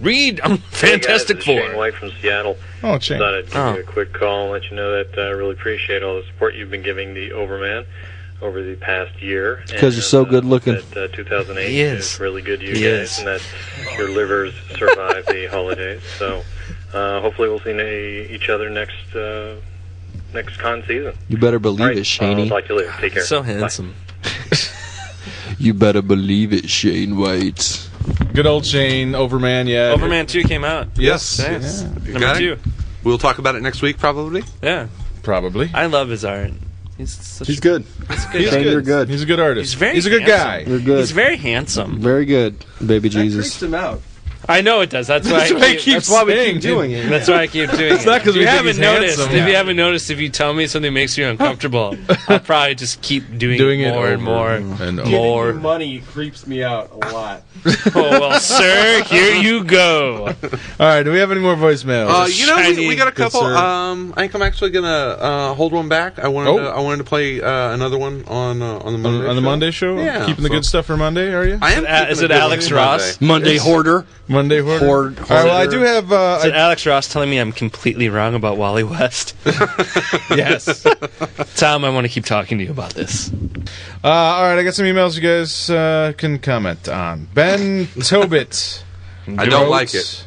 D: Read um, Fantastic
K: hey guys, this is Shane
D: Four.
K: White from Seattle.
F: Oh, Shane.
K: Thought I'd give
D: Oh.
K: you a quick call and let you know that uh, I really appreciate all the support you've been giving the Overman over the past year. Because you're so good looking. That uh, 2008
D: He
K: is.
D: is.
K: really good to you
D: He is.
K: guys, and that your livers survive the holidays. So uh, hopefully we'll see na- each other next uh, next con season.
C: You better believe
K: All right, uh, talk to you later. Take care.
D: So
K: Bye.
D: handsome.
C: you better believe it, Shane White.
F: Good old Shane Overman. Yeah.
D: Overman Two came out.
F: Yes.
D: Yes.
F: yeah,
B: You
D: Number
B: got it?
D: two.
B: We'll talk about it next week, probably.
D: Yeah,
F: Probably.
D: I love his art. He's such
C: He's
D: a
C: good.
D: good.
F: He's
D: guy.
C: Shane, you're good.
F: He's a good artist.
D: He's very.
F: He's a good
D: handsome.
F: guy.
C: You're good.
D: He's very handsome.
C: Very good, baby Jesus.
M: Freaks him out.
D: I know it does. That's why. I
F: That's why he
D: keep-
F: keeps saying,
C: Doing it.
D: That's why I keep doing
F: It's
D: it.
F: not 'cause
D: If you
F: we think
D: haven't
F: he's
D: noticed.
F: handsome.
D: If you
F: Yeah.
D: haven't noticed, if you tell me something makes you
F: [laughs]
D: uncomfortable, I'll probably just keep doing,
F: Doing it
D: more and more
F: over and over.
M: Giving you
D: more.
M: money creeps me out a [laughs] lot.
D: Oh well, sir, here you go.
F: All right. Do we have any more voicemails?
B: Uh, you know, we,
D: shiny
B: we got a couple.
F: sir.
B: Um, I think I'm actually gonna uh, hold one back. I wanted
F: Oh.
B: to, I wanted to play uh, another one on uh, on the
F: on,
B: Monday
F: on the
B: show.
F: Monday show,
B: Yeah,
F: keeping the
B: so-
F: good stuff for Monday. Are you?
B: I am.
D: Uh,
B: keeping
D: is
B: the
D: it
B: good
D: Alex
B: stuff for
D: Ross?
B: Monday.
C: Monday hoarder.
F: Monday Hoarder. All right, well, I do have. Uh,
C: [laughs]
D: Is it Alex Ross telling me I'm completely wrong about Wally West? [laughs]
F: yes.
D: Tom, I want to keep talking to you about this.
F: Uh, all right, I got some emails you guys uh, can comment on. Ben
B: [laughs]
F: Tobit.
B: I don't like it.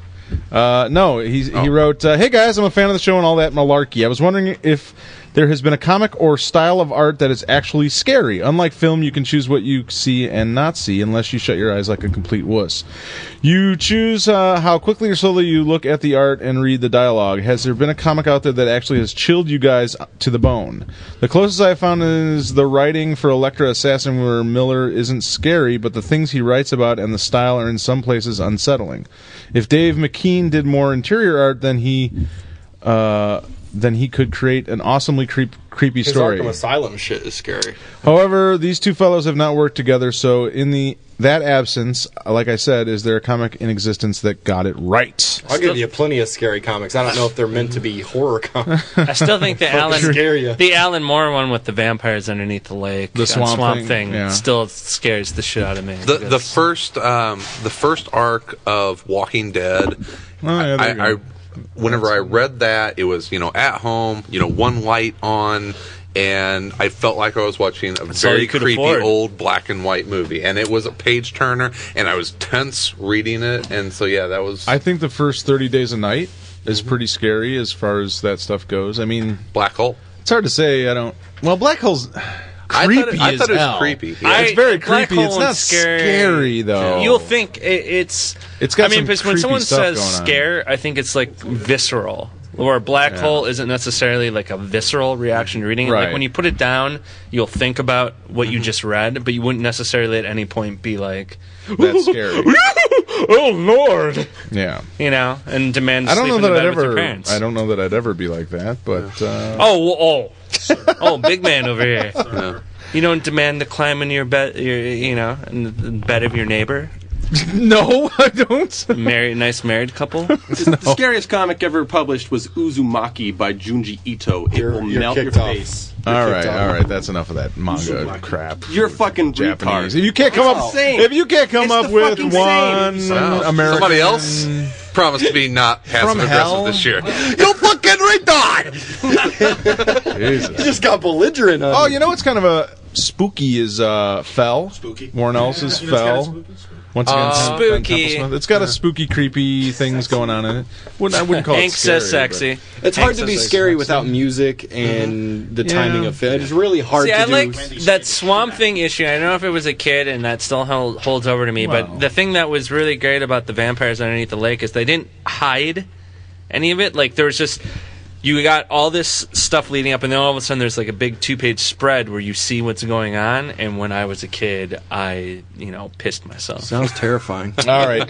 B: Oh.
F: Uh, no, he's, he wrote, uh, "Hey guys, I'm a fan of the show and all that malarkey. I was wondering if there has been a comic or style of art that is actually scary. Unlike film, you can choose what you see and not see, unless you shut your eyes like a complete wuss. You choose uh, how quickly or slowly you look at the art and read the dialogue. Has there been a comic out there that actually has chilled you guys to the bone? The closest I found is the writing for Electra Assassin, where Miller isn't scary, but the things he writes about and the style are in some places unsettling. If Dave McKean did more interior art, then he uh, then he could create an awesomely creep, creepy
N: His
F: story.
N: Arkham Asylum shit is scary.
F: However, these two fellows have not worked together, so in the that absence, like I said, is there a comic in existence that got it right?
C: I'll give you plenty of scary comics. I don't know if they're meant to be horror comics.
D: I still think the Alan
C: scare you.
D: the Alan Moore one with the vampires underneath the lake,
B: The
D: uh,
B: swamp
D: swamp
B: thing,
D: thing,
B: yeah.
D: still scares the shit out of me.
B: The the first um, the first arc of Walking Dead.
F: Oh, yeah, there you
B: I, I whenever I read that, it was you know at home, you know one light on, and I felt like I was watching a
D: all
B: very
D: you could
B: creepy
D: afford.
B: old black and white movie, and it was a page turner, and I was tense reading it, and so yeah, that was
F: I think the first 30 days a night is pretty scary as far as that stuff goes. I mean,
B: black hole.
F: It's hard to say. I don't. Well, black holes.
B: I
F: Creepy
B: thought it- I
F: as
B: thought it was
F: hell.
B: creepy.
D: I-
F: it's very
D: Black
F: creepy. It's
D: Hole
F: not
D: is scary.
F: scary though.
D: You'll think it, it's.
F: It's got
D: I mean,
F: some
D: because when
F: creepy
D: someone
F: stuff
D: says
F: going on.
D: scare, I think it's like visceral. Or a black
F: Yeah.
D: hole isn't necessarily like a visceral reaction to reading it.
F: Right. Mm-hmm.
D: Like when you put it down, you'll think about what you just read, but you wouldn't necessarily at any point be like,
F: That's scary.
D: "Oh Lord,"
F: Yeah.
D: you know, and demand. To
F: I don't know
D: sleep
F: that
D: in the
F: I'd
D: bed with your
F: ever.
D: parents.
F: I don't know that I'd ever be like that, but
D: [laughs]
F: uh, [laughs]
D: Oh, oh, oh, big man over here. You don't demand to climb into your bed, your, you know, in the- the bed of your neighbor.
F: no, I don't.
D: Married, nice married couple.
F: [laughs]
M: The scariest comic ever published was Uzumaki by Junji Ito. It will
F: you're
M: melt your
F: kicked off.
M: face.
F: all right,
C: [laughs]
F: all right. That's enough of that manga crap.
M: You're a fucking
F: Japanese.
M: retard.
F: If you can't come
M: It's
F: up,
M: the same.
F: if you can't come
M: It's
F: up
M: the
F: with
M: fucking
F: one
M: same.
B: Wow.
F: American,
B: Somebody else promised to be not passive aggressive
F: hell?
B: this year.
F: you fucking retard.
C: [laughs]
F: Jesus.
C: You just got belligerent. on
F: Oh,
C: me.
F: you know what's kind of a spooky is uh, Fell. Spooky. Warren Ellis is
C: You know, it's kind
F: Fell.
C: of
F: Once again,
D: Uh,
F: Tom- Ben
D: spooky.
F: Templesmith. It's got a spooky, creepy things going on in it. Wouldn't, I wouldn't call it
D: Hank
F: scary.
D: says sexy.
F: but-
C: It's hard to be scary without music and the timing
F: Yeah.
C: of it. It's really hard
D: See,
C: to
D: I
C: do.
D: like that Swamp Thing issue. I don't know if it was a kid, and that still held, holds over to me.
C: Well.
D: But the thing that was really great about the vampires underneath the lake is they didn't hide any of it. Like there was just you got all this stuff leading up, and then all of a sudden there's like a big two page spread where you see what's going on. And when I was a kid, I you know pissed myself.
C: Sounds terrifying.
F: All right.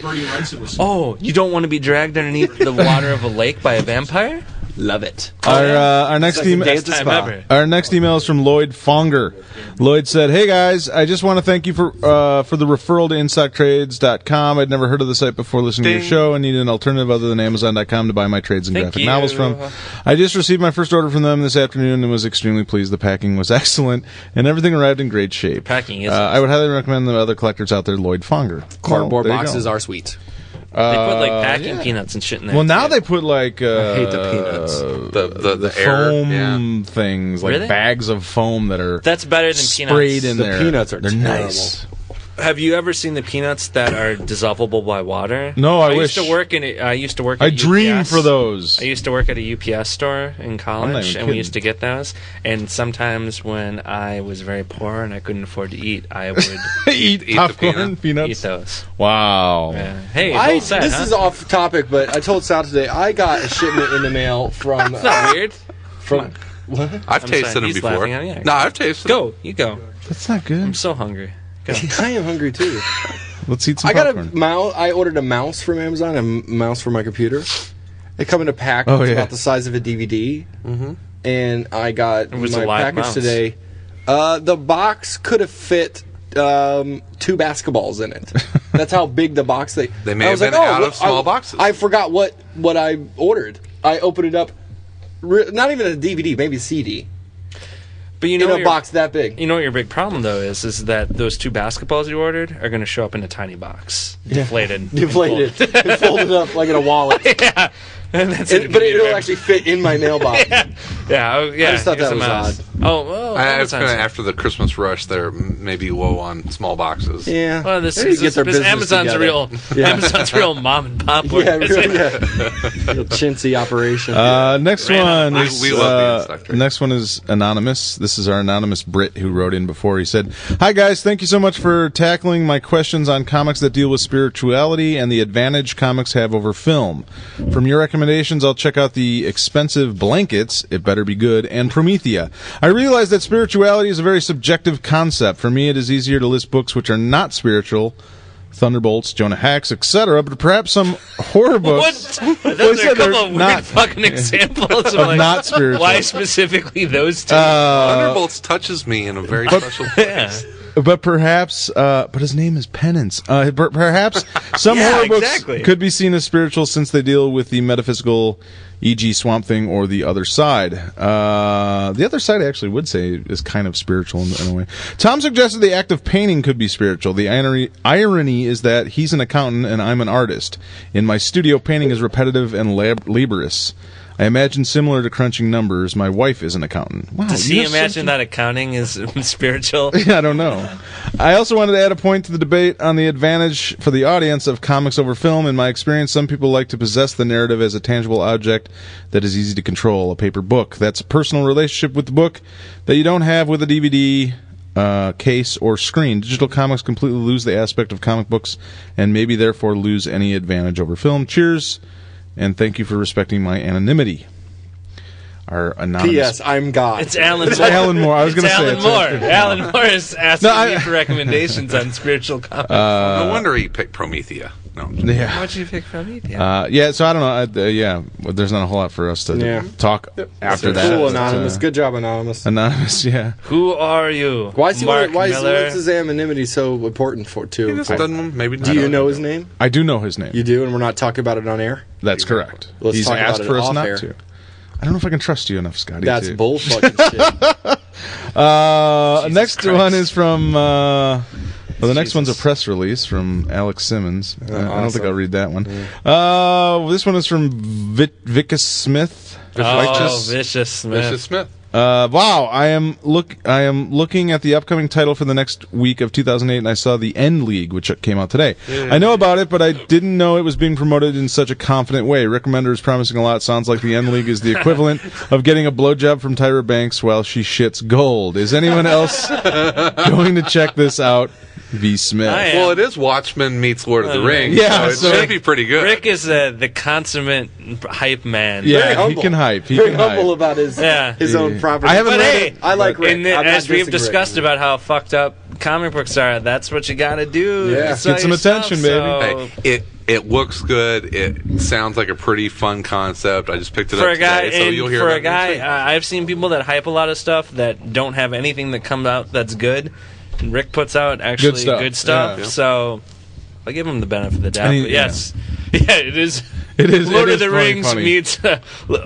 D: Oh, you don't want to be dragged underneath the water of a lake by a vampire? Love it.
F: Our, uh, our next email. Our next email is from Lloyd Fonger. Lloyd said, "Hey guys, I just want to thank you for uh, for the referral to InstockTrades.com. I'd never heard of the site before listening to your
N: Ding.
F: show, and need an alternative other than Amazon.com to buy my trades and
N: Thank
F: graphic
N: you.
F: novels from. I just received my first order from them this afternoon and was extremely pleased. The packing was [laughs] excellent, and everything arrived in great shape.
D: Packing is
F: Uh, I would highly recommend the other collectors out there. Lloyd Fonger.
C: Cardboard
F: Well, Oh, there you
C: boxes
F: go.
C: are sweet.
D: They put
F: Uh,
D: like packing
F: yeah.
D: peanuts and shit in there.
F: Well, now they put like uh,
D: I hate the peanuts.
B: [laughs] The the, the, air,
F: foam
B: yeah.
F: things, like
D: Really?
F: bags of foam that are
D: That's better than
F: sprayed
D: peanuts.
F: in
D: The
F: there.
D: peanuts are
F: They're
D: terrible.
F: nice.
D: Have you ever seen the peanuts that are dissolvable by water?
F: No, I
D: used
F: wish.
D: to work in. a- I used to work.
F: I
D: at
F: dream
D: UPS.
F: for those.
D: I used to work at a UPS store in
F: I'm not
D: college,
F: even
D: and we
F: kidding.
D: used to get those. And sometimes when I was very poor and I couldn't afford to eat, I
F: [laughs]
D: would
F: eat,
D: popcorn
F: peanuts.
D: Eat those.
F: Wow.
D: Hey,
C: I,
D: well said,
C: this
D: huh?
C: is off topic, but I told Sal today I got a shipment in the
D: [laughs]
C: mail from.
D: That's not weird.
C: From what?
B: I've
D: I'm
B: tasted
D: sorry,
B: them
D: he's
B: before.
D: laughing at me.
B: No, I've tasted.
D: Go, you go.
F: That's not good. I'm
D: so hungry. Go.
C: I am hungry too.
F: Let's eat some
C: I got a
F: popcorn.
C: mouse. I ordered a mouse from Amazon, a m- mouse for my computer. They come in a pack
F: Oh,
C: that's
F: yeah.
C: about the size of a DVD,
N: Mhm.
C: and I got
N: It was
C: my
N: a live
C: package
N: mouse.
C: today. Uh, the box could have fit um, two basketballs in
F: [laughs]
C: it. That's how big the box they.
B: They may
C: I
B: have
C: was
B: been
C: like, oh,
B: out
C: what-
B: of small
C: I,
B: boxes.
C: I forgot what what I ordered. I opened it up, re- not even a DVD, maybe a CD.
D: But you know
C: in
D: what
C: a
D: your-
C: box that
D: [laughs]
C: big.
D: You know what your big problem though is is that those two basketballs you ordered are going to show up in a tiny box, deflated, and
C: [laughs] Deflated, and folded up like in a wallet.
D: yeah, and [laughs] that's
C: It-
D: it,
C: but it'll actually fit in my mailbox.
D: yeah, oh, yeah.
C: I just thought
D: here's
C: that
D: a
C: was
D: mouse.
C: odd.
D: Oh, well,
B: I, I
D: all
B: was
D: the
B: kind of
D: times.
B: after the Christmas rush, they're maybe low on small boxes.
C: Yeah.
D: Well, this,
C: They need
D: is,
C: to get
D: this,
C: their
D: this
C: business
D: Amazon's
C: together.
D: real.
C: [laughs] Yeah.
D: Amazon's real mom and pop.
C: [laughs] Yeah,
D: workers.
C: really, yeah. Real chintzy operation.
F: Uh, next
C: Random.
F: one
C: We-
F: is
C: we love the
F: uh, next one is anonymous. This is our anonymous Brit who wrote in before. He said, "Hi guys, thank you so much for tackling my questions on comics that deal with spirituality and the advantage comics have over film. From your recommendations, I'll check out the expensive blankets. It better be good and Promethea. I realize that spirituality is a very subjective concept. For me, it is easier to list books which are not spiritual." Thunderbolts, Jonah Hex, etc., but perhaps some horror
C: [laughs]
F: books.
D: What?
F: Well, he
D: Those are a
F: said they're
D: couple of weird
F: not-
D: fucking examples of,
F: Of
D: like,
F: not spiritual.
D: Why specifically those two?
F: Uh,
B: Thunderbolts touches me in a very
D: [laughs]
F: But-
B: special place.
F: [laughs] But perhaps, uh, but his name is Penance. Uh,
D: [laughs]
F: per- perhaps some
B: Yeah,
F: horror books
B: exactly.
F: could be seen as spiritual since they deal with the metaphysical, e.g., Swamp Thing or the Other Side. Uh, the Other Side, I actually would say, is kind of spiritual in, in a way. Tom suggested the act of painting could be spiritual. The irony, irony is that he's an accountant and I'm an artist. In my studio, painting is repetitive and lab- laborious. I imagine similar to crunching numbers. My wife is an accountant. Wow,
D: Does
F: you
D: he
F: have
D: imagine
F: something-
D: that accounting is [laughs] spiritual?
F: yeah, [laughs] I don't know. I also wanted to add a point to the debate on the advantage for the audience of comics over film. In my experience, some people like to possess the narrative as a tangible object that is easy to control, a paper book. That's a personal relationship with the book that you don't have with a DVD. Uh, case or screen. Digital comics completely lose the aspect of comic books and maybe therefore lose any advantage over film. Cheers, and thank you for respecting my anonymity. Our anonymous.
C: P.S. I'm God. [laughs]
D: It's Alan.
F: It's
D: Moore.
F: Alan Moore. I was
D: It's
F: gonna say
D: Alan
F: it's-
D: Moore. Alan Moore is asking
F: No, I-
D: me for recommendations on spiritual
C: [laughs]
D: comics.
F: Uh,
B: no wonder he picked Promethea. No.
D: [laughs]
F: Yeah.
D: Why'd you pick Prometheus?
F: Uh, yeah, so I don't know. I, uh, yeah, well, there's not a whole lot for us to
C: Yeah.
F: talk after that.
C: Cool,
F: But,
C: anonymous.
F: uh,
C: Good job, anonymous.
F: Anonymous, [laughs] yeah.
D: Who are you?
C: Why is he?
D: Mark
C: why is,
D: Miller?
C: what's his anonymity so important for? Too.
B: He just doesn't- maybe
C: Do
B: not.
C: you know his name?
F: I do know his name.
C: You do, and we're not talking about it on air.
F: That's correct.
C: Let's
F: He's
C: talk about
F: asked
C: it
F: for us
C: off
F: not
C: air.
F: to. I don't know if I can trust you enough, Scotty.
C: That's
F: to-
C: bull fucking shit. [laughs]
F: Uh, next one is from. Uh, well, the next one's a press release from Alex Simmons. Uh, I don't think
C: Oh, awesome.
F: I'll read that one. Uh, this one is from Vit- Vicus Smith.
D: Oh,
F: Vicus-
D: Vicious Smith.
B: Vicious Smith.
F: Uh, wow, I am look. I am looking at the upcoming title for the next week of 2008, and I saw the End League, which came out today. I know about it, but I didn't know it was being promoted in such a confident way. Recommender is promising a lot. Sounds like the End League is the equivalent of getting a blowjob from Tyra Banks while she shits gold. Is anyone else going to check this out? V. Smith.
B: Well, it is Watchmen meets Lord of the
D: Uh,
B: Rings.
F: yeah,
B: so it
F: so-
B: should be pretty good.
D: Rick is uh, the consummate hype man.
F: Yeah, Very he humble. can hype. He
C: Very
F: can
C: humble
F: hype.
C: about his
D: Yeah.
C: his own property.
F: I haven't
D: But
F: read
D: hey,
F: it.
C: I like Rick.
D: And then,
C: I'm not
D: as we've
C: dissing Rick.
D: discussed about how fucked up comic books are, that's what you gotta do.
C: Yeah.
D: to
C: Get
D: sell
F: some
D: your stuff,
F: attention, baby.
D: so-
B: Hey, it it looks good. It sounds like a pretty fun concept. I just picked it
D: for
B: up
D: a guy,
B: today, so
D: and
B: you'll hear
D: for
B: about
D: a
B: it next
D: guy,
B: week.
D: uh, I've seen people that hype a lot of stuff that don't have anything that comes out that's good. And Rick puts out actually good
F: stuff,
D: stuff,
F: yeah.
D: so I give him the benefit of the doubt.
F: And he-
D: but yes, [laughs] yeah. it is.
F: It is- it
D: Lord
F: is
D: of the
F: funny,
D: Rings
F: funny.
D: meets uh,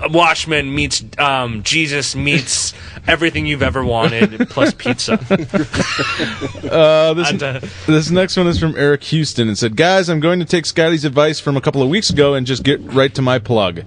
D: Watchmen meets um, Jesus
F: [laughs]
D: meets everything you've ever wanted plus pizza. [laughs]
F: Uh, this,
D: I'm done.
F: this next one is from Eric Houston and said, Guys, I'm going to take Scotty's advice from a couple of weeks ago and just get right to my plug.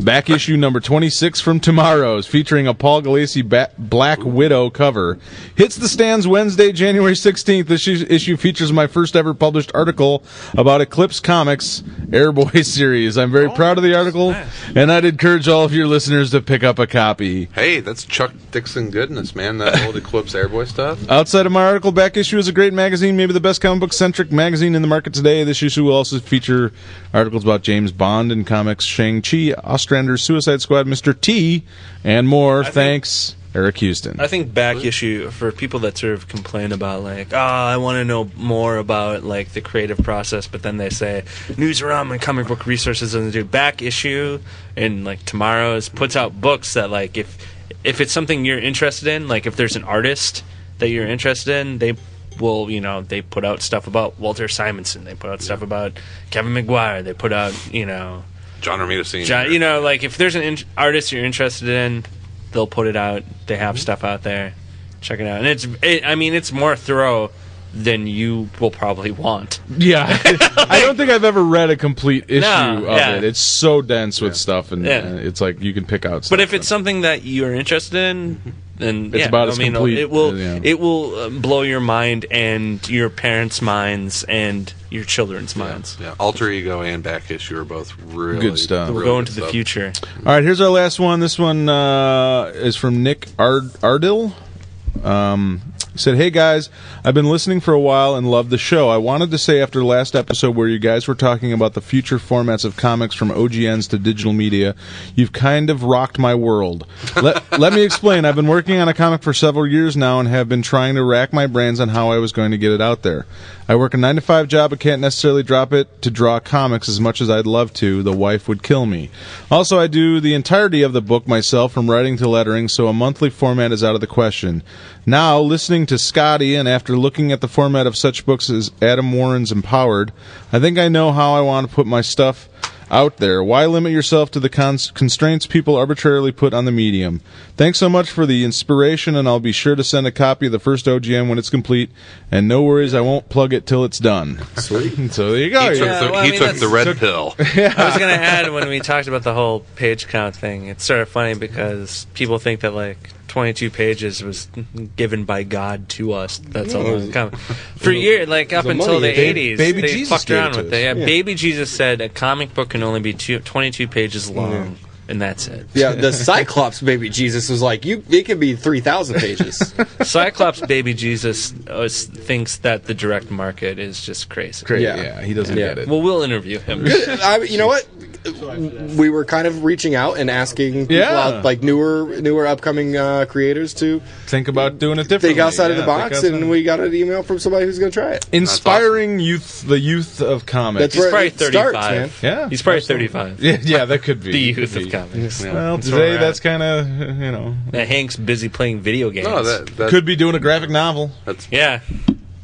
F: Back issue number 26 from Tomorrow's, featuring a Paul Galassi ba- Black Widow cover, hits the stands Wednesday, January 16th. This issue- issue features my first ever published article about Eclipse Comics Airboy [laughs] series. I'm very proud of the article, and I'd encourage all of your listeners to pick up a copy.
B: Hey, that's Chuck Dixon goodness, man. That old Eclipse Airboy stuff.
D: Uh,
F: Outside of my article, Back Issue is a great magazine, maybe the best comic book centric magazine in the market today. This issue will also feature articles about James Bond and comics, Shang-Chi, Ostrander, Suicide Squad, Mr. T, and more. Thanks, Eric Houston.
D: I think back issue for people that sort of complain about like, oh, I want to know more about like the creative process, but then they say Newsarama and comic book resources doesn't do back issue, and like Tomorrow's puts out books that like if if it's something you're interested in, like if there's an artist that you're interested in, they will you know they put out stuff about Walter Simonson, they put out stuff about Kevin McGuire, they put out you know
B: John Romita Sr.
D: John, you
F: Mm-hmm.
D: know, like if there's an in- artist you're interested in, they'll put it out. They have stuff out there. check it out. And it's, it, I mean, it's more thorough than you will probably want.
F: Yeah, [laughs] I don't think I've ever read a complete issue
D: No,
F: of
D: yeah.
F: it. It's so dense with stuff, and
D: Yeah.
F: uh, it's like you can pick out. Stuff.
D: But if it's something that you're interested in, then
F: Mm-hmm. It's
D: yeah,
F: about
D: I
F: as
D: mean,
F: complete,
D: it will
F: yeah.
D: it will uh, blow your mind and your parents' minds and your children's minds.
B: Yeah, alter ego and back issue are both really
F: Good stuff.
B: really
F: We're
D: Go
B: good
D: into the
B: stuff.
D: future.
F: All right, here's our last one. This one uh, is from Nick Ard- Ardill. Um, he said, "Hey guys, I've been listening for a while and love the show. I wanted to say after last episode where you guys were talking about the future formats of comics from OGNs to digital media, you've kind of rocked my world. Let, let me explain. I've been working on a comic for several years now and have been trying to rack my brains on how I was going to get it out there. I work a 9 to 5 job and can't necessarily drop it to draw comics as much as I'd love to. The wife would kill me. Also, I do the entirety of the book myself from writing to lettering, so a monthly format is out of the question. Now, listening to Scotty and after looking at the format of such books as Adam Warren's Empowered, I think I know how I want to put my stuff out there. Why limit yourself to the cons- constraints people arbitrarily put on the medium? Thanks so much for the inspiration, and I'll be sure to send a copy of the first OGM when it's complete. And no worries, I won't plug it till it's done. Sweet. [laughs] so there you go.
B: He took,
D: Yeah,
B: the,
D: well, I
B: he
D: mean,
B: took
D: that's-
B: the red
D: [laughs]
B: pill.
D: I was gonna add when we talked about the whole page count thing. It's sort of funny because people think that like 22 pages was given by God to us. That's all.
O: Yeah.
D: long comic. For years, like up
O: It was a
D: until the
O: money thing.
D: 80s,
O: Baby
D: they
O: Jesus
D: fucked
O: gave it
D: around
O: to us.
D: with it. Yeah,
O: Yeah.
D: Baby Jesus said a comic book can only be two, 22 pages long, and that's it.
C: Yeah, the Cyclops baby Jesus was like, you. It could be three thousand [laughs] pages.
D: Cyclops Baby Jesus uh, s- thinks that the direct market is just crazy.
C: Crazy, Yeah. yeah, he doesn't get it.
D: Well, we'll interview him.
C: Good. I, you know what? We were kind of reaching out and asking people
D: Yeah.
C: out, like newer, newer upcoming uh, creators to
F: think about doing it differently.
C: think outside of
F: Yeah,
C: the
F: think
C: box,
F: outside.
C: and we got an email from somebody who's going to try it.
F: Inspiring youth, the youth of comics.
C: That's He's where probably it starts, 35. man.
F: Yeah,
D: He's probably
F: absolutely.
D: 35.
F: [laughs] Yeah, yeah, that could be
D: The
F: It could
D: youth of
F: be.
D: comics. Yeah.
F: Well,
D: That's where
F: today
D: we're
F: that's
D: at.
F: kind of you know
D: Now, Hank's busy playing video games.
F: No, that- that- Could be doing a graphic novel.
B: That's
D: yeah.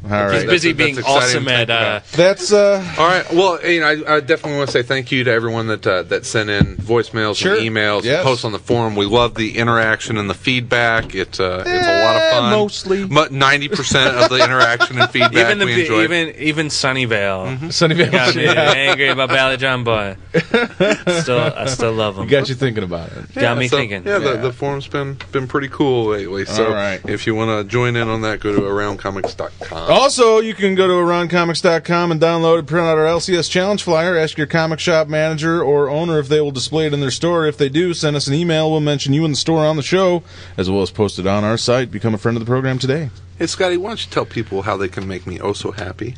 F: All right.
D: He's busy
B: That's-
D: being
B: that's exciting
D: awesome
B: to think
D: at. Uh,
F: That's uh.
B: All right. Well, you know, I, I definitely want to say thank you to everyone that uh, that sent in voicemails
F: Sure.
B: and emails,
F: Yes.
B: and posts on the forum. We love the interaction and the feedback. It's uh, it's a lot of fun. Mostly, but ninety percent of the interaction and feedback
D: even the
B: we enjoy. Mm-hmm.
D: even even Sunnyvale.
F: Sunnyvale,
B: [laughs]
D: got me
F: yeah.
D: angry about Valley John Boy. still, I still love him.
F: Got you thinking about it.
D: Got me
B: so-
D: thinking.
B: Yeah, The, the forum's been been pretty cool lately. So
F: All right. Oh.
B: if you want to join in on that, go to aroundcomics.com.
F: Also, you can go to aroundcomics.com and download and print out our LCS challenge flyer. Ask your comic shop manager or owner if they will display it in their store. If they do, send us an email. We'll mention you in the store on the show, as well as post it on our site. Become a friend of the program today.
B: Hey, Scotty, why don't you tell people how they can make me oh so happy?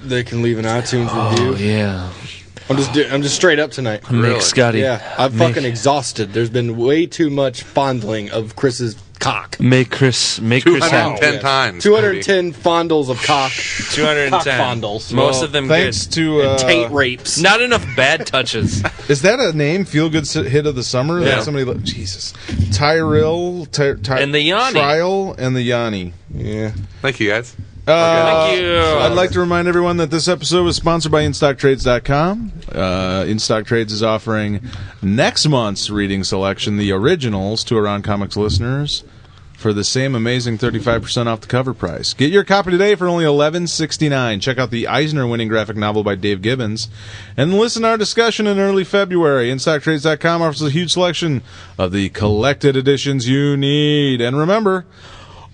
C: They can leave an iTunes review.
D: yeah.
C: I'm just do- I'm just straight up tonight.
D: Make Really? Scotty-
C: Yeah, I'm
D: make-
C: fucking exhausted. There's been way too much fondling of Chris's cock.
D: Make Chris. Make Chris happy.
C: Two hundred ten fondles of cock.
D: Two hundred and
C: Cock
D: ten.
C: fondles.
D: Most
F: Well,
D: of them.
F: thanks
D: good.
F: to, And uh, taint
C: rapes.
D: Not enough bad touches.
F: Is that a name? Feel good si- hit of the summer?
D: Yeah.
F: That somebody. Lo- Jesus, Tyrell, Ty- Ty-
D: And the Yanni.
F: trial, and the Yanni. Yeah.
B: Thank you, guys.
F: Uh,
D: Thank you.
F: I'd like to remind everyone that this episode was sponsored by InStockTrades.com. Uh, InStockTrades is offering next month's reading selection, the originals, to Around Comics listeners for the same amazing 35% off the cover price. Get your copy today for only $11.69. Check out the Eisner-winning graphic novel by Dave Gibbons and listen to our discussion in early February. InStockTrades.com offers a huge selection of the collected editions you need. And remember...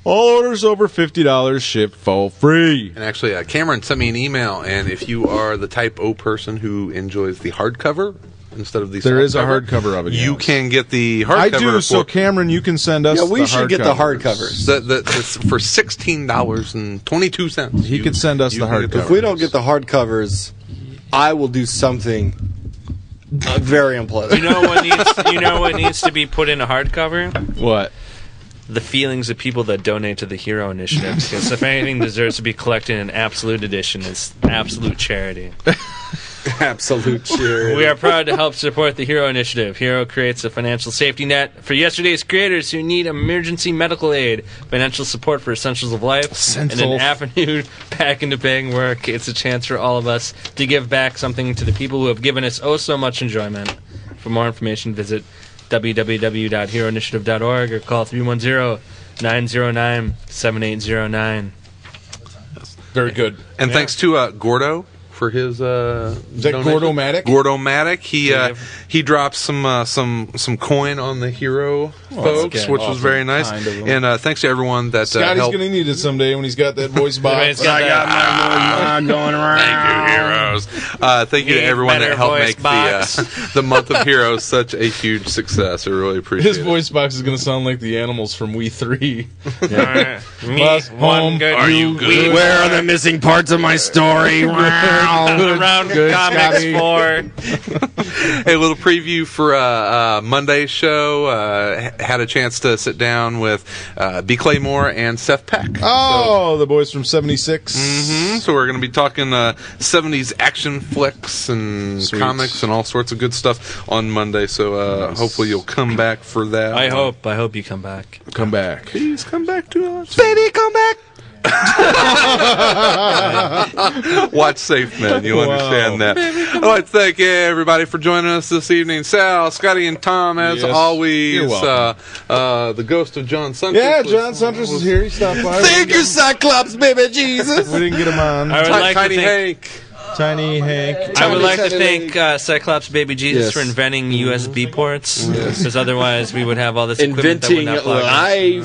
F: All orders over $50 ship for free.
B: And actually, uh, Cameron sent me an email, and if you are the type O person who enjoys the hardcover instead of the
F: There is a
B: softcover,
F: hardcover of it,
B: you
F: yes.
B: can get the hardcover.
F: I do. So
B: for,
F: Cameron, you can send us. the hardcovers.
B: The, the, the- for sixteen dollars and twenty two cents.
F: He could send us the hardcovers.
C: If we don't get the hardcovers, I will do something uh, very unpleasant.
D: You know what needs. You know what needs to be put in a hardcover.
F: What?
D: The feelings of people that donate to the Hero Initiative. Because if anything deserves to be collected in absolute edition, it's absolute charity.
C: Absolute cheer.
D: We are proud to help support the Hero Initiative. Hero creates a financial safety net for yesterday's creators who need emergency medical aid, financial support for essentials of life, and
F: Essentials.
D: an avenue [laughs] back into paying work. It's a chance for all of us to give back something to the people who have given us oh so much enjoyment. For more information, visit www.heroinitiative.org or call 310 909 7809.
F: Very good.
B: And thanks to uh, Gordo for his. Uh,
F: Is that
B: donation.
F: Gordomatic?
B: Gordomatic. He uh, he dropped some uh, some some coin on the hero
F: Well, that's
B: folks,
F: good.
B: which was
F: Awesome.
B: very nice.
F: Kind of him.
B: and uh, thanks to everyone that uh,
F: Scotty's
B: helped.
F: gonna need it someday when he's got that
B: [laughs]
F: voice box.
B: Everybody's got
F: my voice box going
B: Thank you, heroes. Uh, thank you to
F: Need
B: everyone
F: better
B: that helped
F: voice
B: make the uh, [laughs] the month of heroes such a huge success. I really appreciate
F: His
B: it.
F: voice box is gonna sound like the animals from We Three.
B: [laughs] Yeah.
F: [laughs]
J: Me,
F: Bus
J: one
F: home,
J: good-
F: are
J: you
F: you
J: good?
F: good?
J: Where are
I: the missing parts of my story?
J: Around comics for
B: a little preview for uh, uh, Monday's show. Uh, h- had a chance to sit down with uh, B. Claymore and Seth Peck.
F: Oh, the boys from '76.
B: hmm So we're going to be talking uh, 70s action flicks and comics and all sorts of good stuff on Monday. So uh, hopefully you'll come back for that. Um,
D: I hope. I hope you come back.
F: Come back.
B: Please come back to us.
F: Baby, come back.
B: Watch Safe Men. You'll
F: Wow.
B: understand that. I'd like to thank everybody for joining us this evening. Sal, Scotty, and Tom, as
F: Yes.
B: always.
F: You're
B: uh,
F: welcome.
B: uh, the ghost of John Sunday.
F: Yeah, John Suntress is here. He stopped by.
I: Thank you, Cyclops, baby Jesus.
F: We didn't get him on.
J: I would like to
B: Tiny
J: thank-
B: Hank.
F: Tiny Hank.
J: I would like to
F: Tiny
J: thank uh, Cyclops Baby Jesus
F: Yes.
J: for inventing USB ports, because otherwise we would have all this equipment that would not plug in.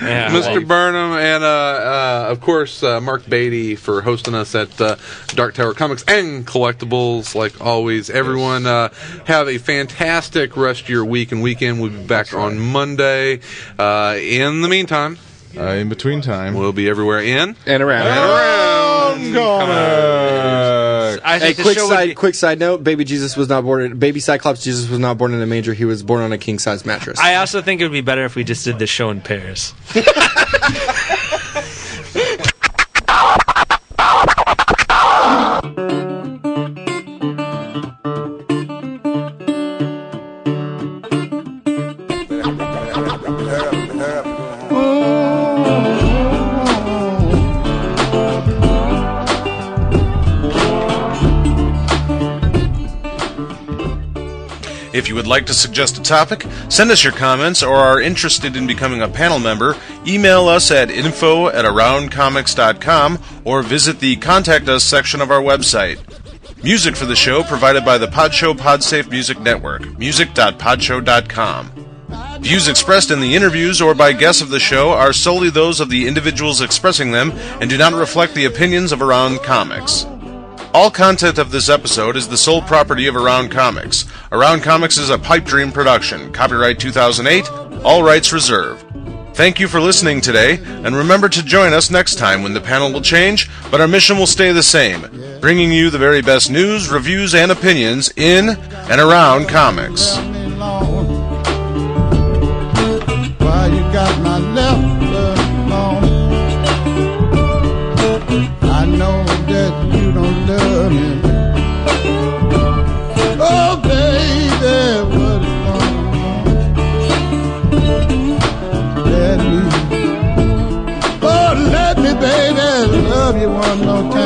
J: Yeah,
B: Mr.
J: well-
B: Burnham, and uh, uh, of course uh, Mark Beatty for hosting us at uh, Dark Tower Comics and Collectibles. Like always, everyone uh, have a fantastic rest of your week and weekend. We'll be back on Monday. Uh, in the meantime,
F: uh, in between time,
B: we'll be everywhere in
C: and around.
B: And around.
F: Comics.
J: I
C: hey,
J: think the
C: quick
J: show would
C: side,
J: be-
C: quick side note: Baby Jesus was not born. Baby Cyclops Jesus was not born in a manger. He was born on a king size mattress.
J: I also think it would be better if we just did the show in pairs.
E: If you would like to suggest a topic, send us your comments, or are interested in becoming a panel member, email us at info at aroundcomics.com or visit the Contact Us section of our website. Music for the show provided by the Podshow Podsafe Music Network, music.podshow.com. Views expressed in the interviews or by guests of the show are solely those of the individuals expressing them and do not reflect the opinions of Around Comics. All content of this episode is the sole property of Around Comics. Around Comics is a pipe dream production. Copyright 2008, all rights reserved. Thank you for listening today, and remember to join us next time when the panel will change, but our mission will stay the same bringing you the very best news, reviews, and opinions in and around comics.
P: Why you got my left foot on? I know that you don't love me. Oh, baby, what is wrong? Let me, oh, let me, baby, love you one more time.